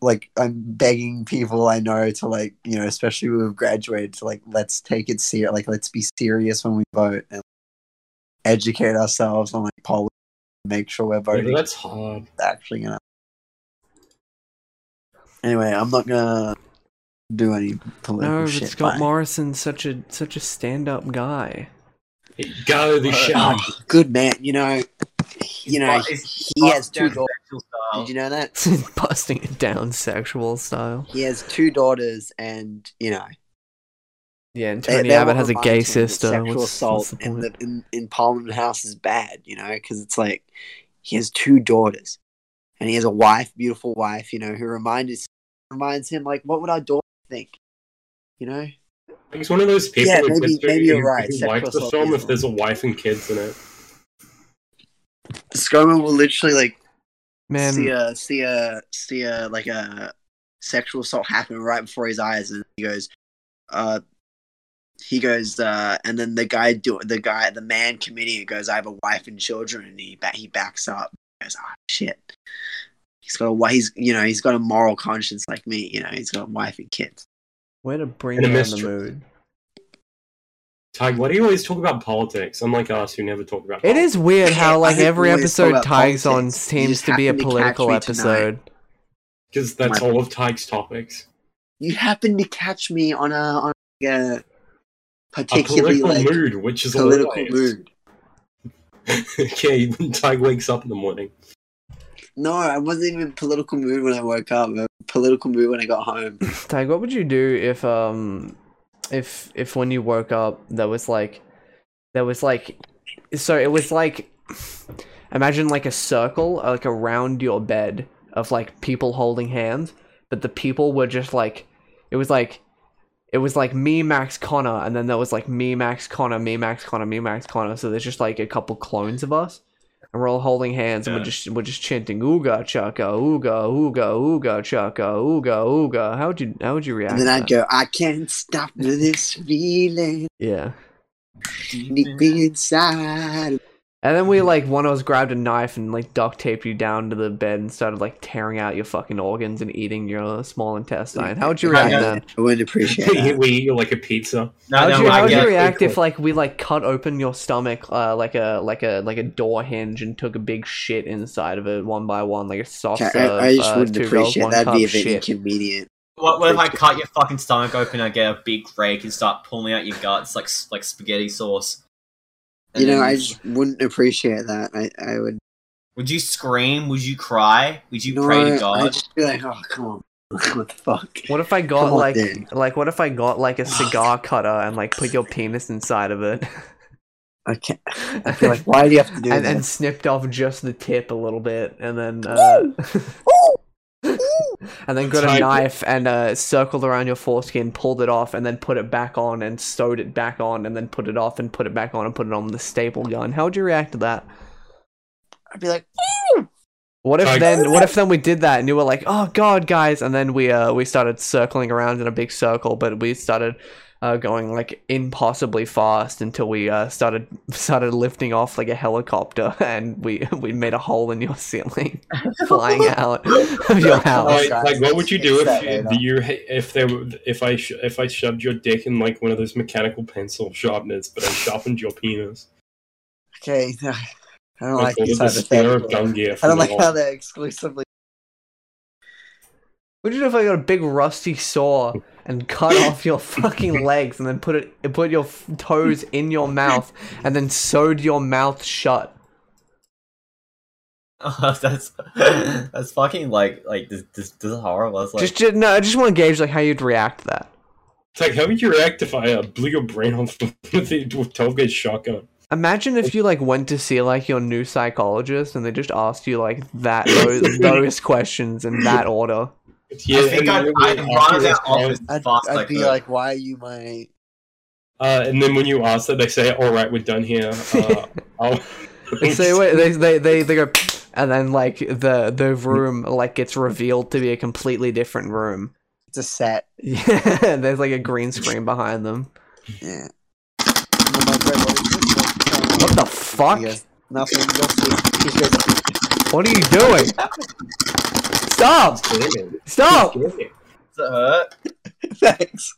Speaker 6: like I'm begging people I know to like you know especially who have graduated to like let's take it serious like let's be serious when we vote and educate ourselves on like politics make sure we're
Speaker 1: Yeah,
Speaker 6: voting
Speaker 1: but that's hard.
Speaker 6: actually gonna anyway I'm not gonna do any political
Speaker 3: No, Oh, but
Speaker 6: shit
Speaker 3: Scott
Speaker 6: bye.
Speaker 3: Morrison's such a such a stand up guy. (laughs)
Speaker 1: Go the shark.
Speaker 6: Oh, good man. You know, you know, he has two daughters. Did you know that
Speaker 3: Busting it down sexual style.
Speaker 6: he has two daughters, and you know,
Speaker 3: Yeah, and
Speaker 6: they-
Speaker 3: Tony
Speaker 6: they
Speaker 3: Abbott
Speaker 6: all
Speaker 3: has a
Speaker 6: remind
Speaker 3: gay
Speaker 6: him that
Speaker 3: sister.
Speaker 6: Sexual
Speaker 3: what's,
Speaker 6: assault
Speaker 3: what's the
Speaker 6: in,
Speaker 3: point?
Speaker 6: the, in in Parliament House is bad, you know, because it's like he has two daughters, and he has a wife, beautiful wife, you know, who reminds reminds him like, what would our daughter think? You know,
Speaker 1: He's one of those people.
Speaker 6: Yeah,
Speaker 1: who
Speaker 6: maybe-
Speaker 1: gets to-
Speaker 6: maybe you're
Speaker 1: who-
Speaker 6: right,
Speaker 1: Who
Speaker 6: sexual
Speaker 1: likes the
Speaker 6: assault
Speaker 1: film
Speaker 6: is
Speaker 1: if there's a wife and kids in it.
Speaker 6: Scoman will literally like
Speaker 3: Man,
Speaker 6: see a see a see a like a sexual assault happen right before his eyes, and he goes, uh, he goes, uh, and then the guy do the guy the man committing it goes, I have a wife and children, and he ba- he backs up, he goes, ah, shit, he's got a wi- he's you know he's got a moral conscience like me, you know, he's got a wife and kids.
Speaker 3: way to bring
Speaker 1: and a
Speaker 3: down the
Speaker 1: mistress.
Speaker 3: mood.
Speaker 1: Tug, why do you always talk about politics? Unlike us, who never talk about.
Speaker 3: It is weird
Speaker 6: Yeah, I (laughs)
Speaker 3: how like
Speaker 6: hate
Speaker 3: every
Speaker 6: always talk
Speaker 3: episode
Speaker 6: about
Speaker 3: tags on
Speaker 6: politics. You
Speaker 3: seems
Speaker 6: just
Speaker 3: to be a
Speaker 6: happened to catch
Speaker 3: political
Speaker 6: me tonight.
Speaker 3: episode.
Speaker 1: because that's
Speaker 6: My-
Speaker 1: all of Tug's topics.
Speaker 6: You happen to catch me on a on a
Speaker 1: A
Speaker 6: particularly
Speaker 1: political
Speaker 6: like
Speaker 1: mood, which is
Speaker 6: political
Speaker 1: hilarious.
Speaker 6: mood.
Speaker 1: (laughs) okay, when Tug wakes up in the morning.
Speaker 6: No, I wasn't even in political mood when I woke up. I was in political mood when I got home.
Speaker 3: Tag, what would you do if um if if when you woke up there was like there was like so it was like imagine like a circle uh, like around your bed of like people holding hands, but the people were just like it was like it was like me, Max, Connor, and then there was like me, Max, Connor, me, Max, Connor, me, Max, Connor. So there's just like a couple clones of us, and we're all holding hands, and
Speaker 2: Yeah.
Speaker 3: we're just we're just chanting "Ooga Chaka, Ooga Ooga Ooga Chaka, Ooga Ooga." How would you how would you react?
Speaker 6: And then
Speaker 3: to
Speaker 6: I'd
Speaker 3: that?
Speaker 6: go, I can't stop this feeling
Speaker 3: yeah.
Speaker 6: deep inside.
Speaker 3: And then
Speaker 6: Mm-hmm.
Speaker 3: we like one of us grabbed a knife and like duct taped you down to the bed and started like tearing out your fucking organs and eating your small intestine. How
Speaker 6: (laughs)
Speaker 3: would you
Speaker 6: Yeah,
Speaker 3: react
Speaker 2: yeah.
Speaker 3: then?
Speaker 6: I wouldn't
Speaker 1: (laughs)
Speaker 6: appreciate that.
Speaker 1: we eat like a pizza.
Speaker 2: No,
Speaker 3: How would
Speaker 2: no,
Speaker 3: you,
Speaker 2: I
Speaker 3: how would
Speaker 2: get
Speaker 3: you
Speaker 2: it.
Speaker 3: react if like we like cut open your stomach uh, like a like a like a door hinge and took a big shit inside of it one by one like a soft
Speaker 6: Okay,
Speaker 3: serve?
Speaker 6: I, I just
Speaker 3: uh,
Speaker 6: wouldn't
Speaker 3: two girls,
Speaker 6: appreciate
Speaker 3: one
Speaker 6: that. That'd be a
Speaker 3: cup
Speaker 6: bit
Speaker 3: shit.
Speaker 6: inconvenient.
Speaker 2: What, what if I cut your fucking stomach open? I get a big rake and start pulling out your guts like s- like spaghetti sauce. And
Speaker 6: You know,
Speaker 2: then
Speaker 6: I just wouldn't appreciate that. I, I would.
Speaker 2: would you scream? Would you cry? Would you
Speaker 6: No,
Speaker 2: pray to
Speaker 6: I'd
Speaker 2: God?
Speaker 6: just be like, oh, come on. (laughs) what the fuck?
Speaker 3: What if I got
Speaker 6: Come on,
Speaker 3: like
Speaker 6: then.
Speaker 3: like what if I got like a
Speaker 6: (sighs)
Speaker 3: cigar cutter and like put your penis inside of it?
Speaker 6: Okay. I feel like, why do you have to do
Speaker 3: and,
Speaker 6: that?
Speaker 3: and snipped off just the tip a little bit, and then uh, (laughs) and then got a
Speaker 1: Tied-
Speaker 3: knife and uh, circled around your foreskin, pulled it off, and then put it back on, and sewed it back on, and then put it off, and put it back on, and put it on with a staple gun. How would you react to that?
Speaker 6: I'd be like,
Speaker 3: What if
Speaker 1: Tied-
Speaker 3: then? What if then we did that, and you were like, "Oh God, guys!" And then we uh, we started circling around in a big circle, but we started. Uh, going like impossibly fast until we uh, started (laughs) started lifting off like a helicopter, (laughs) and we we made a hole in your ceiling. (laughs) flying out of your house.
Speaker 1: Like,
Speaker 6: guys,
Speaker 1: like, what would you do
Speaker 6: let's
Speaker 1: if
Speaker 6: fix that
Speaker 1: you, you if there were- if I sh- if I shoved your dick in like one of those mechanical pencil sharpeners, but I sharpened your penis?
Speaker 6: okay, (laughs) no, I don't like
Speaker 1: called
Speaker 6: this
Speaker 1: it the spear of
Speaker 6: hypothetical.
Speaker 1: Gungear
Speaker 6: I
Speaker 1: from
Speaker 6: don't
Speaker 1: the
Speaker 6: like how
Speaker 1: Lost.
Speaker 6: they exclusively.
Speaker 3: What do you do if I got a big rusty saw and cut off your (laughs) fucking legs and then put it put your f- toes in your mouth and then sewed your mouth shut?
Speaker 2: (laughs) that's that's fucking like like this this, this is horrible. That's like
Speaker 3: Just, just no, I just want to gauge like how you'd react to that.
Speaker 1: It's like, how would you react if I uh, blew your brain off (laughs) with a 12 gauge shotgun?
Speaker 3: Imagine if you like went to see like your new psychologist and they just asked you like that (laughs) those, those questions in that order.
Speaker 1: Yeah,
Speaker 2: I think
Speaker 1: and then
Speaker 2: I'd,
Speaker 1: when
Speaker 2: I'd
Speaker 1: you ask
Speaker 2: run out of
Speaker 1: that
Speaker 2: that office
Speaker 1: question-
Speaker 2: as
Speaker 6: I'd,
Speaker 2: fast uh, as I
Speaker 6: I'd be
Speaker 2: could.
Speaker 6: like, why are you my?
Speaker 1: Uh, and then when you ask that, they say, "All right, we're done here."
Speaker 6: (laughs)
Speaker 1: Uh, I'll-
Speaker 3: They say wait, they they they, they go (sniffs) and then like the the room like gets revealed to be a completely different room.
Speaker 6: It's a set.
Speaker 3: Yeah, (laughs) there's like a green screen behind them.
Speaker 6: Yeah. And I'm like, "Wait, what is this? What's going
Speaker 3: What
Speaker 6: on?"
Speaker 3: the fuck?
Speaker 6: He goes, Nothing. You'll see.
Speaker 3: (laughs)
Speaker 6: He goes,
Speaker 3: What are you doing? Stop! Stop!
Speaker 2: Does it hurt?
Speaker 6: Thanks.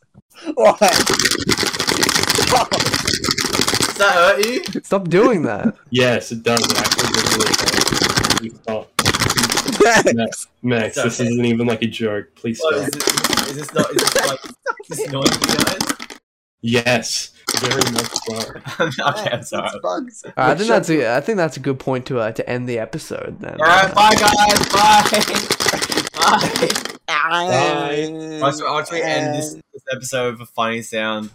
Speaker 6: What?
Speaker 2: Does that hurt you?
Speaker 6: (laughs)
Speaker 3: Stop doing that.
Speaker 1: Yes, it does. It actually does really hurt. Please stop. Max, Max,
Speaker 2: It's
Speaker 1: this
Speaker 2: okay.
Speaker 1: isn't even like a joke. Please
Speaker 2: What,
Speaker 1: stop.
Speaker 2: is, this, is this not? Is this like is this annoying you
Speaker 1: Yes, very much so.
Speaker 2: guys? (laughs) okay, I'm sorry.
Speaker 6: (laughs) bugs.
Speaker 3: All right, I think that's a, I think that's a good point to uh, to end the episode then.
Speaker 2: All right, bye guys, bye. bye.
Speaker 6: Bye.
Speaker 2: Once we, once we end this, this episode with a funny sound.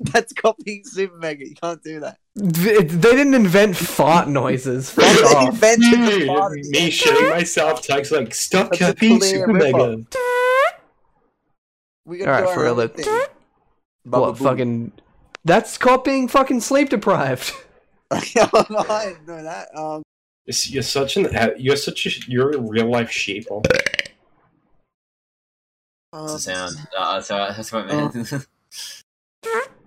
Speaker 6: That's copying Super Mega. You can't do that.
Speaker 3: Th- They didn't invent fart noises. Fuck (laughs)
Speaker 6: They
Speaker 3: off.
Speaker 6: invented the
Speaker 1: Dude,
Speaker 6: fart.
Speaker 1: me shitting myself. Text like, stop
Speaker 6: That's a
Speaker 1: copying
Speaker 6: clear
Speaker 1: Super
Speaker 6: rip-off.
Speaker 1: Mega.
Speaker 6: We
Speaker 3: All
Speaker 6: gotta
Speaker 3: right,
Speaker 6: do our
Speaker 3: for real.
Speaker 6: own
Speaker 3: though.
Speaker 6: thing. (laughs) Baba
Speaker 3: What
Speaker 6: boo.
Speaker 3: fucking? That's copying fucking sleep deprived.
Speaker 6: no, I didn't know that. Um,
Speaker 1: You're you're such an you're such a, you're a real life sheeple.
Speaker 2: What's the
Speaker 6: um,
Speaker 2: uh, (laughs) sound? Uh, so that's what I meant.